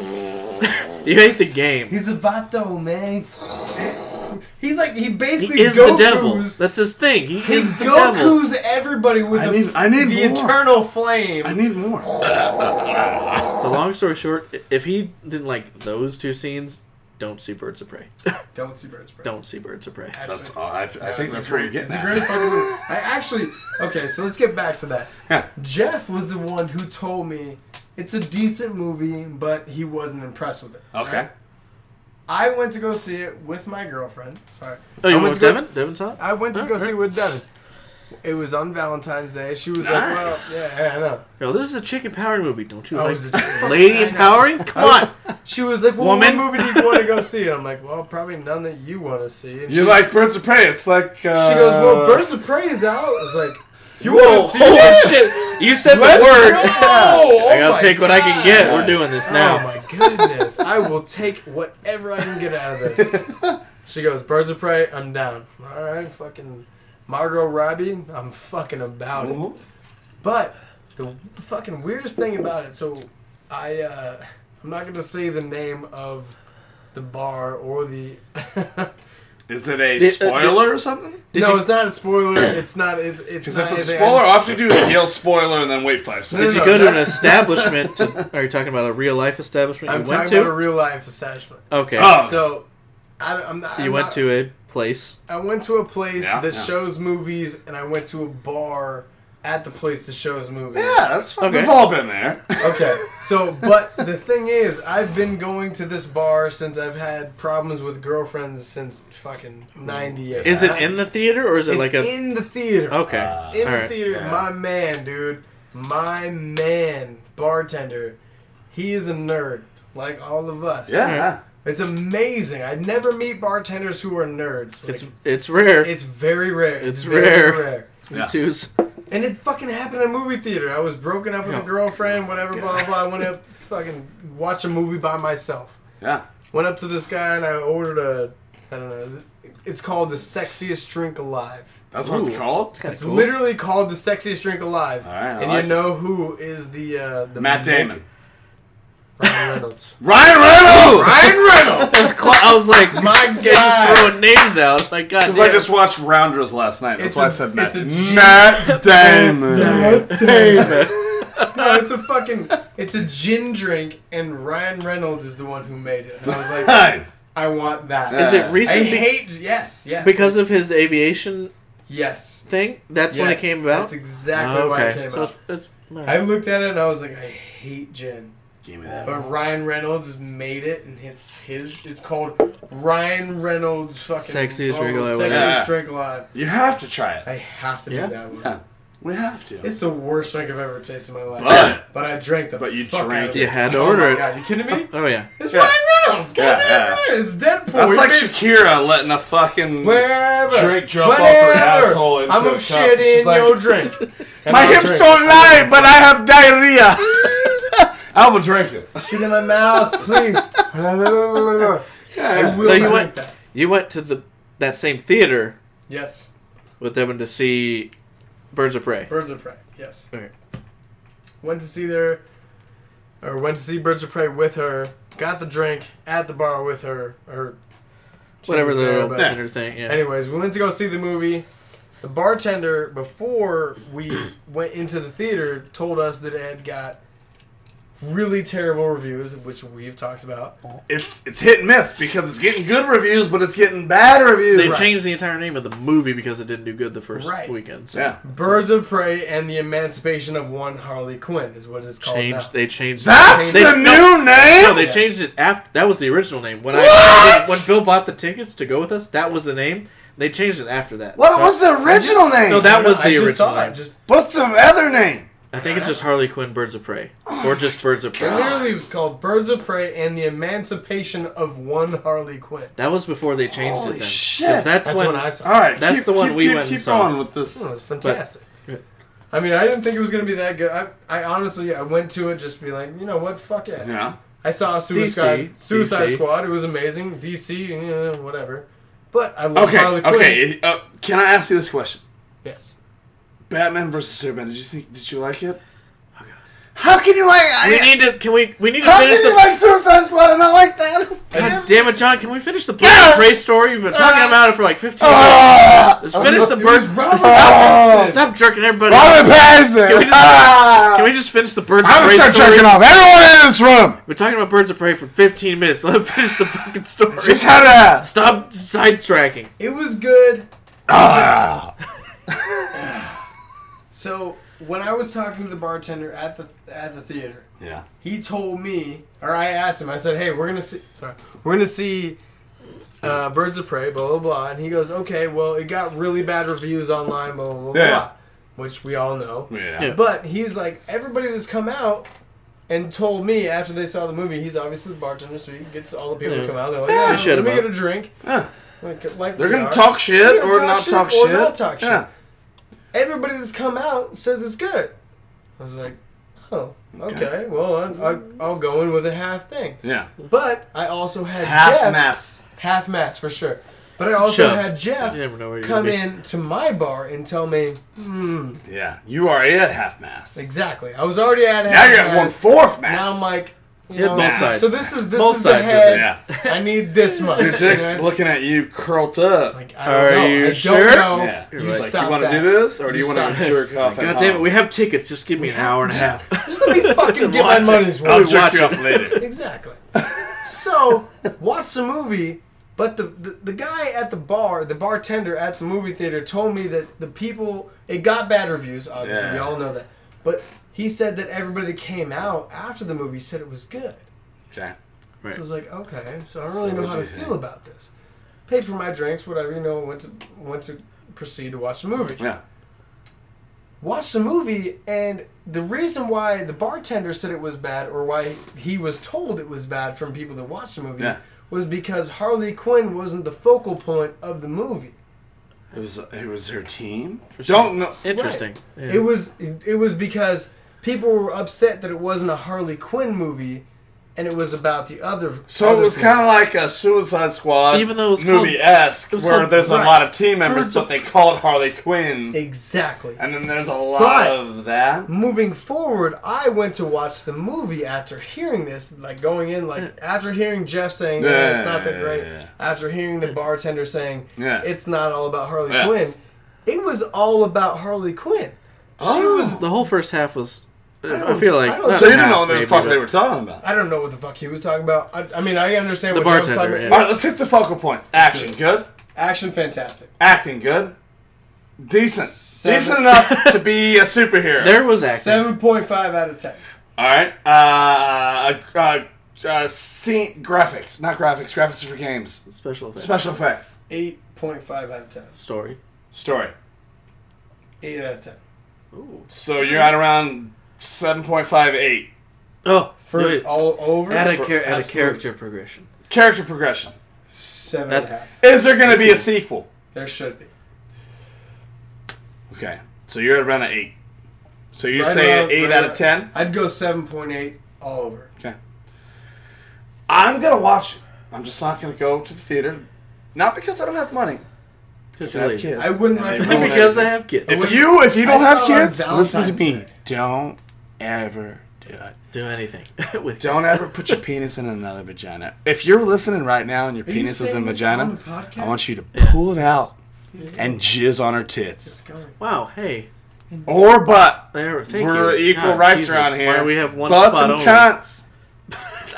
Speaker 4: You hate the game.
Speaker 5: he's a vato man. He's like he basically
Speaker 4: He is
Speaker 5: Goku's
Speaker 4: the devil. That's his thing. He
Speaker 5: He
Speaker 4: is the devil.
Speaker 5: Goku's everybody with
Speaker 3: I
Speaker 5: the,
Speaker 3: need- I need
Speaker 5: the
Speaker 3: more.
Speaker 5: eternal flame.
Speaker 3: I need more.
Speaker 4: So long story short, i- if he didn't like those two scenes, don't see birds of prey.
Speaker 5: Don't see birds, bro.
Speaker 4: don't see birds of prey.
Speaker 5: Actually,
Speaker 3: That's all. I, I
Speaker 5: no,
Speaker 3: think
Speaker 5: it's
Speaker 3: that's
Speaker 5: a
Speaker 3: where you're
Speaker 5: great-
Speaker 3: getting
Speaker 5: It's a
Speaker 3: at.
Speaker 5: great fucking movie. I actually okay, so let's get back to that.
Speaker 3: Yeah.
Speaker 5: Jeff was the one who told me it's a decent movie, but he wasn't impressed with it.
Speaker 3: Okay.
Speaker 5: I went to go see it with my girlfriend. Sorry.
Speaker 4: Oh, you
Speaker 5: I
Speaker 4: went
Speaker 5: went
Speaker 4: with
Speaker 5: to go-
Speaker 4: Devin? Devin saw it?
Speaker 5: I went to
Speaker 4: Huh?
Speaker 5: go see it with Devin. It was on Valentine's Day. She was
Speaker 3: Nice.
Speaker 5: like, "Well, yeah, I know."
Speaker 4: Yo, this is a chick empowering movie. Don't you
Speaker 5: I
Speaker 4: like
Speaker 5: was a- I
Speaker 4: lady
Speaker 5: know. Oh,
Speaker 4: empowering? Come on.
Speaker 5: She was like, "Well,
Speaker 4: Woman.
Speaker 5: what movie do you want to go see?" And I'm like, "Well, probably none that you want to see." And
Speaker 3: You
Speaker 5: she,
Speaker 3: like Birds of Prey? It's like uh,
Speaker 5: she goes, "Well, Birds of Prey is out." I was like, "You
Speaker 4: Whoa,
Speaker 5: want to see
Speaker 4: holy
Speaker 5: it?"
Speaker 4: shit. You said
Speaker 5: Let's
Speaker 4: the word.
Speaker 5: go! Oh
Speaker 4: I gotta
Speaker 5: my
Speaker 4: take what I can get. We're
Speaker 3: God.
Speaker 4: doing this
Speaker 5: Oh
Speaker 4: now.
Speaker 5: my goodness! I will take whatever I can get out of this. She goes, "Birds of Prey." I'm down. All right, fucking Margot Robbie. I'm fucking about it. But the fucking weirdest thing about it, so I, uh, I'm not gonna say the name of the bar or the.
Speaker 3: Is it a
Speaker 4: The- uh,
Speaker 3: spoiler or something?
Speaker 5: no,
Speaker 4: you-
Speaker 5: it's not a spoiler. It's not. It, it's
Speaker 3: Because if it's a
Speaker 5: not anything, I
Speaker 3: spoiler,
Speaker 5: just-
Speaker 3: all I have to do is yell spoiler and then wait five
Speaker 5: No,
Speaker 3: seconds.
Speaker 4: Did you go
Speaker 5: no, no.
Speaker 4: to an establishment? To, are you talking about a real life establishment
Speaker 5: I'm
Speaker 4: you went
Speaker 5: talking about a
Speaker 4: to?
Speaker 5: real life establishment.
Speaker 4: Okay.
Speaker 3: Oh,
Speaker 5: So, I, I'm not.
Speaker 4: you
Speaker 5: I'm
Speaker 4: went
Speaker 5: not- Uh,
Speaker 4: to a place.
Speaker 5: I went to a place
Speaker 3: Yeah,
Speaker 5: that
Speaker 3: yeah.
Speaker 5: shows movies, and I went to a bar at the place that shows movies.
Speaker 3: yeah, that's fine.
Speaker 4: Okay.
Speaker 3: We've all been there.
Speaker 5: Okay. So, but the thing is, I've been going to this bar since I've had problems with girlfriends since fucking '98.
Speaker 4: Is it in the theater or is it
Speaker 5: It's
Speaker 4: like a?
Speaker 5: in the theater.
Speaker 4: okay.
Speaker 5: It's in
Speaker 4: All
Speaker 5: the
Speaker 4: right.
Speaker 5: theater.
Speaker 3: Yeah.
Speaker 5: My man, dude. My man, bartender. He is a nerd, like all of us.
Speaker 3: Yeah.
Speaker 5: It's amazing. I never meet bartenders who are nerds. Like,
Speaker 4: It's it's rare.
Speaker 5: It's very rare.
Speaker 4: It's
Speaker 5: very
Speaker 4: rare.
Speaker 5: rare.
Speaker 3: Yeah.
Speaker 4: Twos.
Speaker 5: And it fucking happened in a movie theater. I was broken up with
Speaker 3: Oh,
Speaker 5: a girlfriend, whatever, blah, blah. I went up to fucking watch a movie by myself.
Speaker 3: Yeah.
Speaker 5: Went up to this guy and I ordered a, I don't know, it's called the sexiest drink alive.
Speaker 3: That's what it's called?
Speaker 5: It's literally called the sexiest drink alive.
Speaker 3: All right, I
Speaker 5: and
Speaker 3: like
Speaker 5: you
Speaker 3: it.
Speaker 5: know who is the, uh, the
Speaker 3: Matt Damon.
Speaker 5: Ryan Reynolds.
Speaker 3: Ryan Reynolds! Ryan Reynolds!
Speaker 4: That's cla- I was like, my god, throwing names out. Like, god,
Speaker 3: Because I just watched Rounders last night. That's
Speaker 5: It's
Speaker 3: why I
Speaker 5: a-
Speaker 3: said Matt.
Speaker 5: it's a G-
Speaker 3: Matt Damon.
Speaker 5: No, it's a fucking, it's a gin drink, and Ryan Reynolds is the one who made it. And I was like,
Speaker 3: nice.
Speaker 5: I want that.
Speaker 4: Is
Speaker 3: I
Speaker 4: it
Speaker 5: I
Speaker 4: recent? be-
Speaker 5: hate yes, yes.
Speaker 4: because of his aviation
Speaker 5: yes.
Speaker 4: thing? That's when it
Speaker 5: Yes,
Speaker 4: came about?
Speaker 5: That's exactly
Speaker 4: Oh,
Speaker 5: why it came
Speaker 4: So
Speaker 5: out.
Speaker 4: it's, it's,
Speaker 5: I looked at it and I was like, I hate gin.
Speaker 3: Give me that.
Speaker 5: But Ryan Reynolds made it, and it's his. It's called Ryan Reynolds fucking
Speaker 4: Sexiest
Speaker 5: oh,
Speaker 4: drink alive.
Speaker 5: Sexiest
Speaker 3: Yeah.
Speaker 5: drink alive.
Speaker 3: You have to try
Speaker 5: I
Speaker 3: it.
Speaker 5: have to
Speaker 4: Yeah?
Speaker 5: do that one.
Speaker 3: Yeah. We have to.
Speaker 5: It's the worst drink I've ever tasted in my life.
Speaker 3: But-
Speaker 5: I drank the.
Speaker 3: but you
Speaker 5: fuck
Speaker 3: drank
Speaker 5: out of
Speaker 3: it.
Speaker 4: you had to
Speaker 5: Oh
Speaker 4: order
Speaker 5: my
Speaker 4: it.
Speaker 5: God, you kidding me?
Speaker 4: Oh, yeah.
Speaker 5: It's
Speaker 3: Yeah.
Speaker 5: Ryan Reynolds. God
Speaker 3: Yeah,
Speaker 5: damn
Speaker 3: yeah.
Speaker 5: right. It's Deadpool.
Speaker 3: That's
Speaker 5: He
Speaker 3: like
Speaker 5: made-
Speaker 3: Shakira letting a fucking
Speaker 5: Wherever.
Speaker 3: drink jump off her asshole into
Speaker 5: I'm
Speaker 3: a
Speaker 5: a
Speaker 3: cup.
Speaker 5: shit
Speaker 3: She's
Speaker 5: in
Speaker 3: like-
Speaker 5: your drink. And
Speaker 3: My
Speaker 5: I'll
Speaker 3: hips
Speaker 5: drink.
Speaker 3: don't lie, but I have diarrhea. I will drink it.
Speaker 5: Shit in my mouth, please. I will
Speaker 4: So you
Speaker 5: drink
Speaker 4: went-
Speaker 5: that.
Speaker 4: You went to the that same theater
Speaker 5: Yes.
Speaker 4: with them to see Birds of Prey.
Speaker 5: Birds of Prey. Yes.
Speaker 4: Okay.
Speaker 5: Went to see their, or went to see Birds of Prey with her. Got the drink at the bar with her. Or she
Speaker 4: Whatever
Speaker 5: was
Speaker 4: the
Speaker 5: there,
Speaker 4: little
Speaker 5: but-
Speaker 4: theater thing. Yeah.
Speaker 5: Anyways, we went to go see the movie. The bartender, before we went into the theater, told us that it had got really terrible reviews, which we've talked about.
Speaker 4: Oh,
Speaker 3: It's it's hit and miss because it's getting good reviews, but it's getting bad reviews.
Speaker 4: They
Speaker 5: Right.
Speaker 4: changed the entire name of the movie because it didn't do good the first
Speaker 5: Right.
Speaker 4: weekend. So
Speaker 3: Yeah,
Speaker 5: Birds of Prey and the Emancipation of One Harley Quinn is what it's called
Speaker 4: changed.
Speaker 5: now.
Speaker 4: They changed.
Speaker 3: that's
Speaker 4: they,
Speaker 3: the
Speaker 4: no,
Speaker 3: new name.
Speaker 4: No, they
Speaker 5: Yes.
Speaker 4: changed it after. That was the original name. When I
Speaker 3: What?
Speaker 4: when Bill bought the tickets to go with us, that was the name. They changed it after that.
Speaker 3: what was the original name?
Speaker 4: No, that was
Speaker 5: I
Speaker 4: the
Speaker 5: just
Speaker 4: original.
Speaker 5: saw
Speaker 4: name.
Speaker 5: it. Just
Speaker 3: What's the other name?
Speaker 4: I think it's just Harley Quinn, Birds of Prey,
Speaker 3: Oh,
Speaker 4: or just Birds of Prey.
Speaker 5: It literally was called Birds of Prey and the Emancipation of One Harley Quinn.
Speaker 4: That was before they changed
Speaker 3: Holy
Speaker 4: it. Then 'Cause
Speaker 3: shit.
Speaker 4: That's,
Speaker 5: That's
Speaker 4: when,
Speaker 5: when I saw
Speaker 3: All right,
Speaker 4: That's
Speaker 3: keep,
Speaker 4: the one
Speaker 3: keep,
Speaker 4: we
Speaker 3: keep,
Speaker 4: went and
Speaker 3: keep
Speaker 4: saw.
Speaker 3: on with this.
Speaker 5: It was fantastic. I mean, I didn't think it was going to be that good. I, I honestly, I went to it just be like, you know what, fuck it.
Speaker 3: Yeah,
Speaker 5: I saw
Speaker 4: DC.
Speaker 5: Suicide, Suicide Squad. It was amazing. DC, eh, whatever. But I love Harley
Speaker 3: Okay,
Speaker 5: Quinn.
Speaker 3: okay. Uh, can I ask you this question?
Speaker 5: Yes.
Speaker 3: Batman versus Superman. Did you think? Did you like it? How can you like?
Speaker 4: Oh, we
Speaker 3: I,
Speaker 4: need to. Can we? We need to
Speaker 3: how
Speaker 4: finish
Speaker 3: can you
Speaker 4: the.
Speaker 3: like Suicide Squad and not like that? Uh,
Speaker 4: God damn it, John! Can we finish the Birds of Prey story? We've been talking about it for like 15 minutes.
Speaker 3: Ah!
Speaker 4: Let's finish the
Speaker 5: It was
Speaker 4: Birds.
Speaker 5: Robert
Speaker 3: Oh!
Speaker 5: Pattinson.
Speaker 4: Stop jerking everybody. off.
Speaker 3: Robert Pattinson.
Speaker 4: Can we just-
Speaker 3: Ah!
Speaker 4: Can we just finish the Birds
Speaker 3: I'm
Speaker 4: of
Speaker 3: gonna
Speaker 4: Prey
Speaker 3: start
Speaker 4: story?
Speaker 3: jerking off. Everyone in this room,
Speaker 4: We're talking about Birds of Prey for 15 minutes. Let us finish the fucking story.
Speaker 3: just had to ask.
Speaker 4: Stop sidetracking.
Speaker 5: It was good.
Speaker 3: Ah!
Speaker 5: So when I was talking to the bartender at the at the theater,
Speaker 3: Yeah.
Speaker 5: he told me, or I asked him. I said, "Hey, we're gonna see. Sorry, we're gonna see uh, Birds of Prey." Blah blah blah. And he goes, "Okay, well, it got really bad reviews online. Blah blah blah."
Speaker 3: Yeah.
Speaker 5: blah which we all know.
Speaker 3: Yeah.
Speaker 5: But he's like, everybody that's come out and told me after they saw the movie, he's obviously the bartender, so he gets all the people
Speaker 4: Yeah.
Speaker 5: to come out. They're like, yeah,
Speaker 4: shut
Speaker 5: let me
Speaker 4: him
Speaker 5: get
Speaker 4: up."
Speaker 5: a drink.
Speaker 3: Yeah.
Speaker 5: Like, like
Speaker 3: They're
Speaker 5: we
Speaker 3: gonna
Speaker 5: are.
Speaker 3: talk shit
Speaker 5: They're
Speaker 3: or
Speaker 5: gonna
Speaker 3: not talk
Speaker 5: or
Speaker 3: shit.
Speaker 5: not talk shit.
Speaker 3: Yeah.
Speaker 5: Everybody that's come out says it's good. I was like, oh, okay. Well, I, I, I'll go in with a half thing.
Speaker 3: Yeah.
Speaker 5: But I also had
Speaker 3: Half
Speaker 5: Jeff
Speaker 3: mass.
Speaker 5: half mass for sure. But I also
Speaker 4: Sure.
Speaker 5: had Jeff
Speaker 4: You never know where you're
Speaker 5: come
Speaker 4: gonna be.
Speaker 5: in to my bar and tell me
Speaker 3: Yeah. You are at half mass.
Speaker 5: exactly. I was already at half
Speaker 3: Now you're
Speaker 5: mass.
Speaker 3: at one fourth mass.
Speaker 5: Now I'm like, you
Speaker 4: Yeah,
Speaker 5: know,
Speaker 4: both sides.
Speaker 5: So this is this
Speaker 4: Both
Speaker 5: is the
Speaker 4: sides of it,
Speaker 5: head.
Speaker 3: yeah.
Speaker 5: I need this much.
Speaker 3: Your dick's
Speaker 5: And I-
Speaker 3: looking at you curled up.
Speaker 5: Like, I don't
Speaker 4: Are
Speaker 5: know.
Speaker 4: you
Speaker 5: I don't
Speaker 4: sure?
Speaker 5: know.
Speaker 3: yeah.
Speaker 5: You
Speaker 3: He's like,
Speaker 5: stop
Speaker 3: you want to
Speaker 5: that.
Speaker 3: do this or do you want
Speaker 5: stop
Speaker 3: to
Speaker 5: that.
Speaker 3: jerk off?
Speaker 4: God damn it, we have tickets. Just give me an
Speaker 5: have
Speaker 4: hour and a
Speaker 5: to just-
Speaker 4: half.
Speaker 5: Just let me fucking get my
Speaker 4: Watch it.
Speaker 5: money's
Speaker 3: I'll
Speaker 5: worth.
Speaker 3: jerk
Speaker 4: watch
Speaker 3: you
Speaker 4: it.
Speaker 3: off later.
Speaker 5: Exactly. So watch the movie. But the, the the guy at the bar, the bartender at the movie theater, told me that the people it got bad reviews. Obviously, we
Speaker 3: Yeah.
Speaker 5: all know that. But he said that everybody that came out after the movie said it was good.
Speaker 3: okay.
Speaker 5: So I was like, okay, so I don't really
Speaker 3: So
Speaker 5: know
Speaker 3: what'd
Speaker 5: how to
Speaker 3: you think?
Speaker 5: feel about this. Paid for my drinks, whatever, you know, went to went to proceed to watch the movie.
Speaker 3: Yeah.
Speaker 5: Watched the movie and the reason why the bartender said it was bad or why he was told it was bad from people that watched the movie
Speaker 3: Yeah.
Speaker 5: was because Harley Quinn wasn't the focal point of the movie.
Speaker 3: It was it was her team. Don't know.
Speaker 4: Interesting.
Speaker 5: Right.
Speaker 4: Yeah.
Speaker 5: It was it was because people were upset that it wasn't a Harley Quinn movie, and it was about the other.
Speaker 3: So
Speaker 5: other
Speaker 3: it was
Speaker 5: thing.
Speaker 3: kind of like a Suicide Squad,
Speaker 4: Even though it was called-
Speaker 3: movie esque,
Speaker 4: it was
Speaker 3: where
Speaker 4: called-
Speaker 3: there's
Speaker 5: right.
Speaker 3: a lot of team members,
Speaker 4: Birds
Speaker 3: but
Speaker 4: of-
Speaker 3: they call it Harley Quinn,
Speaker 5: exactly.
Speaker 3: and then there's a lot
Speaker 5: But-
Speaker 3: of that.
Speaker 5: Moving forward, I went to watch the movie after hearing this, like going in, like after hearing Jeff saying "Eh,
Speaker 3: Yeah,
Speaker 5: it's not that
Speaker 3: yeah,
Speaker 5: great,
Speaker 3: yeah, yeah.
Speaker 5: after hearing the bartender saying
Speaker 3: Yeah.
Speaker 5: it's not all about Harley
Speaker 3: Yeah.
Speaker 5: Quinn, it was all about Harley Quinn.
Speaker 3: Oh.
Speaker 5: She was.
Speaker 4: the whole first half was. I,
Speaker 5: don't-
Speaker 4: feel like
Speaker 5: I don't-
Speaker 4: not
Speaker 3: So you
Speaker 4: half,
Speaker 3: didn't know what the
Speaker 4: maybe,
Speaker 3: fuck
Speaker 4: but-
Speaker 3: they were talking about.
Speaker 5: I don't know what the fuck he was talking about. I, I mean, I understand
Speaker 4: The
Speaker 5: what Jeff
Speaker 4: bartender,
Speaker 5: was talking
Speaker 4: yeah.
Speaker 5: about.
Speaker 3: All right, let's hit the focal points. Action good,
Speaker 5: Action fantastic.
Speaker 3: acting good, decent,
Speaker 5: Seven.
Speaker 3: decent enough to be a superhero.
Speaker 4: There was acting.
Speaker 5: Seven point five out of ten.
Speaker 3: All right. Uh, uh, uh, uh, scene graphics, not graphics. Graphics are for games.
Speaker 4: special effects.
Speaker 3: Special effects.
Speaker 5: Eight point five out of ten.
Speaker 4: story.
Speaker 3: Story.
Speaker 5: Eight out of ten.
Speaker 4: Ooh.
Speaker 3: So you're at around seven point five eight.
Speaker 4: Oh,
Speaker 5: For
Speaker 4: wait.
Speaker 5: all over.
Speaker 4: add a,
Speaker 5: for
Speaker 4: char- add a
Speaker 5: absolute
Speaker 4: character progression.
Speaker 3: Character progression.
Speaker 5: Seven and a
Speaker 4: That's-
Speaker 5: half.
Speaker 3: Is there going to be a sequel?
Speaker 5: There should be.
Speaker 3: Okay. So you're at around an eight. So you're
Speaker 5: Right
Speaker 3: saying
Speaker 5: around-
Speaker 3: eight
Speaker 5: right
Speaker 3: out
Speaker 5: around-
Speaker 3: of ten.
Speaker 5: I'd go seven point eight all over.
Speaker 3: Okay. I'm gonna watch it. I'm just not gonna go to the theater, not because I don't have money.
Speaker 4: Because
Speaker 3: I have kids.
Speaker 5: I wouldn't
Speaker 3: And they
Speaker 5: recommend
Speaker 3: ruin
Speaker 5: it.
Speaker 4: Because
Speaker 3: everything.
Speaker 4: I have kids.
Speaker 3: If you if you don't
Speaker 5: I
Speaker 3: have
Speaker 5: saw it on
Speaker 3: kids, listen to
Speaker 5: Valentine's
Speaker 3: me.
Speaker 5: Day.
Speaker 3: Don't ever do it.
Speaker 4: do anything with
Speaker 3: Don't ever put your penis in another vagina. If you're listening right now and your
Speaker 5: Are you
Speaker 3: penis is
Speaker 5: saying
Speaker 3: in
Speaker 5: this on
Speaker 3: vagina,
Speaker 5: the podcast?
Speaker 3: I want you to pull it out and jizz on her
Speaker 5: It's
Speaker 3: tits
Speaker 5: going.
Speaker 4: Wow. Hey.
Speaker 3: or butt.
Speaker 4: There. Thank you.
Speaker 3: We're equal
Speaker 4: God,
Speaker 3: rights
Speaker 4: Jesus,
Speaker 3: around here.
Speaker 4: Why we have one
Speaker 3: Butts
Speaker 4: spot
Speaker 3: and
Speaker 4: only?
Speaker 3: cunts.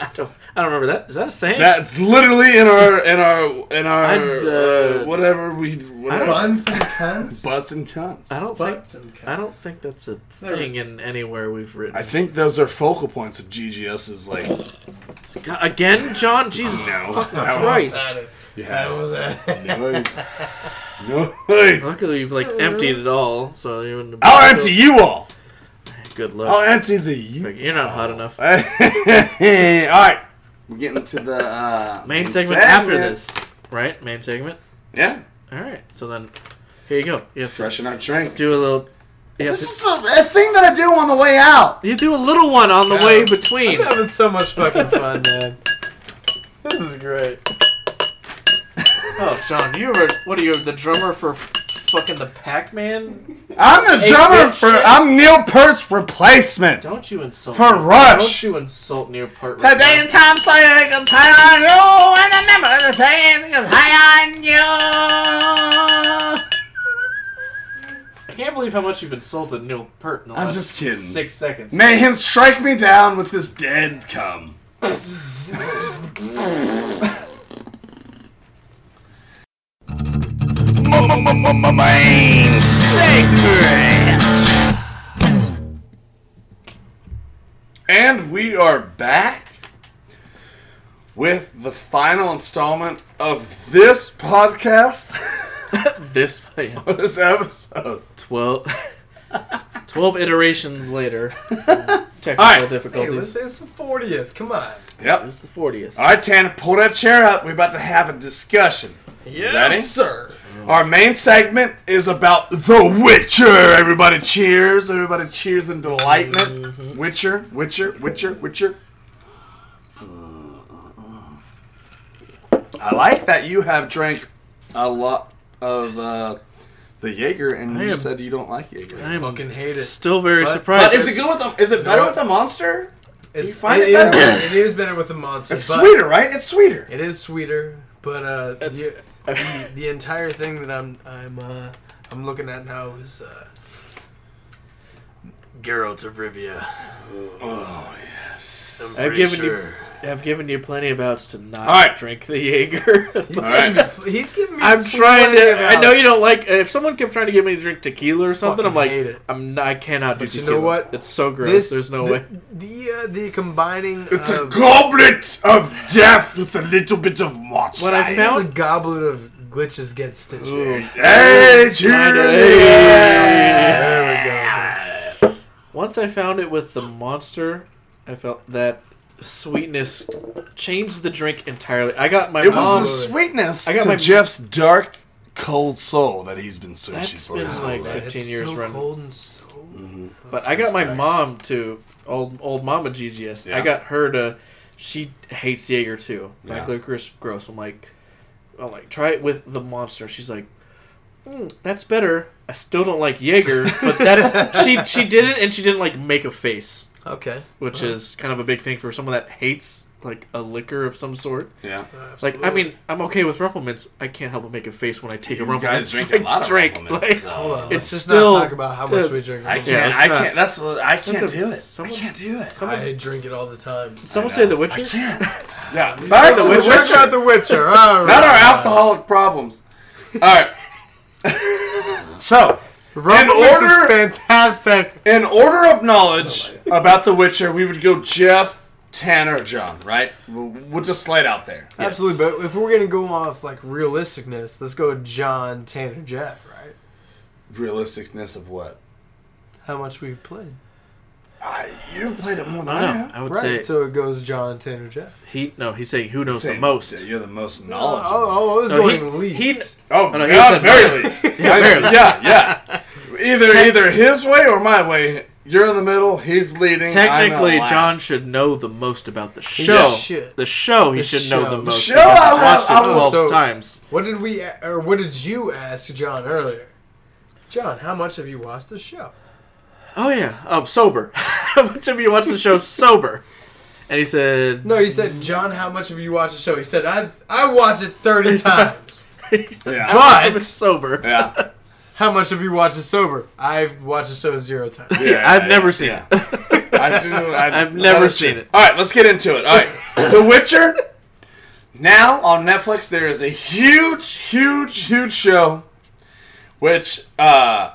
Speaker 4: I don't. I don't remember that. Is that a saying?
Speaker 3: That's literally in our in our in our
Speaker 4: I'd, uh,
Speaker 3: uh, whatever we whatever.
Speaker 5: Buns and cunts.
Speaker 3: Butts and cunts.
Speaker 4: I don't think.
Speaker 5: Butts and cunts.
Speaker 4: I don't think that's a
Speaker 5: There.
Speaker 4: thing in anywhere we've written.
Speaker 3: I think those are focal points of GGS's like
Speaker 4: God, again, John. Jesus
Speaker 3: no.
Speaker 4: Christ.
Speaker 5: That was it.
Speaker 3: No. No.
Speaker 4: Luckily, you've like emptied it all, so you wouldn't.
Speaker 3: I'll empty you all.
Speaker 4: Good
Speaker 3: I'll
Speaker 4: luck.
Speaker 3: empty the you.
Speaker 4: Like, You're not hot enough.
Speaker 3: all right. We're getting to the uh,
Speaker 4: Main segment after this, right? Main segment.
Speaker 3: Yeah.
Speaker 4: All right. So then, here you go. You have to
Speaker 3: Freshen our drinks.
Speaker 4: do a little. You, have
Speaker 3: This
Speaker 4: to-
Speaker 3: is a, a thing that I do on the way out.
Speaker 4: you do a little one on the way between.
Speaker 5: I'm having so much fucking fun, man. This is great.
Speaker 4: Oh, John, you were what are you the drummer for fucking the Pac-Man?
Speaker 3: I'm the drummer for. I'm Neil Peart's replacement.
Speaker 4: Don't you insult
Speaker 3: For
Speaker 4: me.
Speaker 3: Rush.
Speaker 4: Don't you insult Neil Part.
Speaker 3: Today is Tom Sawyer goes high on you, and remember today it goes high on you.
Speaker 4: I can't believe how much you've insulted Neil Pert in the
Speaker 3: I'm
Speaker 4: last
Speaker 3: just kidding.
Speaker 4: six seconds.
Speaker 3: May him strike me down with his dead cum.
Speaker 6: Main segment.
Speaker 3: And we are back with the final installment of this podcast,
Speaker 4: This yeah,
Speaker 3: this episode.
Speaker 4: 12, 12 iterations later. Technical
Speaker 3: Alright.
Speaker 5: Hey,
Speaker 4: difficulties.
Speaker 5: let's, it's the fortieth. Come on.
Speaker 3: Yep.
Speaker 4: this is the fortieth.
Speaker 3: All right, Tanner, pull that chair up. We're about to have a discussion.
Speaker 5: Yes,
Speaker 3: Ready?
Speaker 5: sir.
Speaker 3: Our main segment is about The Witcher. Everybody cheers. Everybody cheers in delightment. Witcher, Witcher, Witcher, Witcher. I like that you have drank a lot of uh, the Jaeger, and
Speaker 4: I
Speaker 3: you
Speaker 4: am-
Speaker 3: said you don't like Jaeger.
Speaker 4: I am
Speaker 5: Fucking hate it.
Speaker 4: still very surprised.
Speaker 3: but is it good with the? Is it better
Speaker 5: No.
Speaker 3: with the monster?
Speaker 5: It's,
Speaker 3: find
Speaker 5: it
Speaker 3: it
Speaker 5: is-
Speaker 3: better?
Speaker 5: it is better with the monster.
Speaker 3: It's
Speaker 5: but
Speaker 3: sweeter, right? It's sweeter.
Speaker 5: It is sweeter, but uh, the, the, the entire thing that I'm I'm uh, I'm looking at now is uh, Geralt of Rivia.
Speaker 3: Oh,
Speaker 5: I'm
Speaker 4: I've
Speaker 5: pretty
Speaker 4: given
Speaker 5: sure.
Speaker 4: you, I've given you plenty of outs to not
Speaker 3: Alright.
Speaker 4: drink the Jaeger.
Speaker 3: All right.
Speaker 5: He's giving me.
Speaker 4: I'm trying
Speaker 5: plenty of
Speaker 4: to. I know
Speaker 5: outs.
Speaker 4: you don't like. If someone kept trying to get me to drink tequila or something, I'm
Speaker 5: Fucking
Speaker 4: like,
Speaker 5: hate it.
Speaker 4: I'm not, I cannot do
Speaker 5: But you
Speaker 4: tequila.
Speaker 5: know what?
Speaker 4: It's so gross.
Speaker 5: This-
Speaker 4: There's no
Speaker 5: the,
Speaker 4: way.
Speaker 5: The uh, the combining
Speaker 3: It's a
Speaker 5: of
Speaker 3: goblet of death with a little bit of monster.
Speaker 4: What I
Speaker 5: this is
Speaker 4: found-
Speaker 5: a goblet of glitches get stitches.
Speaker 3: Hey, cheers!
Speaker 4: Once I found it with the monster, I felt that sweetness changed the drink entirely. I got my
Speaker 3: It was
Speaker 4: mom.
Speaker 3: the sweetness
Speaker 4: I got
Speaker 3: to
Speaker 4: my-
Speaker 3: Jeff's dark cold soul that he's been searching
Speaker 4: That's
Speaker 3: for.
Speaker 4: been
Speaker 3: his whole
Speaker 4: like
Speaker 3: life.
Speaker 4: 15
Speaker 5: it's
Speaker 4: years
Speaker 5: so
Speaker 4: running.
Speaker 5: cold and so.
Speaker 4: But I got my mom to old old mama GGS.
Speaker 3: Yeah.
Speaker 4: I got her to. She hates Jaeger too. Like
Speaker 3: Yeah.
Speaker 4: licorice gross. I'm like, I'm like, try it with the monster. She's like, mm, that's better. I still don't like Jaeger, but that is she. She did it, and she didn't like make a face,
Speaker 5: Okay.
Speaker 4: which
Speaker 3: Uh-huh.
Speaker 4: is kind of a big thing for someone that hates like a liquor of some sort.
Speaker 3: Yeah.
Speaker 4: Like, I mean, I'm okay with rumplements. I can't help but make a face when I take a
Speaker 3: You guys
Speaker 4: rumplements.
Speaker 3: drink
Speaker 4: I
Speaker 3: a lot of
Speaker 4: drank,
Speaker 3: compliments,
Speaker 4: like-
Speaker 3: so-
Speaker 5: Hold on. let's
Speaker 4: it's
Speaker 5: just
Speaker 4: still-
Speaker 5: not talk about how much we drink.
Speaker 3: I can't.
Speaker 4: Yeah, it's
Speaker 3: I
Speaker 4: not-
Speaker 3: can't. That's. I can't
Speaker 4: That's a-
Speaker 3: do it.
Speaker 4: someone-
Speaker 3: I can't do it.
Speaker 5: I drink it all the time.
Speaker 4: Someone say The Witcher.
Speaker 3: Yeah. Back to the
Speaker 5: We're talking about The Witcher. All
Speaker 3: Not our
Speaker 5: right.
Speaker 3: alcoholic problems. All right. so,
Speaker 5: Rumplemans
Speaker 3: order-
Speaker 5: is fantastic.
Speaker 3: in order of knowledge about The Witcher, we would go Jeff, Tanner, John. Right? We'll, we'll just slide out there.
Speaker 5: Absolutely, but if we're gonna go off like realisticness, let's go with John, Tanner, Jeff, right?
Speaker 3: Realisticness of what?
Speaker 5: How much we've played,
Speaker 3: I, you played it more than
Speaker 4: I
Speaker 3: I,
Speaker 4: don't know.
Speaker 3: have.
Speaker 4: I would
Speaker 5: right?
Speaker 4: say
Speaker 5: So it goes John, Tanner, Jeff.
Speaker 4: he. No, he's saying who knows the
Speaker 3: Saying
Speaker 4: most.
Speaker 3: that You're the most
Speaker 5: Oh,
Speaker 3: knowledgeable.
Speaker 5: oh, I was
Speaker 4: No, he-
Speaker 5: going least.
Speaker 4: he-
Speaker 3: Oh,
Speaker 4: no, he
Speaker 3: yeah,
Speaker 4: said
Speaker 3: very
Speaker 4: mine.
Speaker 3: least.
Speaker 4: Yeah, very least.
Speaker 3: yeah, yeah. Either either his way or my way. You're in the middle. He's leading.
Speaker 4: Technically,
Speaker 3: I'm in
Speaker 4: John
Speaker 3: last.
Speaker 4: should know the most about the show.
Speaker 5: should.
Speaker 4: The show he
Speaker 5: The
Speaker 4: should know
Speaker 5: show.
Speaker 4: the
Speaker 5: The
Speaker 4: most.
Speaker 3: show,
Speaker 4: because he's
Speaker 3: I was-
Speaker 4: watched
Speaker 3: I
Speaker 4: it
Speaker 3: was-
Speaker 4: twelve
Speaker 5: so-
Speaker 4: times.
Speaker 5: what did we a- or what did you ask John earlier? John, how much have you watched the show?
Speaker 4: Oh yeah, oh sober. How much of you watch the show sober? And he said,
Speaker 5: No, he said, John, how much have you watched the show? He said, I I watched it thirty times.
Speaker 3: Yeah.
Speaker 4: "I'm
Speaker 5: But
Speaker 4: sober."
Speaker 3: yeah. Yeah,
Speaker 5: how much have you watched it sober? I've watched the show zero times.
Speaker 3: yeah,
Speaker 4: I've
Speaker 3: yeah,
Speaker 4: never
Speaker 3: yeah.
Speaker 4: seen it.
Speaker 3: I do. I,
Speaker 4: I've never
Speaker 3: that is
Speaker 4: seen
Speaker 3: true.
Speaker 4: it.
Speaker 3: All right, let's get into it. All right, The Witcher. Now on Netflix, there is a huge, huge, huge show, which uh,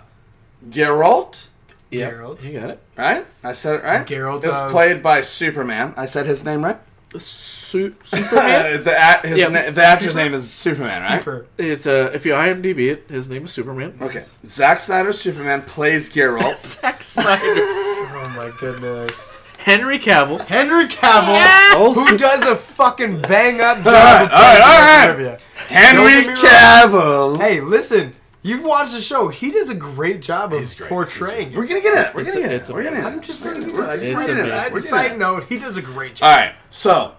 Speaker 3: Geralt,
Speaker 4: Yeah,
Speaker 5: Geralt.
Speaker 4: you got it.
Speaker 3: right? I said it right.
Speaker 5: Geralt
Speaker 3: is
Speaker 5: of-
Speaker 3: played by Superman. I said his name right.
Speaker 4: Su- Superman.
Speaker 3: Uh, the act his
Speaker 4: Yeah.
Speaker 3: na- the actor's name is Superman, right?
Speaker 5: Super.
Speaker 4: it's uh, if you IMDb it, his name is Superman.
Speaker 3: Okay. Zack Snyder's Superman plays Geralt.
Speaker 4: Zack Snyder,
Speaker 5: Oh my goodness.
Speaker 4: Henry Cavill.
Speaker 5: Henry Cavill.
Speaker 4: Oh,
Speaker 5: Who does a fucking bang up job?
Speaker 3: right,
Speaker 5: of
Speaker 3: all right, all
Speaker 5: playing
Speaker 3: right.
Speaker 5: trivia? Don't
Speaker 3: Henry
Speaker 5: get me wrong.
Speaker 3: Cavill.
Speaker 5: Hey, listen, you've watched the show. He does a great job of
Speaker 3: great.
Speaker 5: portraying.
Speaker 3: We're
Speaker 5: it.
Speaker 3: gonna get it. We're
Speaker 4: It's
Speaker 3: gonna
Speaker 4: a-
Speaker 3: get
Speaker 4: it's
Speaker 3: it. We're gonna
Speaker 4: amazing.
Speaker 3: get it.
Speaker 5: I'm just letting you know.
Speaker 3: We're
Speaker 5: I just
Speaker 3: gonna
Speaker 5: wanted
Speaker 3: get
Speaker 5: to-
Speaker 3: it.
Speaker 5: I-
Speaker 3: We're gonna
Speaker 5: Side
Speaker 3: get it.
Speaker 5: note, he does a great job.
Speaker 3: All right. So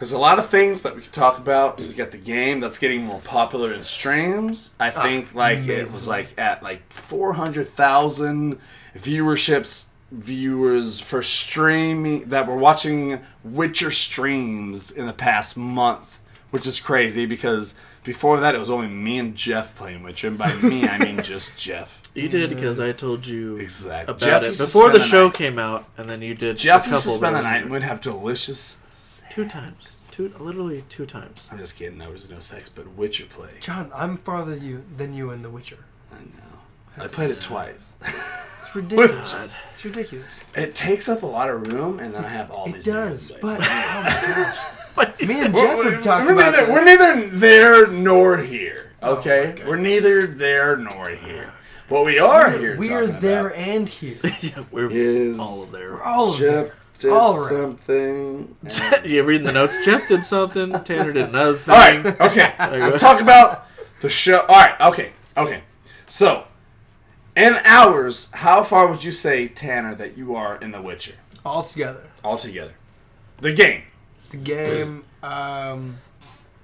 Speaker 3: there's a lot of things that we could talk about. We got the game that's getting more popular in streams. I think like it was like at like 400,000 viewerships viewers for streaming that were watching Witcher streams in the past month, which is crazy because before that it was only me and Jeff playing Witcher, and by me I mean just Jeff.
Speaker 4: You did because I told you
Speaker 3: Exactly.
Speaker 4: about
Speaker 3: Jeff
Speaker 4: it
Speaker 3: used to
Speaker 4: before
Speaker 3: spend
Speaker 4: the
Speaker 3: the
Speaker 4: show
Speaker 3: night-
Speaker 4: came out, and then you did.
Speaker 3: Jeff
Speaker 4: a
Speaker 3: used to
Speaker 4: couple
Speaker 3: spend the
Speaker 4: that was-
Speaker 3: night and would have delicious.
Speaker 4: Two times. Two, literally two times.
Speaker 3: I'm just kidding. There was no sex, but Witcher play.
Speaker 5: John, I'm farther you than you in The Witcher.
Speaker 3: I know. I played it twice.
Speaker 5: It's ridiculous. It's ridiculous.
Speaker 3: It takes up a lot of room, and then I have all
Speaker 5: It
Speaker 3: these.
Speaker 5: does,
Speaker 3: games,
Speaker 5: but
Speaker 3: like-
Speaker 5: oh my gosh. Me and Jeff
Speaker 3: we're,
Speaker 5: have talked
Speaker 3: we're
Speaker 5: about
Speaker 3: neither,
Speaker 5: this.
Speaker 3: we're neither there nor here. Okay, we're neither there nor here. What we are here.
Speaker 5: We are
Speaker 3: talking
Speaker 5: there
Speaker 3: about
Speaker 5: and here.
Speaker 4: Yeah, we're
Speaker 3: Is
Speaker 4: all of there.
Speaker 5: All of them.
Speaker 3: Jeff did
Speaker 5: All right.
Speaker 3: something. and-
Speaker 4: you reading the notes? Jeff did something. Tanner did another thing.
Speaker 3: all right. Okay.
Speaker 4: you go.
Speaker 3: Let's talk about the show. All right. Okay. Okay. So, in hours, how far would you say Tanner that you are in The Witcher
Speaker 5: All together.
Speaker 3: altogether? The game.
Speaker 5: The game, um,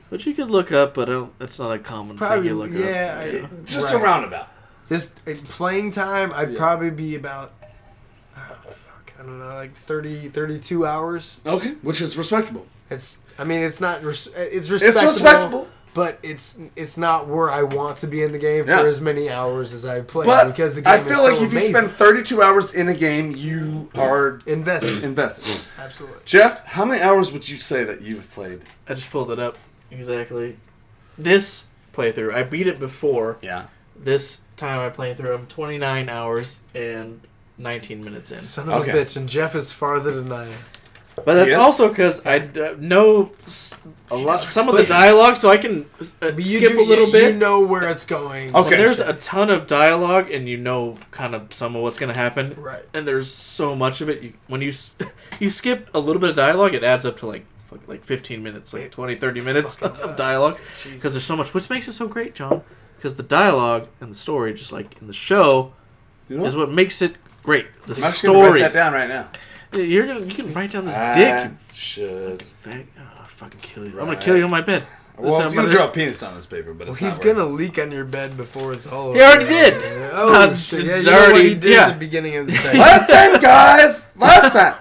Speaker 4: Which you could look up, but I don't, that's not a common thing
Speaker 5: probably,
Speaker 4: you look
Speaker 5: yeah.
Speaker 4: up.
Speaker 5: I-
Speaker 3: Just
Speaker 5: right.
Speaker 3: a roundabout.
Speaker 5: This uh, playing time, I'd probably be about, oh, fuck, I don't know, like 30, 32 hours.
Speaker 3: Okay, which is respectable.
Speaker 5: It's, I mean, it's not, res- it's respectable.
Speaker 3: respectable.
Speaker 5: But it's it's not where I want to be in the game for
Speaker 3: Yeah.
Speaker 5: as many hours as I play
Speaker 3: But
Speaker 5: because the game
Speaker 3: I feel
Speaker 5: is so
Speaker 3: like if
Speaker 5: amazing.
Speaker 3: you spend 32 hours in a game, you are
Speaker 5: invested,
Speaker 3: invested.
Speaker 5: absolutely.
Speaker 3: Jeff, how many hours would you say that you've played?
Speaker 4: I just pulled it up. Exactly. This playthrough, I beat it before.
Speaker 3: Yeah.
Speaker 4: This time I played through, I'm 29 hours and 19 minutes in.
Speaker 5: Son of
Speaker 3: Okay.
Speaker 5: a bitch, and Jeff is farther than I am.
Speaker 4: But that's
Speaker 3: Yes.
Speaker 4: also because I d- uh, know s- a lot, some of the dialogue, so I can uh,
Speaker 5: But you
Speaker 4: skip
Speaker 5: do-
Speaker 4: a little
Speaker 5: you-
Speaker 4: bit.
Speaker 5: You know where it's going.
Speaker 3: Okay.
Speaker 4: When there's
Speaker 3: sure.
Speaker 4: a ton of dialogue, and you know kind of some of what's going to happen.
Speaker 5: Right.
Speaker 4: And there's so much of it. You, when you s- you skip a little bit of dialogue, it adds up to like fuck, like 15 minutes, like 20, 30 minutes of dialogue because there's so much, which makes it so great, John. because the dialogue and the story, just like in the show,
Speaker 3: You know
Speaker 4: is what makes it great. The
Speaker 3: I'm just gonna write
Speaker 4: story.
Speaker 3: that down right now.
Speaker 4: You're gonna you can write down this
Speaker 3: I
Speaker 4: dick. you
Speaker 3: should.
Speaker 4: fag- oh, I'll fucking kill you. I'm gonna kill you on my bed. That's
Speaker 3: Ah. Well,
Speaker 4: how
Speaker 3: it's
Speaker 4: I'm
Speaker 3: gonna
Speaker 4: gonna
Speaker 3: draw a penis on this paper, but it's
Speaker 5: He's
Speaker 3: not right.
Speaker 5: gonna leak on your bed before it's all over.
Speaker 4: He already did.
Speaker 5: Oh,
Speaker 4: not-
Speaker 5: shit.
Speaker 4: it's
Speaker 5: Yeah, you know what
Speaker 4: already-
Speaker 5: he did
Speaker 4: yeah.
Speaker 5: at the beginning of the segment.
Speaker 3: Last time, guys. Last time.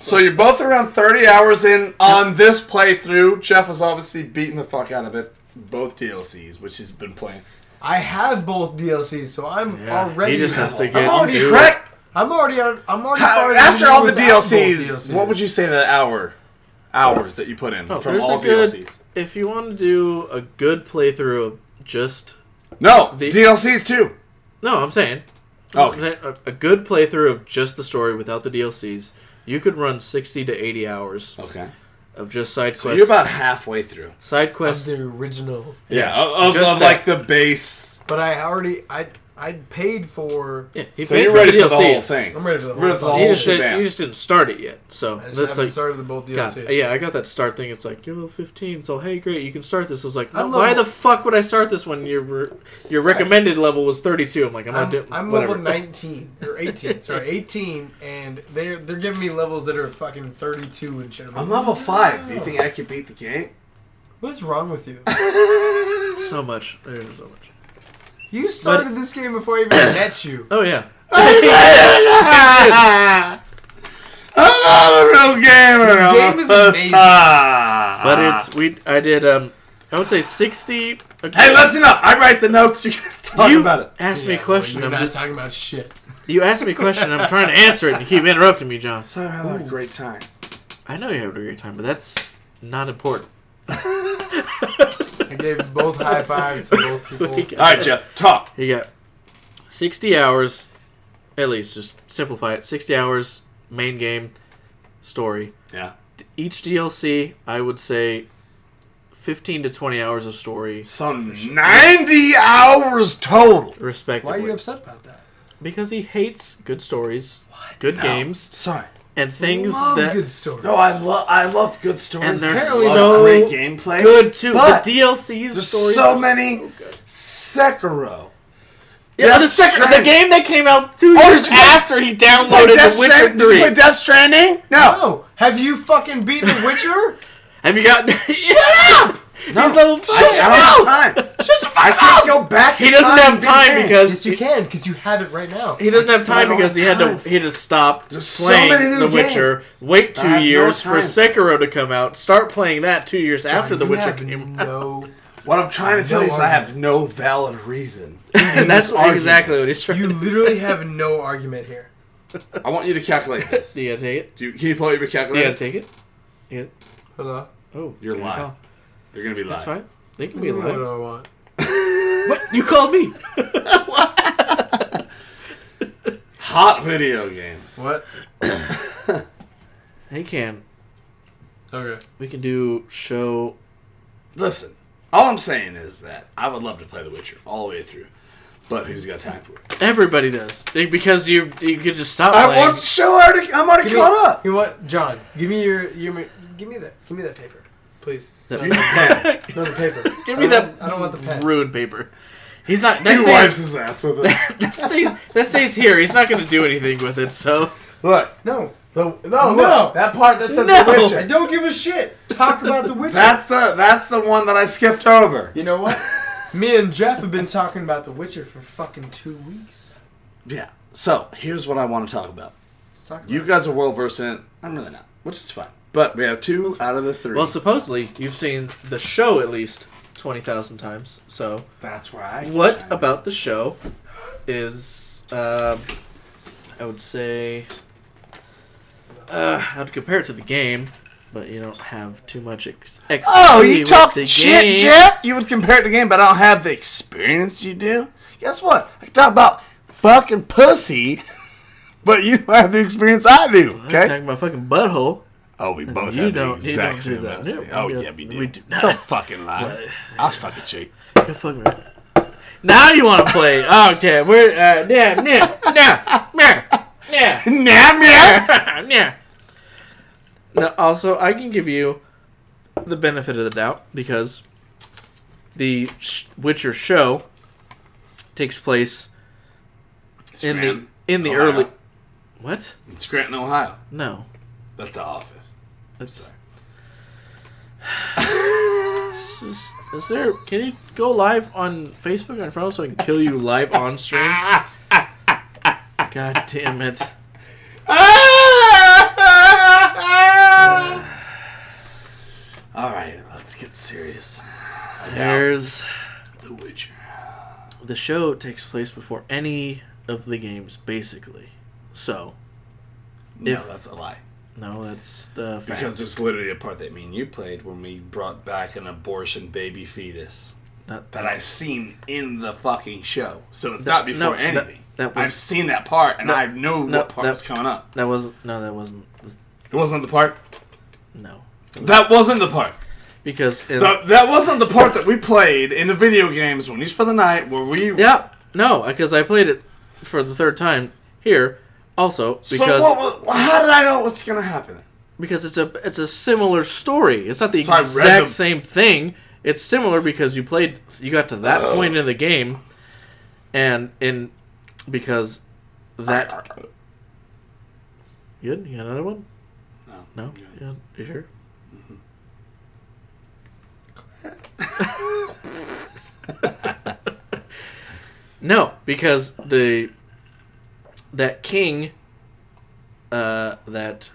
Speaker 3: So you're both around 30 hours in on this playthrough. Jeff was obviously beating the fuck out of it. Both DLCs, which he's been playing.
Speaker 5: I have both DLCs, so I'm already.
Speaker 4: He just has to get
Speaker 5: I'm already,
Speaker 4: into it.
Speaker 3: Crack.
Speaker 5: I'm already on. I'm already.
Speaker 3: How,
Speaker 5: farther
Speaker 3: after
Speaker 5: than
Speaker 3: all
Speaker 5: you
Speaker 3: the
Speaker 5: without both
Speaker 3: DLCs, what would you say the hour, hours that you put in
Speaker 4: Oh,
Speaker 3: from
Speaker 4: there's
Speaker 3: all
Speaker 4: a good-
Speaker 3: DLCs?
Speaker 4: If you want to do a good playthrough of just
Speaker 3: No,
Speaker 4: the-
Speaker 3: DLCs too.
Speaker 4: no, I'm saying
Speaker 3: Oh,
Speaker 4: I'm saying a, a good playthrough of just the story without the DLCs, you could run 60 to 80 hours
Speaker 3: okay.
Speaker 4: of just side
Speaker 3: So
Speaker 4: quests.
Speaker 3: you're about halfway through.
Speaker 4: side
Speaker 5: Of
Speaker 4: quests.
Speaker 5: the original,
Speaker 3: Yeah, of, of,
Speaker 4: Just
Speaker 3: of
Speaker 4: that.
Speaker 3: like the base.
Speaker 5: but I already. I I paid for.
Speaker 4: Yeah, he
Speaker 3: So
Speaker 4: paid
Speaker 3: you're ready for
Speaker 4: the
Speaker 3: the whole
Speaker 4: DLCs.
Speaker 3: thing.
Speaker 5: I'm ready for the whole
Speaker 3: Ready for the
Speaker 5: thing.
Speaker 4: You
Speaker 3: whole
Speaker 4: just, didn't,
Speaker 3: shebang.
Speaker 4: you just didn't start it yet, so
Speaker 5: I just
Speaker 4: that's
Speaker 5: haven't
Speaker 4: like
Speaker 5: started the both
Speaker 4: God,
Speaker 5: DLCs.
Speaker 4: yeah, I got that start thing. It's like you're level 15, so hey, great, you can start this. I was like,
Speaker 5: I'm
Speaker 4: no, why
Speaker 5: level-
Speaker 4: the fuck would I start this when your your recommended level was 32? I'm like, I'm,
Speaker 5: I'm,
Speaker 4: not doing
Speaker 5: I'm
Speaker 4: whatever.
Speaker 5: level 19 or 18, sorry, 18, and they're they're giving me levels that are fucking 32 and shit. I'm like,
Speaker 3: I'm level five. Do you think I could beat the game?
Speaker 5: What's wrong with you?
Speaker 4: so much. There is so much.
Speaker 5: You started this game before I even met you.
Speaker 4: Oh yeah,
Speaker 3: I'm not a real gamer.
Speaker 5: This game is amazing.
Speaker 4: but
Speaker 3: but
Speaker 4: it's we. I did um, I would say 60.
Speaker 3: Ah. Hey, listen up. I write the notes. You guys talk
Speaker 4: you
Speaker 3: about it.
Speaker 4: asked me a
Speaker 5: Yeah,
Speaker 4: question.
Speaker 5: You're
Speaker 4: I'm
Speaker 5: not
Speaker 4: just,
Speaker 5: talking about shit.
Speaker 4: you asked me a question. I'm trying to answer it, and you keep interrupting me, John.
Speaker 3: So I'm having a great time.
Speaker 4: I know you're having a great time, but that's not important.
Speaker 5: I gave both high fives to both people.
Speaker 4: You got-
Speaker 3: All right, Jeff, talk.
Speaker 4: You got 60 hours, at least, just simplify it 60 hours, main game, story.
Speaker 3: Yeah.
Speaker 4: Each DLC, I would say 15 to 20 hours of story,
Speaker 3: So 90 hours total.
Speaker 5: Why
Speaker 4: respectively.
Speaker 5: are you upset about that?
Speaker 4: Because he hates good stories, good
Speaker 3: No,
Speaker 4: games,
Speaker 3: Sorry.
Speaker 4: and things
Speaker 5: Love
Speaker 4: that.
Speaker 5: good story.
Speaker 3: No, I love I love good stories.
Speaker 4: And they're
Speaker 3: I love
Speaker 4: so
Speaker 3: great gameplay.
Speaker 4: Good too.
Speaker 3: But
Speaker 4: the DLCs
Speaker 3: there's
Speaker 4: stories
Speaker 3: so
Speaker 4: are
Speaker 3: many
Speaker 4: good.
Speaker 3: Sekiro.
Speaker 4: Yeah, the,
Speaker 3: Death
Speaker 4: second, the
Speaker 3: Stranding.
Speaker 4: game that came out two
Speaker 3: Oh,
Speaker 4: years
Speaker 3: did you play-
Speaker 4: after he
Speaker 3: Play
Speaker 4: downloaded
Speaker 3: Death
Speaker 4: The Witcher
Speaker 3: Strand- Did you play
Speaker 4: 3.
Speaker 3: Death Stranding? No.
Speaker 5: No, have you fucking beat The Witcher?
Speaker 4: Have you gotten. Shut up! He's level
Speaker 3: I,
Speaker 4: five.
Speaker 3: I don't have time. I can't go back.
Speaker 4: He
Speaker 3: in
Speaker 4: doesn't
Speaker 3: time
Speaker 4: have
Speaker 3: and beat the
Speaker 4: time
Speaker 3: game.
Speaker 4: because
Speaker 5: yes, you can, because you have it right now.
Speaker 4: he doesn't have
Speaker 3: I
Speaker 4: time
Speaker 3: don't
Speaker 4: because
Speaker 3: have
Speaker 4: he had
Speaker 3: time.
Speaker 4: to he had to stop
Speaker 3: There's so
Speaker 4: playing
Speaker 3: many new
Speaker 4: The Witcher, wait two
Speaker 3: have no
Speaker 4: years
Speaker 3: time.
Speaker 4: for Sekiro to come out, start playing that two years after The
Speaker 5: you
Speaker 4: Witcher
Speaker 5: have
Speaker 4: came out,
Speaker 5: No,
Speaker 3: What I'm trying to tell
Speaker 5: No
Speaker 3: you is I have no valid reason.
Speaker 4: and that's exactly what he's trying.
Speaker 5: you literally have no argument here.
Speaker 3: I want you to calculate this.
Speaker 4: Do you gotta take it?
Speaker 3: Do you, can you pull up your
Speaker 4: Do you
Speaker 3: calculator?
Speaker 4: gotta take it? You gotta-
Speaker 5: Hello.
Speaker 4: oh,
Speaker 3: You're
Speaker 4: good
Speaker 3: live.
Speaker 4: call.
Speaker 3: They're gonna be live.
Speaker 4: That's fine. They can be
Speaker 5: What do
Speaker 4: live.
Speaker 5: I want?
Speaker 4: What you called me?
Speaker 3: Hot video games.
Speaker 5: What?
Speaker 4: Hey, can
Speaker 5: Okay.
Speaker 4: we can do show?
Speaker 3: Listen, all I'm saying is that I would love to play The Witcher all the way through, but who's got time for it?
Speaker 4: Everybody does because you you could just stop
Speaker 3: I
Speaker 4: playing.
Speaker 3: want the show already. I'm already
Speaker 5: Give me,
Speaker 3: caught up.
Speaker 5: You want John? Give me your, your give me that give me that paper, please.
Speaker 4: That-
Speaker 5: no, the pen. no, the paper.
Speaker 4: Give me
Speaker 5: I don't
Speaker 4: that
Speaker 5: want- I don't want the pen.
Speaker 4: ruined paper. He's not. That's
Speaker 3: He wipes his ass with it.
Speaker 4: that stays that stays here. He's not gonna do anything with it. So
Speaker 3: Look,
Speaker 5: No,
Speaker 3: the, no, no,
Speaker 5: No.
Speaker 3: look, that part that says
Speaker 4: No.
Speaker 3: The
Speaker 5: I
Speaker 3: Witcher.
Speaker 5: don't give a shit. Talk about the Witcher.
Speaker 3: That's the that's the one that I skipped over.
Speaker 5: you know what? me and Jeff have been talking about the Witcher for fucking two weeks.
Speaker 3: Yeah. So here's what I want to talk about.
Speaker 5: Let's talk about
Speaker 3: You guys are well versed in it. I'm really not, which is fine. But we have two out of the three.
Speaker 4: well, supposedly you've seen the show at least twenty thousand times. So
Speaker 3: That's where I.
Speaker 4: what about the show is um, I would say uh, I'd compare it to the game, but you don't have too much ex. XP
Speaker 3: Oh, you
Speaker 4: with
Speaker 3: talk
Speaker 4: the
Speaker 3: shit,
Speaker 4: game.
Speaker 3: Jeff. You would compare it to game, but I don't have the experience you do. Guess what? I can talk about fucking pussy, but you don't have the experience I do.
Speaker 4: I'm
Speaker 3: Okay.
Speaker 4: talking about fucking butthole.
Speaker 3: Oh, we both
Speaker 4: You
Speaker 3: have the
Speaker 4: don't- you don't
Speaker 3: exact
Speaker 4: do
Speaker 3: same.
Speaker 4: that.
Speaker 3: last name.
Speaker 4: Yeah,
Speaker 3: Oh
Speaker 4: we do.
Speaker 3: yeah, we do.
Speaker 4: We do not.
Speaker 3: Don't fucking lie. I was fucking cheap.
Speaker 4: Go fuck me. Now you want to play? Okay, we're uh, yeah, yeah, yeah, yeah, yeah.
Speaker 3: Nam yeah.
Speaker 4: yeah. Now, also, I can give you the benefit of the doubt because the sh- Witcher show takes place in the
Speaker 3: Scranton,
Speaker 4: in the
Speaker 3: Ohio.
Speaker 4: early. What?
Speaker 3: In Scranton, Ohio.
Speaker 4: No.
Speaker 3: That's the office.
Speaker 4: That's. Is- Is, is there? Can you go live on Facebook or Inferno so I can kill you live on stream? God damn it!
Speaker 3: All right, let's get serious.
Speaker 4: There's
Speaker 3: The Witcher.
Speaker 4: the show takes place before any of the games, basically. So
Speaker 3: No,
Speaker 4: If-
Speaker 3: that's a lie.
Speaker 4: no, that's the fact.
Speaker 3: Because it's literally a part that me and you played when we brought back an abortion baby fetus
Speaker 4: Not
Speaker 3: that I've seen in the fucking show. So it's not before
Speaker 4: no, that-
Speaker 3: anything.
Speaker 4: that was-
Speaker 3: I've seen that part, and I know
Speaker 4: no,
Speaker 3: what part
Speaker 4: that-
Speaker 3: was coming up.
Speaker 4: that was no, that wasn't
Speaker 3: It wasn't the part.
Speaker 4: no
Speaker 3: That wasn't the part.
Speaker 4: because in,
Speaker 3: That, that wasn't the part that we played in the video games when we for the night where we.
Speaker 4: yeah no because I played it for the third time here also because
Speaker 3: so what, wa- how did I know what's gonna happen?
Speaker 4: because it's a it's a similar story. It's not the
Speaker 3: I read
Speaker 4: exact
Speaker 3: them.
Speaker 4: same thing. It's similar because you played you got to that point in the game, and in because that good. You got another one?
Speaker 3: No.
Speaker 4: No. Yeah. You sure?
Speaker 3: Mm-hmm.
Speaker 4: no, because the that king, uh, that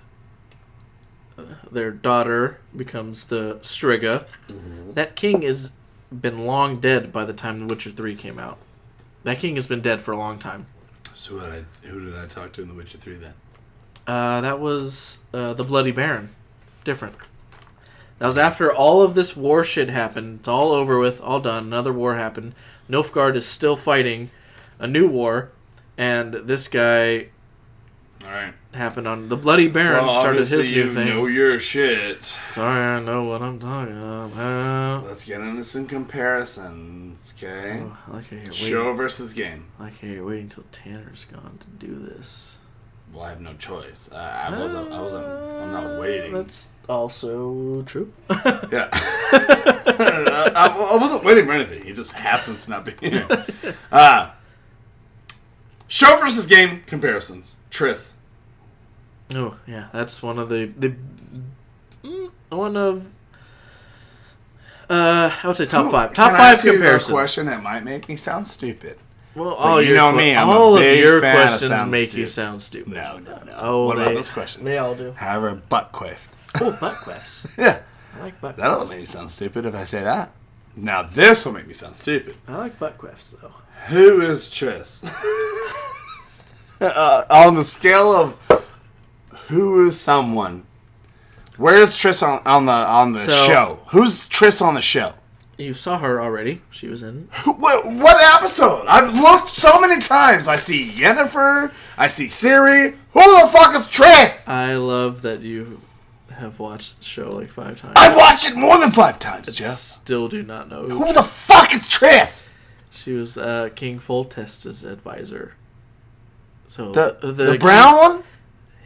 Speaker 4: their daughter becomes the Striga. That king has been long dead by the time The Witcher Three came out. That king has been dead for a long time.
Speaker 3: So who did I, who did I talk to in The Witcher Three then?
Speaker 4: Uh, that was uh, the Bloody Baron. Different. That was after all of this war shit happened. It's all over with. All done. Another war happened. Nilfgaard is still fighting a new war, and this guy
Speaker 3: All right.
Speaker 4: happened on the Bloody Baron started his new thing.
Speaker 3: your shit.
Speaker 4: Sorry, I know what I'm talking about.
Speaker 3: Let's get into some comparisons, okay?
Speaker 4: Oh, I like how you're
Speaker 3: Show
Speaker 4: waiting.
Speaker 3: versus game.
Speaker 4: I like how you're waiting till Tanner's gone to do this.
Speaker 3: Well, I have no choice. I, I wasn't. I wasn't. I'm
Speaker 4: Uh,
Speaker 3: not waiting.
Speaker 4: That's also true.
Speaker 3: Yeah. I, I- I wasn't waiting for anything. It just happens to not be here. Uh, show versus game comparisons. Tris.
Speaker 4: Oh yeah, that's one of the the mm, one of uh I would say top five top
Speaker 3: Can I
Speaker 4: five
Speaker 3: ask you a
Speaker 4: comparisons.
Speaker 3: question that might make me sound stupid.
Speaker 4: Well, all
Speaker 3: you
Speaker 4: your
Speaker 3: know
Speaker 4: que-
Speaker 3: me, I'm a
Speaker 4: all
Speaker 3: big
Speaker 4: of your
Speaker 3: fan of
Speaker 4: questions
Speaker 3: sound
Speaker 4: make you
Speaker 3: stupid.
Speaker 4: sound stupid.
Speaker 3: No, no, no.
Speaker 4: Oh,
Speaker 3: what
Speaker 4: they,
Speaker 3: about this question?
Speaker 4: They all do.
Speaker 3: However, butt quiffed.
Speaker 4: Oh, butt quaffs.
Speaker 3: Yeah.
Speaker 4: I like butt.
Speaker 3: That'll
Speaker 4: quaffs.
Speaker 3: make me sound stupid if I say that. Now this will make me sound stupid.
Speaker 4: I like butt quaffs though.
Speaker 3: Who is Tris? uh, on the scale of who is someone, where is Tris on, on the on the
Speaker 4: So-
Speaker 3: show? Who's Tris on the show?
Speaker 4: You saw her already. She was in.
Speaker 3: Who- What, what episode? I've looked so many times. I see Yennefer. I see Siri. Who the fuck is Tris?
Speaker 4: I love that you have watched the show like five times.
Speaker 3: I've watched it more than five times, Jeff.
Speaker 4: Still do not know. Who
Speaker 3: Who the fuck is Tris?
Speaker 4: She was uh, King Foltest's advisor. So
Speaker 3: The
Speaker 4: uh,
Speaker 3: the, brown one?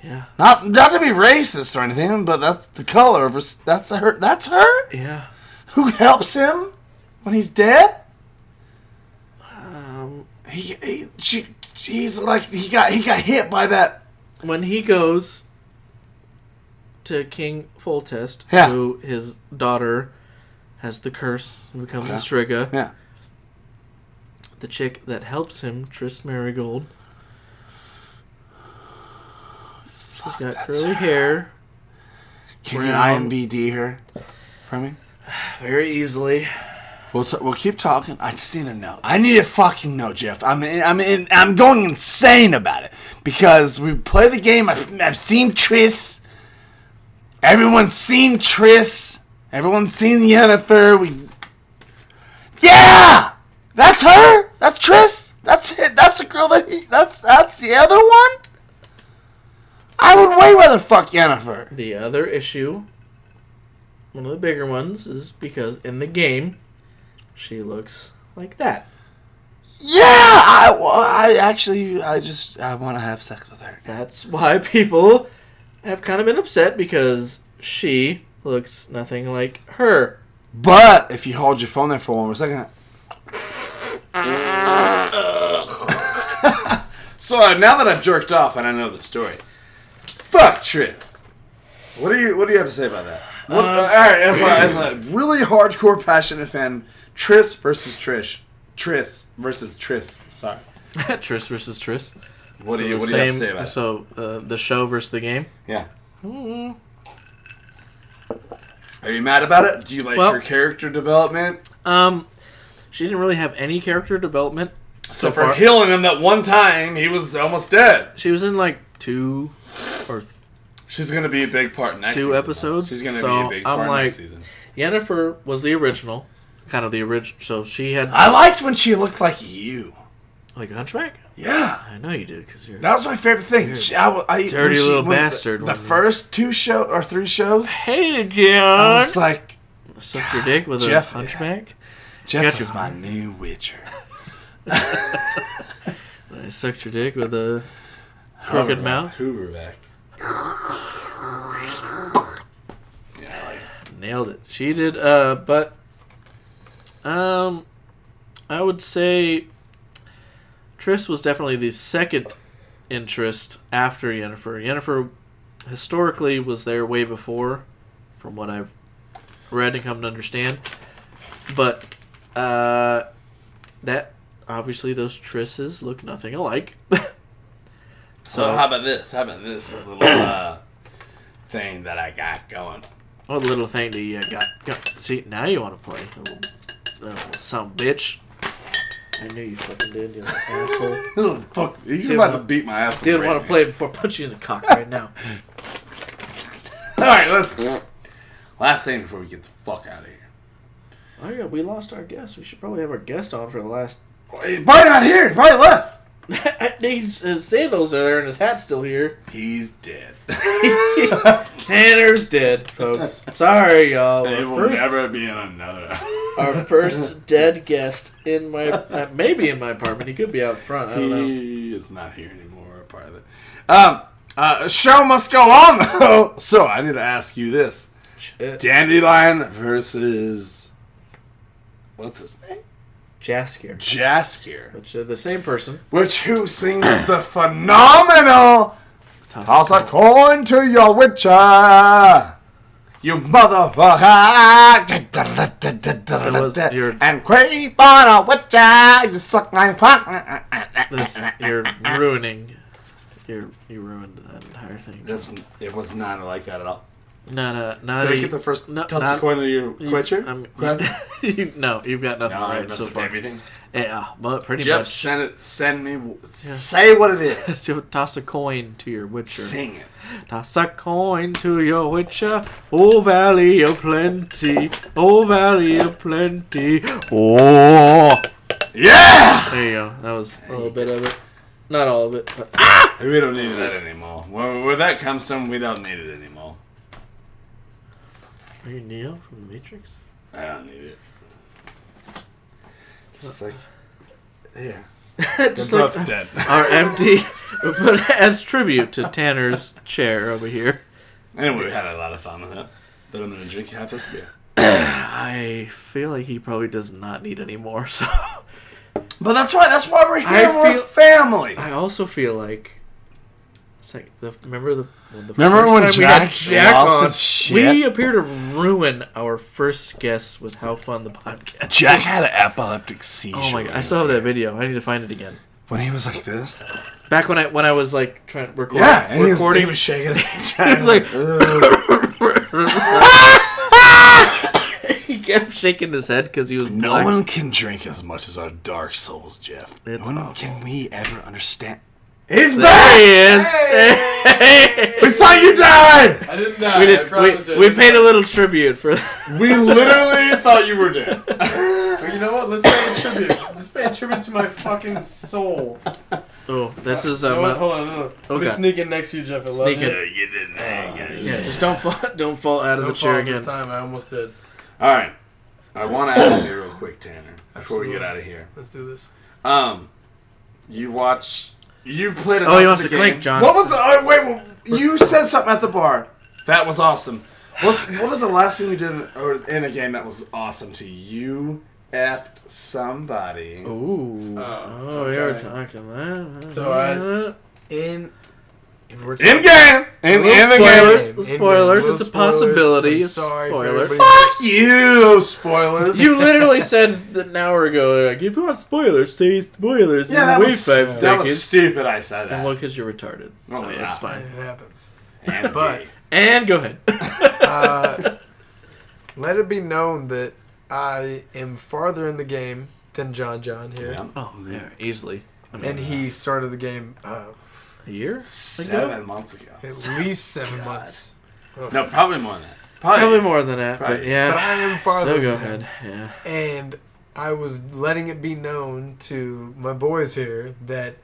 Speaker 4: Yeah.
Speaker 3: Not not to be racist or anything, but that's the color of her. s- That's her. That's her.
Speaker 4: Yeah.
Speaker 3: who helps him when he's dead? Um, he, he she, she's like he got he got hit by that.
Speaker 4: When he goes to King Foltest,
Speaker 3: Yeah.
Speaker 4: who his daughter has the curse and becomes a
Speaker 3: Yeah.
Speaker 4: Striga,
Speaker 3: Yeah,
Speaker 4: the chick that helps him, Triss Marigold. She's got curly hair.
Speaker 3: can
Speaker 4: Brown.
Speaker 3: you IMBD her for me?
Speaker 4: Very easily.
Speaker 3: We'll t- we'll keep talking. I just need to know. I need to fucking know, Jeff. I'm in, I'm in, I'm going insane about it because we play the game. I've, I've seen Triss. Everyone's seen Triss. Everyone's seen Yennefer. We, yeah, that's her. That's Triss. That's it. That's the girl that he. That's that's the other one. I would way rather fuck Yennefer.
Speaker 4: The other issue, one of the bigger ones, is because in the game, she looks like that.
Speaker 3: Yeah, I, I actually I just I want to have sex with her.
Speaker 4: That's why people have kind of been upset because she looks nothing like her.
Speaker 3: But if you hold your phone there for one more second. so uh, now that I've jerked off and I know the story, fuck Tris. What do you What do you have to say about that? What, all right, as a, as a really hardcore passionate fan, Tris versus Trish, Tris versus Tris. Sorry.
Speaker 4: Tris versus Tris.
Speaker 3: What do you
Speaker 4: the
Speaker 3: What do you
Speaker 4: same,
Speaker 3: have to say about it?
Speaker 4: so uh, the show versus the game.
Speaker 3: Yeah.
Speaker 4: Mm-hmm.
Speaker 3: Are you mad about it? Do you like
Speaker 4: Well-
Speaker 3: her character development?
Speaker 4: Um, she didn't really have any character development.
Speaker 3: So for
Speaker 4: far-
Speaker 3: healing him that one time, he was almost dead.
Speaker 4: She was in like two or th-
Speaker 3: She's gonna be a big part next
Speaker 4: Two
Speaker 3: season.
Speaker 4: episodes?
Speaker 3: She's gonna
Speaker 4: So,
Speaker 3: be a big
Speaker 4: I'm
Speaker 3: part
Speaker 4: like-
Speaker 3: next season.
Speaker 4: Yennefer was the original, kind of the original. So she had
Speaker 3: I liked when she looked like you.
Speaker 4: like a hunchback.
Speaker 3: Yeah,
Speaker 4: I know you did because you're
Speaker 3: that was my favorite thing. She, I, I, when
Speaker 4: Dirty
Speaker 3: she-
Speaker 4: little
Speaker 3: when the-
Speaker 4: bastard,
Speaker 3: The,
Speaker 4: wasn't it?
Speaker 3: first two show or three shows,
Speaker 4: hey
Speaker 3: I
Speaker 4: John.
Speaker 3: was like,
Speaker 4: Suck your dick with
Speaker 3: Jeff,
Speaker 4: a hunchback.
Speaker 3: Jeff
Speaker 4: Got
Speaker 3: is
Speaker 4: you.
Speaker 3: my new Witcher.
Speaker 4: I sucked your dick with a crooked mouth.
Speaker 3: Hooverback. yeah, I like it.
Speaker 4: Nailed it. She did. Uh, but um, I would say Triss was definitely the second interest after Yennefer. Yennefer historically was there way before, from what I've read and come to understand. But uh, that obviously those Trisses look nothing alike. so
Speaker 3: Well, how about this? How about this little uh, thing that I got going?
Speaker 4: What little thing do you got? got- See, now you want to play, little, little some bitch. I knew you fucking did, you little asshole.
Speaker 3: Fuck, he's
Speaker 4: Didn't
Speaker 3: about to
Speaker 4: wa-
Speaker 3: beat my ass.
Speaker 4: Didn't want to play before punching you in the cock right now.
Speaker 3: All right, let's. Last thing before we get the fuck out of here.
Speaker 4: Oh yeah, we lost our guest. We should probably have our guest on for the last.
Speaker 3: He's probably not here. He's probably left.
Speaker 4: These his sandals are there and his hat's still here.
Speaker 3: He's dead.
Speaker 4: Tanner's dead, folks. Sorry, y'all.
Speaker 3: He will
Speaker 4: Our first,
Speaker 3: never be in another.
Speaker 4: our first dead guest in my uh, maybe in my apartment. He could be out front. I don't know.
Speaker 3: he is not here anymore. A part of it. Um, uh, show must go on though. So I need to ask you this:
Speaker 4: Shit.
Speaker 3: Dandelion versus what's his name?
Speaker 4: Jaskier,
Speaker 3: Jaskier.
Speaker 4: which uh, the same person.
Speaker 3: which who sings the phenomenal
Speaker 4: Toss a
Speaker 3: Toss a coin to your witcher. You motherfucker!
Speaker 4: your-
Speaker 3: and crave for a witcher. You suck my fuck.
Speaker 4: This, you're ruining. You're you ruined that entire thing.
Speaker 3: That's, it was not like that at all.
Speaker 4: Not a not.
Speaker 3: Did
Speaker 4: a,
Speaker 3: I get the first
Speaker 4: no-
Speaker 3: toss
Speaker 4: not-
Speaker 3: a coin to your
Speaker 4: you-
Speaker 3: witcher?
Speaker 4: I'm-
Speaker 3: Crab?
Speaker 4: you- no, you've got nothing
Speaker 3: No, I
Speaker 4: right
Speaker 3: messed
Speaker 4: so
Speaker 3: up
Speaker 4: far.
Speaker 3: everything.
Speaker 4: Yeah, but pretty
Speaker 3: Jeff,
Speaker 4: much.
Speaker 3: send it. Send me. Say what it is.
Speaker 4: So toss a coin to your witcher.
Speaker 3: Sing it.
Speaker 4: Toss a coin to your witcher. Oh valley of plenty. Oh valley of plenty. Oh.
Speaker 3: Yeah.
Speaker 4: There you go. That was a little bit of it. Not all of it. But
Speaker 3: We don't need that anymore. Where, where that comes from, we don't need it anymore.
Speaker 4: are you Neo from the Matrix?
Speaker 3: I don't need it. Just like, yeah.
Speaker 4: Just
Speaker 3: They're
Speaker 4: like-
Speaker 3: both dead.
Speaker 4: Our empty, but as tribute to Tanner's chair over here.
Speaker 3: anyway, we had a lot of fun with it. But I'm gonna drink half this beer.
Speaker 4: I feel like he probably does not need any more. So
Speaker 3: But that's right. That's why we're
Speaker 4: I feel-
Speaker 3: family.
Speaker 4: I also feel like it's like the remember the, well, the
Speaker 3: Remember
Speaker 4: first
Speaker 3: when
Speaker 4: time we
Speaker 3: Jack,
Speaker 4: had Jack
Speaker 3: lost
Speaker 4: on,
Speaker 3: his shit?
Speaker 4: we appear to ruin our first guess with how fun the podcast.
Speaker 3: Jack had an epileptic seizure.
Speaker 4: Oh my
Speaker 3: when
Speaker 4: god!
Speaker 3: he
Speaker 4: I still have
Speaker 3: was-
Speaker 4: that video. I need to find it again.
Speaker 3: When he was like this.
Speaker 4: Back when I when I was like trying to record,
Speaker 3: Yeah, and he was,
Speaker 4: recording
Speaker 3: he was shaking. his head.
Speaker 4: He was
Speaker 3: Ugh.
Speaker 4: he kept shaking his head because he was
Speaker 3: no
Speaker 4: black.
Speaker 3: one can drink as much as our dark souls, Jeff.
Speaker 4: It's
Speaker 3: when
Speaker 4: awful.
Speaker 3: can we ever understand? He's
Speaker 4: There
Speaker 3: back.
Speaker 4: he is.
Speaker 3: We saw you die.
Speaker 2: I didn't know.
Speaker 4: we did. We, we paid a little tribute for.
Speaker 3: We literally thought you were dead.
Speaker 2: You know what? Let's pay a tribute. Let's pay a tribute to my fucking soul.
Speaker 4: oh, this is
Speaker 2: You
Speaker 4: um.
Speaker 2: know what?
Speaker 4: Uh,
Speaker 2: Hold on, hold on. Let me
Speaker 4: Okay.
Speaker 2: sneak in next to you, Jeff. I love
Speaker 4: Sneak
Speaker 2: you.
Speaker 4: in.
Speaker 3: you didn't
Speaker 4: Uh, yeah, just don't fall. Don't fall out of
Speaker 2: Don't
Speaker 4: the chair
Speaker 2: fall
Speaker 4: again.
Speaker 2: this time. I almost did.
Speaker 3: All right. I want to ask you real quick, Tanner, before we get out of here.
Speaker 2: Let's do this.
Speaker 3: Um, you watch. You played.
Speaker 4: Oh, he
Speaker 3: enough
Speaker 4: wants
Speaker 3: of
Speaker 4: to
Speaker 3: the uh,
Speaker 4: clink,
Speaker 3: game.
Speaker 4: John.
Speaker 3: What was the? Oh, wait, well, you said something at the bar. That was awesome. What's, what is the last thing you did in, or in a game that was awesome to you? Effed somebody.
Speaker 4: Ooh. oh, we were talking that.
Speaker 5: So I- in if we're
Speaker 3: In game. In,
Speaker 4: Little
Speaker 3: in the
Speaker 4: spoilers.
Speaker 3: game.
Speaker 4: Little spoilers, it's a possibility,
Speaker 5: I'm
Speaker 4: it's
Speaker 5: sorry
Speaker 4: spoiler.
Speaker 5: for everybody.
Speaker 3: Fuck you, spoilers.
Speaker 4: You literally said an hour ago, like, if you want spoilers, say spoilers.
Speaker 3: yeah,
Speaker 4: then
Speaker 3: that
Speaker 4: wait
Speaker 3: was,
Speaker 4: five
Speaker 3: that
Speaker 4: seconds.
Speaker 3: was stupid. I said
Speaker 4: And
Speaker 3: that.
Speaker 4: well, because you're retarded.
Speaker 3: Oh,
Speaker 4: so
Speaker 3: yeah.
Speaker 4: it's fine.
Speaker 5: It happens.
Speaker 3: And
Speaker 5: But-
Speaker 3: gay.
Speaker 4: And go ahead.
Speaker 5: Uh, let it be known that I am farther in the game than John John here,
Speaker 3: Yeah.
Speaker 4: oh, there, easily. I mean,
Speaker 5: and he started the game uh,
Speaker 4: a year? ago?
Speaker 3: seven months ago.
Speaker 5: at least seven months.
Speaker 3: No, probably more than that.
Speaker 4: Probably more than that, but
Speaker 3: Right.
Speaker 4: yeah.
Speaker 5: But I am farther.
Speaker 4: so go
Speaker 5: than him.
Speaker 4: ahead. Yeah.
Speaker 5: And I was letting it be known to my boys here that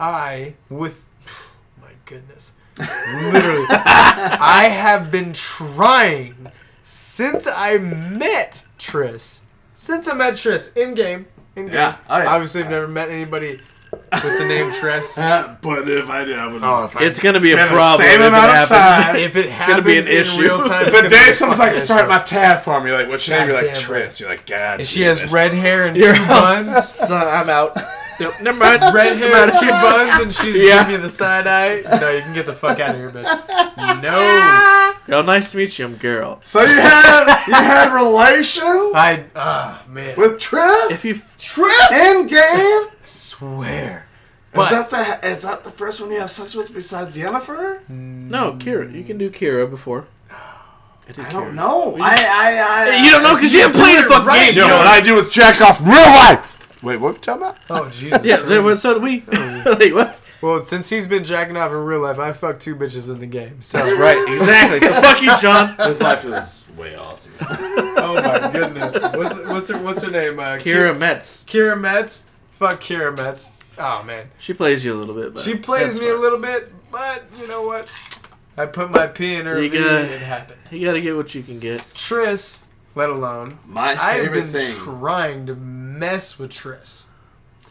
Speaker 5: I, with my goodness, literally, I have been trying since I met Tris. Since I met Tris in game, in game.
Speaker 3: Yeah, oh, yeah.
Speaker 5: Obviously, I've never met anybody with the name Tris.
Speaker 3: Uh, but if I did, I would.
Speaker 5: Oh, if I,
Speaker 4: It's going to be a
Speaker 3: Spend the
Speaker 4: problem.
Speaker 3: same
Speaker 4: if it
Speaker 3: amount of
Speaker 4: happens.
Speaker 3: time.
Speaker 5: if it
Speaker 4: gonna
Speaker 5: happens
Speaker 4: be an
Speaker 5: in
Speaker 4: issue.
Speaker 5: real time, it's
Speaker 3: But
Speaker 5: gonna be
Speaker 3: day
Speaker 5: a
Speaker 3: someone's
Speaker 5: fucking
Speaker 3: like, start
Speaker 5: issue."
Speaker 3: my tab for me. Like, what's your name? You're like,
Speaker 5: Goddamn
Speaker 3: Tris. You're like, God.
Speaker 5: And she has red hair and
Speaker 4: You're
Speaker 5: two
Speaker 4: all
Speaker 5: buns.
Speaker 4: son- I'm out. Nope, never mind.
Speaker 5: red hair and two buns, and she's
Speaker 4: Yeah.
Speaker 5: giving me the side eye. No, you can get the fuck out of here, bitch. No,
Speaker 4: Yo, nice to meet you. I'm Geralt.
Speaker 3: So you had you had relation
Speaker 5: I ah man,
Speaker 3: with Tris.
Speaker 4: If you
Speaker 3: Tris in game.
Speaker 5: swear.
Speaker 3: Is
Speaker 5: But
Speaker 3: that the is that the first one you have sex with besides Yennefer?
Speaker 4: no Kira, you can do Kira before. did
Speaker 3: I don't know. I I, I
Speaker 4: You don't know because you haven't played the fucking
Speaker 5: right,
Speaker 4: game.
Speaker 5: you
Speaker 4: You
Speaker 5: know
Speaker 4: don't
Speaker 5: what
Speaker 3: I do is jack off real life. Wait, what are we talking about?
Speaker 5: oh Jesus.
Speaker 4: Yeah, then what- so do we. like, what?
Speaker 5: Well, since he's been jacking off in real life, I fucked two bitches in the game. So
Speaker 4: Right, exactly. So fuck you, John.
Speaker 3: This life is way awesome.
Speaker 5: oh my goodness. What's what's her what's her name? Uh,
Speaker 4: Kira Metz.
Speaker 5: Kira Metz. Fuck Kira Metz. Oh man,
Speaker 4: She plays you a little bit, but
Speaker 5: she plays
Speaker 4: that's
Speaker 5: me a
Speaker 4: fine.
Speaker 5: little bit, but you know what? I put my P in her
Speaker 4: You
Speaker 5: V.
Speaker 4: gotta-
Speaker 5: It happened.
Speaker 4: You gotta get what you can get.
Speaker 5: Tris, let alone
Speaker 3: My
Speaker 5: I've
Speaker 3: favorite
Speaker 5: been
Speaker 3: thing.
Speaker 5: trying to mess with Tris.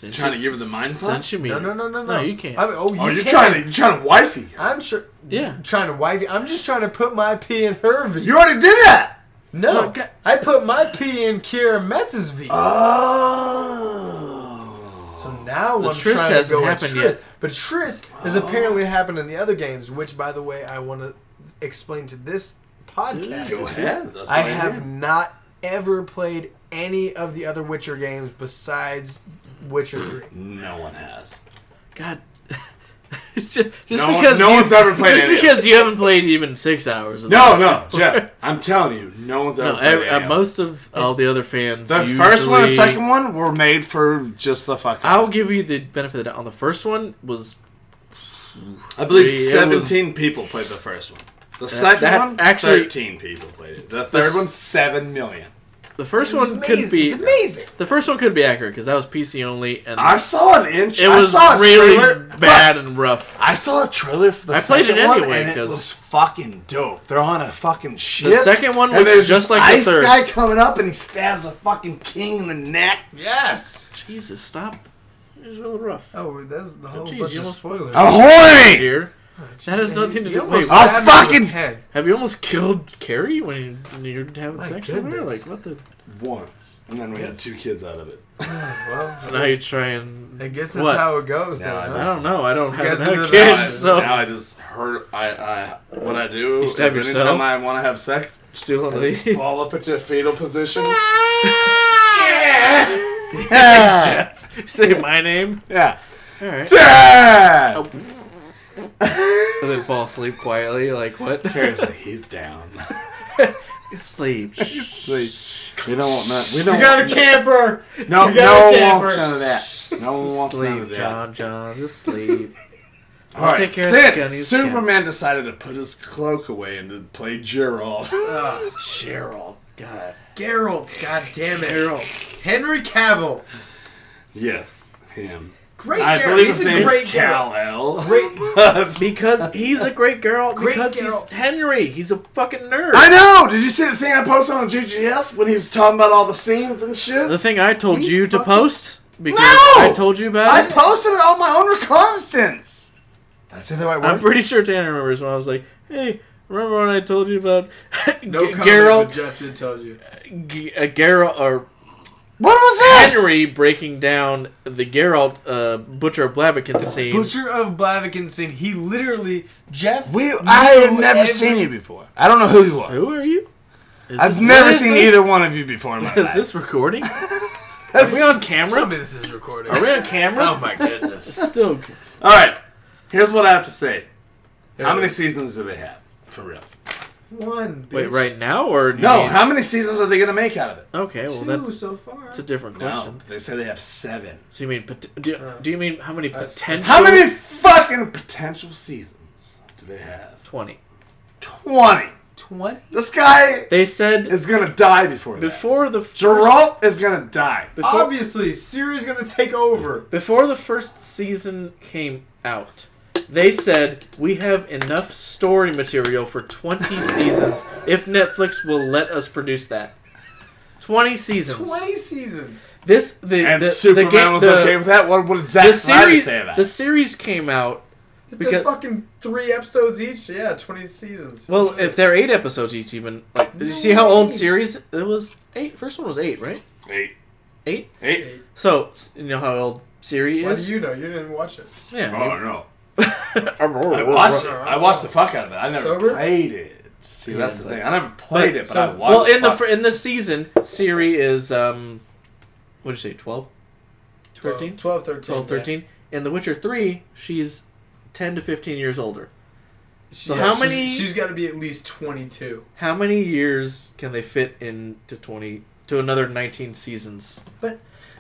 Speaker 3: trying to give her the mind fuck.
Speaker 4: Since you mean
Speaker 5: No,
Speaker 4: it.
Speaker 5: no, no, no, no.
Speaker 4: you can't.
Speaker 5: I mean, oh, you
Speaker 3: Oh, you're
Speaker 5: can.
Speaker 3: trying to you're trying to wifey. her.
Speaker 5: I'm sure.
Speaker 4: Yeah.
Speaker 5: Trying to wife you. I'm just trying to put my P in her V.
Speaker 3: You already did that.
Speaker 5: no,
Speaker 4: Look, I-
Speaker 5: I put my P in Kira Metz's V.
Speaker 4: Uh,
Speaker 3: Oh.
Speaker 5: so now
Speaker 4: The
Speaker 5: I'm
Speaker 4: Tris
Speaker 5: trying to
Speaker 4: hasn't
Speaker 5: go with
Speaker 4: happened
Speaker 5: Tris.
Speaker 4: yet. Oh.
Speaker 5: But Tris has apparently happened in the other games, which, by the way, I want to explain to this podcast.
Speaker 3: Go ahead. That's
Speaker 5: I
Speaker 3: what
Speaker 5: have
Speaker 3: did.
Speaker 5: not ever played any of the other Witcher games besides Witcher
Speaker 4: Mm.
Speaker 5: 3.
Speaker 3: No one has.
Speaker 4: God. just just
Speaker 3: No one-
Speaker 4: because
Speaker 3: no
Speaker 4: you,
Speaker 3: one's ever played
Speaker 4: just
Speaker 3: any of
Speaker 4: because you haven't played even six hours. Of
Speaker 3: No, no, Jeff. I'm telling you, no one's ever.
Speaker 4: No,
Speaker 3: played
Speaker 4: every,
Speaker 3: any of
Speaker 4: uh,
Speaker 3: them.
Speaker 4: most of all the other fans.
Speaker 3: The first one and
Speaker 4: usually-
Speaker 3: second one were made for just the fuck. up.
Speaker 4: I'll give you the benefit of the doubt. On the first one was
Speaker 3: I believe
Speaker 4: Three, it
Speaker 3: 17 people played the first one. The second
Speaker 4: that-
Speaker 3: one,
Speaker 4: actually-
Speaker 3: 13 people played it. The third one, 7 million.
Speaker 4: the first
Speaker 5: It's
Speaker 4: one could
Speaker 5: amazing.
Speaker 4: be
Speaker 5: It's amazing.
Speaker 4: the first one could be accurate because that was PC only and
Speaker 3: I saw an inch.
Speaker 4: it
Speaker 3: I
Speaker 4: was
Speaker 3: saw a
Speaker 4: really
Speaker 3: trailer,
Speaker 4: bad
Speaker 3: but
Speaker 4: and rough.
Speaker 3: I saw a trailer for the
Speaker 4: I played
Speaker 3: second
Speaker 4: it anyway,
Speaker 3: one, and it
Speaker 4: 'cause-
Speaker 3: was fucking dope. They're on a fucking ship.
Speaker 4: second one
Speaker 3: and
Speaker 4: looks
Speaker 3: there's
Speaker 4: just
Speaker 3: this
Speaker 4: like the
Speaker 3: ice
Speaker 4: third.
Speaker 3: guy coming up, and he stabs a fucking king in the neck.
Speaker 5: Yes!
Speaker 4: Jesus, stop! It was really rough.
Speaker 5: Oh, that's the whole
Speaker 4: Jeez,
Speaker 5: bunch
Speaker 4: you
Speaker 5: of
Speaker 4: almost-
Speaker 5: spoilers.
Speaker 3: I'm horny.
Speaker 4: Here, that has nothing to
Speaker 5: You
Speaker 4: do. Wait,
Speaker 5: almost
Speaker 3: I'll
Speaker 5: stabbed me with
Speaker 3: fucking-
Speaker 5: a pen.
Speaker 4: have you almost killed Carrie when you- when you're having sex with her?
Speaker 5: goodness.
Speaker 4: Like what the?
Speaker 3: Once, and then we had two kids out of it.
Speaker 5: Well,
Speaker 4: Now you try and.
Speaker 5: I guess that's
Speaker 4: What?
Speaker 5: how it goes.
Speaker 3: No,
Speaker 5: then,
Speaker 3: I
Speaker 5: huh?
Speaker 4: I don't know. I don't have
Speaker 5: guys into
Speaker 4: that
Speaker 5: the-
Speaker 4: kid,
Speaker 3: Now I-
Speaker 4: so
Speaker 3: now I just hurt. I, I what I do is
Speaker 4: stab
Speaker 3: anytime
Speaker 4: yourself?
Speaker 3: I want to have sex,
Speaker 4: just do one of
Speaker 3: Just
Speaker 4: these.
Speaker 3: fall up into a fetal position.
Speaker 4: Say my name.
Speaker 3: Yeah.
Speaker 4: All right.
Speaker 3: Dad!
Speaker 4: And then fall asleep quietly. Like what?
Speaker 3: Seriously, he's down.
Speaker 4: Sleep.
Speaker 3: we don't want that. We
Speaker 5: You
Speaker 3: don't.
Speaker 5: got a camper!
Speaker 3: no,
Speaker 5: you
Speaker 3: no
Speaker 5: got a
Speaker 3: one
Speaker 5: camper.
Speaker 3: wants none of that. No one wants none of
Speaker 4: Sleep,
Speaker 3: that.
Speaker 4: John. John, just sleep.
Speaker 3: All right,
Speaker 4: take care of the
Speaker 3: since
Speaker 4: gunnies,
Speaker 3: Superman decided to put his cloak away and to play Gerald,
Speaker 4: Gerald. God.
Speaker 5: Geralt, god damn it.
Speaker 4: Gerald.
Speaker 5: Henry Cavill.
Speaker 3: yes, him.
Speaker 5: Great
Speaker 3: I
Speaker 5: Geralt.
Speaker 3: believe his
Speaker 5: He's a
Speaker 3: name
Speaker 5: great
Speaker 3: is
Speaker 5: Geralt.
Speaker 3: Cal El.
Speaker 4: Because he's a great girl.
Speaker 5: Great
Speaker 4: because
Speaker 5: Geralt.
Speaker 4: he's Henry. He's a fucking nerd.
Speaker 3: I know. Did you see the thing I posted on GGS when he was talking about all the scenes and shit?
Speaker 4: The thing I told
Speaker 3: He
Speaker 4: you to
Speaker 3: fucking-
Speaker 4: post because
Speaker 3: No!
Speaker 4: I told you about
Speaker 3: I
Speaker 4: it.
Speaker 3: posted it on my own reconnaissance. That's in the right
Speaker 4: I'm pretty sure Tanner remembers when I was like, "Hey, Remember when I told you about
Speaker 5: No
Speaker 4: G-
Speaker 5: comment, but
Speaker 4: Geralt,
Speaker 5: Jeff did tell you.
Speaker 4: G- uh, Geralt, or
Speaker 3: What was that?
Speaker 4: Henry breaking down the Geralt uh, Butcher of Blaviken scene?
Speaker 7: Butcher of Blavikenstein. He literally Jeff.
Speaker 3: We, I had
Speaker 7: knew
Speaker 3: never
Speaker 7: every-
Speaker 3: seen you before. I don't know who you are.
Speaker 4: Who are you? Is
Speaker 3: I've
Speaker 4: this-
Speaker 3: never
Speaker 4: what is
Speaker 3: seen
Speaker 4: this?
Speaker 3: either one of you before in my
Speaker 4: Is
Speaker 3: life.
Speaker 4: this recording? are we on
Speaker 5: Tell
Speaker 4: camera?
Speaker 5: me this is recorded.
Speaker 4: Are we on camera?
Speaker 5: Oh my goodness.
Speaker 4: Still,
Speaker 3: All right. Here's what I have to say. How many seasons do they have? For real.
Speaker 5: One. Bitch.
Speaker 4: wait, right now or do you
Speaker 3: No,
Speaker 4: mean-
Speaker 3: how many seasons are they going to make out of it?
Speaker 4: Okay, well
Speaker 5: Two
Speaker 4: that's
Speaker 5: so far.
Speaker 4: that's a different
Speaker 3: No,
Speaker 4: question.
Speaker 3: they say they have seven.
Speaker 4: So you mean pot- do, do you mean how many potential?
Speaker 3: How many fucking potential seasons do they have?
Speaker 4: Twenty.
Speaker 3: 20.
Speaker 5: Twenty.
Speaker 3: This guy
Speaker 4: They said
Speaker 3: is going to die before that.
Speaker 4: before the first,
Speaker 3: Geralt is going to die.
Speaker 4: before,
Speaker 5: Obviously, Siri's gonna take over.
Speaker 4: before the first season came out, they said we have enough story material for twenty seasons if Netflix will let us produce that. Twenty seasons.
Speaker 5: Twenty seasons.
Speaker 4: This the
Speaker 3: And
Speaker 4: the,
Speaker 3: Superman
Speaker 4: the game
Speaker 3: was
Speaker 4: the,
Speaker 3: okay with that? What would Zack
Speaker 4: the
Speaker 3: Snyder
Speaker 4: series
Speaker 3: say about
Speaker 4: the
Speaker 3: it?
Speaker 4: series came out.
Speaker 5: They're
Speaker 4: Because-
Speaker 5: fucking three episodes each. Yeah, twenty seasons.
Speaker 4: Well, if they're eight episodes each, even like, did you see how old series it was? Eight. First one was eight, right?
Speaker 3: Eight.
Speaker 4: Eight.
Speaker 3: Eight?
Speaker 4: So s- you know how old Siri
Speaker 5: Why
Speaker 4: is?
Speaker 5: do you know? You didn't watch it.
Speaker 4: Yeah.
Speaker 3: Oh, no. I
Speaker 4: I
Speaker 3: watched it. I watched the fuck out of it. I never
Speaker 5: Sober?
Speaker 3: played it. See, that's the
Speaker 4: but-
Speaker 3: thing. I never played it, but
Speaker 4: so-
Speaker 3: I watched.
Speaker 4: Well, in the
Speaker 3: fuck-
Speaker 4: fir- in the season, Siri is um, what did you say? 12?
Speaker 5: 12,
Speaker 4: 13?
Speaker 5: 12, 13.
Speaker 4: 12,
Speaker 5: yeah.
Speaker 4: 13? In The Witcher three, she's ten to fifteen years older.
Speaker 5: She-
Speaker 4: So
Speaker 5: yeah,
Speaker 4: how
Speaker 5: she's-
Speaker 4: many-
Speaker 5: she's got to be at least twenty-two.
Speaker 4: How many years can they fit into twenty to another nineteen seasons?
Speaker 5: But-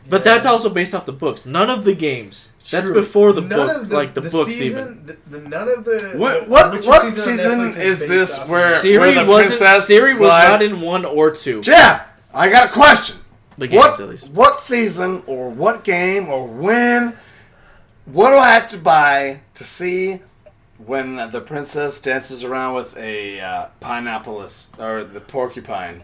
Speaker 4: But that's also based off the books. None of the games. That's
Speaker 5: True.
Speaker 4: before the
Speaker 5: None
Speaker 4: book,
Speaker 5: of
Speaker 4: like the, books even.
Speaker 5: season, The, the, none of the
Speaker 3: What-
Speaker 5: the
Speaker 3: what-
Speaker 5: Witcher
Speaker 3: what
Speaker 5: on
Speaker 3: season
Speaker 5: Netflix
Speaker 3: is
Speaker 5: based
Speaker 3: this
Speaker 5: off-
Speaker 3: where-
Speaker 4: Siri
Speaker 3: the
Speaker 4: wasn't.
Speaker 3: princess
Speaker 4: Siri was
Speaker 3: lied.
Speaker 4: not in one or two.
Speaker 3: Jeff, I got a question.
Speaker 4: the games,
Speaker 3: What
Speaker 4: at least.
Speaker 3: what season or what game or when? What do I have to buy to see when the princess dances around with a uh, pineappleist or the porcupine,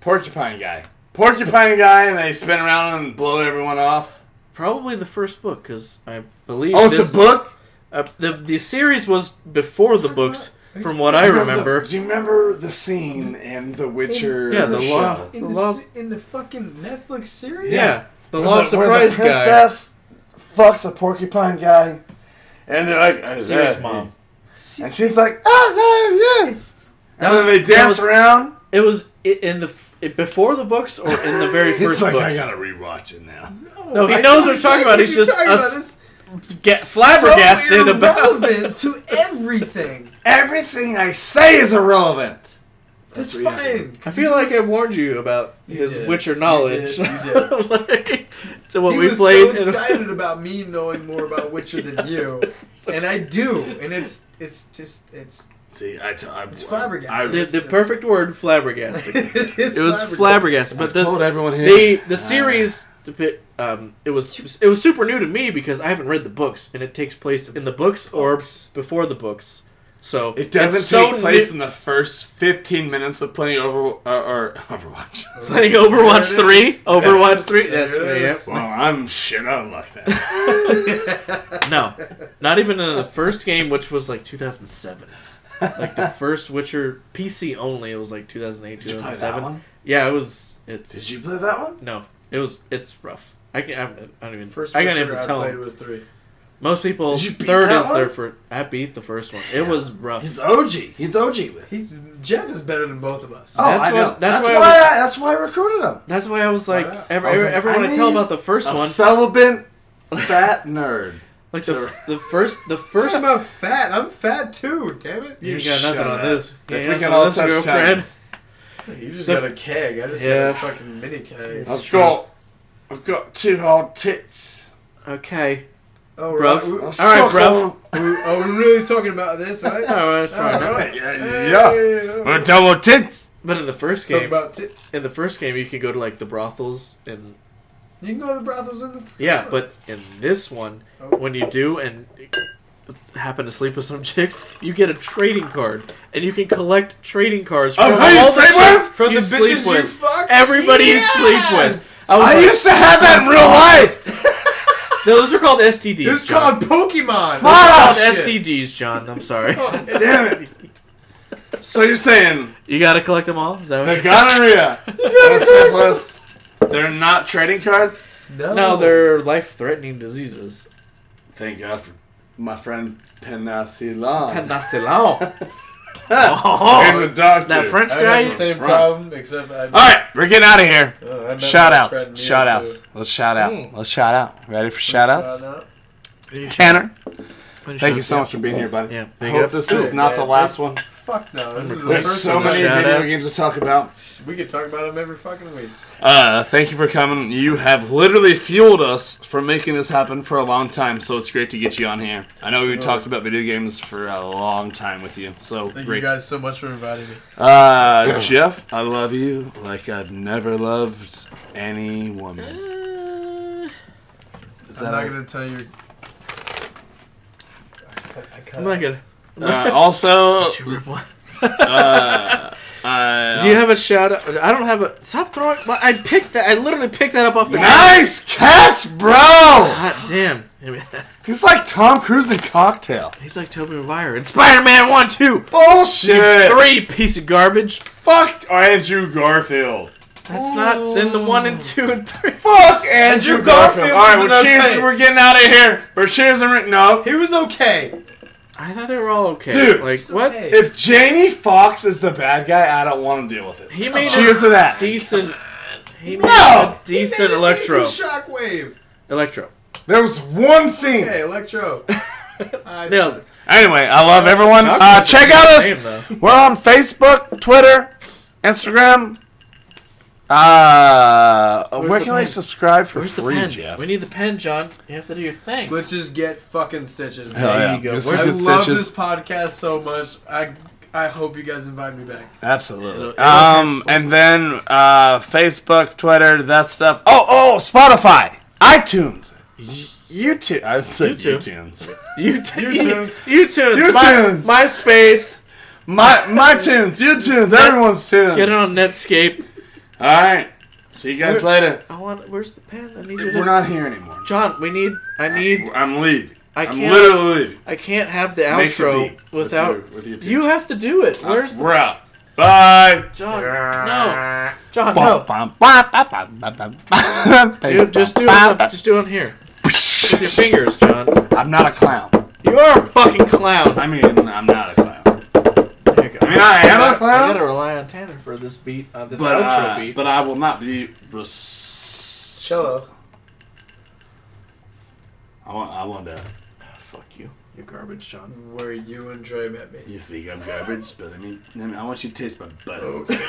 Speaker 3: porcupine guy, porcupine guy, and they spin around and blow everyone off?
Speaker 4: Probably the first book, because I believe.
Speaker 3: Oh, it's
Speaker 4: this-
Speaker 3: a book.
Speaker 4: Uh, the the series was before the books, from what I
Speaker 3: Do you
Speaker 4: remember.
Speaker 3: Do you remember the scene in The Witcher?
Speaker 4: Yeah, the
Speaker 3: show?
Speaker 4: law.
Speaker 5: in the,
Speaker 4: Love-
Speaker 5: se- in the fucking Netflix series?
Speaker 4: Yeah, the
Speaker 3: Where
Speaker 4: Law of
Speaker 3: the- where
Speaker 4: Surprise
Speaker 3: the
Speaker 4: guy.
Speaker 3: princess fucks a porcupine guy, and they're like, "Is
Speaker 4: Siri's
Speaker 3: that
Speaker 4: mom.
Speaker 3: me?" and she's like, "Oh no, yes!" And then they dance
Speaker 4: was-
Speaker 3: around.
Speaker 4: It was i- in the f- it, before the books or in the very
Speaker 3: It's
Speaker 4: first
Speaker 3: like
Speaker 4: books.
Speaker 3: I gotta rewatch it now.
Speaker 4: No, he
Speaker 5: I
Speaker 4: knows
Speaker 5: know
Speaker 4: what we're talking
Speaker 5: exactly
Speaker 4: about. He's
Speaker 5: you're
Speaker 4: just
Speaker 5: talking about.
Speaker 4: us
Speaker 5: It's
Speaker 4: get flabbergasted
Speaker 5: so
Speaker 4: about.
Speaker 5: irrelevant to everything.
Speaker 3: Everything I say is irrelevant.
Speaker 5: That's
Speaker 3: what he has to
Speaker 5: fine.
Speaker 4: I feel like I warned you about his
Speaker 5: did.
Speaker 4: Witcher
Speaker 5: You
Speaker 4: knowledge.
Speaker 5: did. You
Speaker 4: Like, to what
Speaker 5: he
Speaker 4: we
Speaker 5: was
Speaker 4: played.
Speaker 5: so
Speaker 4: in-
Speaker 5: excited about me knowing more about Witcher than you, and I do, and it's it's just it's
Speaker 3: See, I, t- I
Speaker 5: It's flabbergasting.
Speaker 3: I-
Speaker 4: the, the perfect word, flabbergasted.
Speaker 5: it's
Speaker 4: It was flabbergasted, but the,
Speaker 3: everyone here.
Speaker 4: the the series depi- um it was it was super new to me because I haven't read the books and it takes place in the books or before the books. So
Speaker 3: Uh, it doesn't
Speaker 4: it's so
Speaker 3: take place
Speaker 4: new-
Speaker 3: in the first 15 minutes of playing over uh, or Overwatch.
Speaker 4: playing Overwatch
Speaker 5: There it
Speaker 4: three.
Speaker 5: is.
Speaker 4: Overwatch three.
Speaker 5: There
Speaker 4: That's
Speaker 5: it
Speaker 4: me.
Speaker 5: is.
Speaker 3: well, I'm shit out of luck then.
Speaker 4: yep. No, not even in the first game, which was like 2007. Like the first Witcher PC only, it was like 2008,
Speaker 3: Did you play
Speaker 4: 2007.
Speaker 3: that one?
Speaker 4: Yeah, it was. It's
Speaker 3: Did you play that one?
Speaker 4: no, it was. It's rough. I can. I'm, I don't even.
Speaker 5: First
Speaker 4: I can't
Speaker 5: Witcher
Speaker 4: even
Speaker 5: I
Speaker 4: tell.
Speaker 5: played
Speaker 4: him.
Speaker 5: was three.
Speaker 4: Most people
Speaker 3: Did you beat
Speaker 4: third
Speaker 3: that
Speaker 4: is their
Speaker 3: one?
Speaker 4: first. I beat the first one. It was rough.
Speaker 3: He's OG. He's OG with.
Speaker 5: He's Jeff is better than both of us.
Speaker 3: Oh,
Speaker 4: That's
Speaker 3: I
Speaker 4: what-
Speaker 3: know.
Speaker 4: that's
Speaker 3: that's,
Speaker 4: why I
Speaker 3: why.
Speaker 4: was-
Speaker 3: I, that's why I recruited him.
Speaker 4: That's why I was like,
Speaker 5: Wow.
Speaker 4: ever,
Speaker 3: I was
Speaker 4: ever,
Speaker 3: like,
Speaker 4: everyone
Speaker 3: I
Speaker 4: I, tell
Speaker 3: need
Speaker 4: about the first
Speaker 3: A
Speaker 4: one,
Speaker 3: celibate fat nerd.
Speaker 4: like the, the first, the first.
Speaker 5: First about fat. I'm fat too. Damn it.
Speaker 3: You
Speaker 4: you ain't got nothing
Speaker 3: shut
Speaker 4: on
Speaker 3: up.
Speaker 4: this.
Speaker 3: If
Speaker 4: You ain't
Speaker 3: we can
Speaker 4: got nothing on
Speaker 3: all
Speaker 4: this,
Speaker 3: touch
Speaker 4: girlfriend.
Speaker 3: towns.
Speaker 5: You just
Speaker 4: The-
Speaker 5: got a keg. I just
Speaker 4: Yeah.
Speaker 5: got a fucking mini keg.
Speaker 3: I've got, I've got two hard tits.
Speaker 4: Okay,
Speaker 5: Oh,
Speaker 4: bruv.
Speaker 5: right. We,
Speaker 3: I'll
Speaker 5: we-
Speaker 4: right,
Speaker 3: suck
Speaker 4: bruv.
Speaker 3: on 'em.
Speaker 5: oh, we're really talking about this, right?
Speaker 3: Oh,
Speaker 4: all right, it's fine.
Speaker 5: All right.
Speaker 3: Yeah, yeah. We're double tits.
Speaker 4: But in the first
Speaker 5: Talk
Speaker 4: game,
Speaker 5: about tits.
Speaker 4: in the first game, you can go to like the brothels and
Speaker 5: You can go to the brothels in the.
Speaker 4: yeah. But in this one,
Speaker 3: Oh.
Speaker 4: when you do and happen to sleep with some chicks, you get a trading card and you can collect trading cards from
Speaker 3: Of who you
Speaker 4: all the
Speaker 3: sleep
Speaker 4: chicks
Speaker 3: with?
Speaker 5: From
Speaker 4: you
Speaker 5: the
Speaker 4: sleep
Speaker 5: bitches you
Speaker 4: with.
Speaker 5: fuck?
Speaker 4: Everybody you sleep
Speaker 5: Yes!
Speaker 4: with. I was
Speaker 3: I
Speaker 4: like, "Oh,
Speaker 3: used to have that in real life.
Speaker 4: those are called STDs.
Speaker 5: It's
Speaker 4: John.
Speaker 5: called Pokemon.
Speaker 3: Ah,
Speaker 4: called STDs, John. I'm sorry.
Speaker 3: Damn it. So you're saying
Speaker 4: You gotta collect them all? Is that
Speaker 3: the
Speaker 4: what
Speaker 3: gonorrhea and syphilis, they're not trading cards?
Speaker 5: No,
Speaker 4: No, they're life threatening diseases.
Speaker 3: Thank God for my friend Penacilan.
Speaker 4: Pandastilao.
Speaker 3: He's a doctor.
Speaker 4: Oh. That French
Speaker 5: I got
Speaker 4: guy?
Speaker 5: the same
Speaker 3: Front.
Speaker 5: problem, except I.
Speaker 3: All right, we're getting out of here.
Speaker 5: Oh, I met my
Speaker 3: Shout
Speaker 5: friend Neil,
Speaker 3: outs. Shout
Speaker 5: too.
Speaker 3: outs. Let's shout out.
Speaker 4: Mm.
Speaker 3: Let's shout out. Ready for shout outs?
Speaker 5: Shout out.
Speaker 3: Tanner, thank you so much for being here, buddy.
Speaker 4: Yeah,
Speaker 3: I
Speaker 4: big
Speaker 3: hope
Speaker 4: ups.
Speaker 3: this is not the last one.
Speaker 5: Fuck no. This is the
Speaker 3: There's
Speaker 5: first
Speaker 3: so
Speaker 5: one.
Speaker 3: many
Speaker 4: Shout
Speaker 3: video
Speaker 4: outs.
Speaker 3: games to talk about.
Speaker 5: We could talk about them every fucking week.
Speaker 3: Uh, thank you for coming. You have literally fueled us for making this happen for a long time, so it's great to get you on here. I know we talked about video games for a long time with you, so
Speaker 5: Thank
Speaker 3: great.
Speaker 5: you guys so much for inviting me.
Speaker 3: Uh, Jeff, I love you like I've never loved any woman. Is
Speaker 5: Uh, I'm
Speaker 3: that
Speaker 5: not
Speaker 3: all?
Speaker 5: gonna tell you. I
Speaker 4: I'm
Speaker 5: cut
Speaker 4: not
Speaker 5: it.
Speaker 4: gonna.
Speaker 3: Uh, also,
Speaker 4: you rip one.
Speaker 3: uh,
Speaker 4: Do you have a shout out? I don't have a. Stop throwing. I picked that. I literally picked that up off the.
Speaker 3: nice catch, bro.
Speaker 4: God damn. I mean,
Speaker 3: He's like Tom Cruise in Cocktail.
Speaker 4: He's like Toby Maguire in Spider Man 1, 2,
Speaker 3: Bullshit.
Speaker 4: 3, piece of garbage.
Speaker 3: Fuck Andrew Garfield.
Speaker 4: That's not in the 1 and 2 and 3.
Speaker 3: Fuck Andrew,
Speaker 7: Andrew
Speaker 3: Garfield.
Speaker 7: Garfield
Speaker 3: All right,
Speaker 7: was
Speaker 3: well,
Speaker 7: another
Speaker 3: cheers.
Speaker 7: thing.
Speaker 3: We're getting out of here. We're cheers and no.
Speaker 7: He was okay.
Speaker 4: I thought they were all okay.
Speaker 3: Dude.
Speaker 4: like, what?
Speaker 7: okay.
Speaker 3: If Jamie Foxx is the bad guy, I don't want to deal with it.
Speaker 4: He made
Speaker 3: cheers
Speaker 4: a
Speaker 3: to that.
Speaker 4: decent. He made
Speaker 3: No!
Speaker 4: a decent
Speaker 7: Made a
Speaker 4: Electro.
Speaker 7: Decent shockwave.
Speaker 4: electro.
Speaker 3: There was one scene.
Speaker 5: Hey, Electro. I
Speaker 4: Nailed it.
Speaker 3: Anyway, I love everyone. Uh, check out us.
Speaker 4: Name, though.
Speaker 3: We're on Facebook, Twitter, Instagram. Uh, where
Speaker 4: the
Speaker 3: can I
Speaker 4: pen?
Speaker 3: subscribe for
Speaker 4: Where's the
Speaker 3: free,
Speaker 4: pen?
Speaker 3: Jeff?
Speaker 4: We need the pen, John. You have to do your thing.
Speaker 5: Glitches get fucking stitches.
Speaker 3: Hell
Speaker 5: man.
Speaker 3: Oh, yeah.
Speaker 4: you go.
Speaker 3: This
Speaker 4: Where's
Speaker 5: I
Speaker 3: is the
Speaker 5: love
Speaker 3: stitches.
Speaker 5: this podcast so much. I I hope you guys invite me back.
Speaker 3: Absolutely.
Speaker 4: It'll- it'll
Speaker 3: um, and then uh, Facebook, Twitter, that stuff. Oh, oh, Spotify, iTunes, YouTube. I said
Speaker 4: YouTube.
Speaker 3: iTunes.
Speaker 4: You t-
Speaker 3: tunes.
Speaker 4: You tunes.
Speaker 3: You
Speaker 4: My,
Speaker 3: tunes.
Speaker 4: MySpace.
Speaker 3: My my tunes, YouTunes, everyone's tunes.
Speaker 4: Get it on Netscape.
Speaker 3: All right. See you guys later.
Speaker 4: I want. Where's the pen? I need you to.
Speaker 3: We're not here anymore.
Speaker 4: John, we need. I need.
Speaker 3: I'm leaving.
Speaker 4: I
Speaker 3: I'm
Speaker 4: can't-
Speaker 3: literally leaving.
Speaker 4: I can't have the
Speaker 3: Make a
Speaker 4: outro
Speaker 3: beat with
Speaker 4: without.
Speaker 3: your- Uh, with your
Speaker 4: you have to do it. Where's the
Speaker 3: We're out. Bye.
Speaker 4: John? No, John,
Speaker 3: Bum,
Speaker 4: no.
Speaker 3: bum, bum, bum, bum, bum, bum, bum,
Speaker 4: Dude, just do it.
Speaker 3: bum,
Speaker 4: on-
Speaker 3: bum.
Speaker 4: Just do it on here. With your fingers, John.
Speaker 3: I'm not a clown.
Speaker 4: You are a fucking clown.
Speaker 3: I mean, I'm not a clown.
Speaker 4: There you go.
Speaker 3: I mean, I am a
Speaker 4: I
Speaker 3: clown.
Speaker 4: gotta rely on Tanner for this beat, uh, this
Speaker 3: But,
Speaker 4: outro
Speaker 3: uh,
Speaker 4: beat.
Speaker 3: but I will not be. Res-
Speaker 5: Cello.
Speaker 3: I want. I uh, want to.
Speaker 4: Fuck you. You're garbage, John.
Speaker 5: Where you and Dre met me.
Speaker 3: You think I'm garbage, but I mean, I mean, I want you to taste my butt.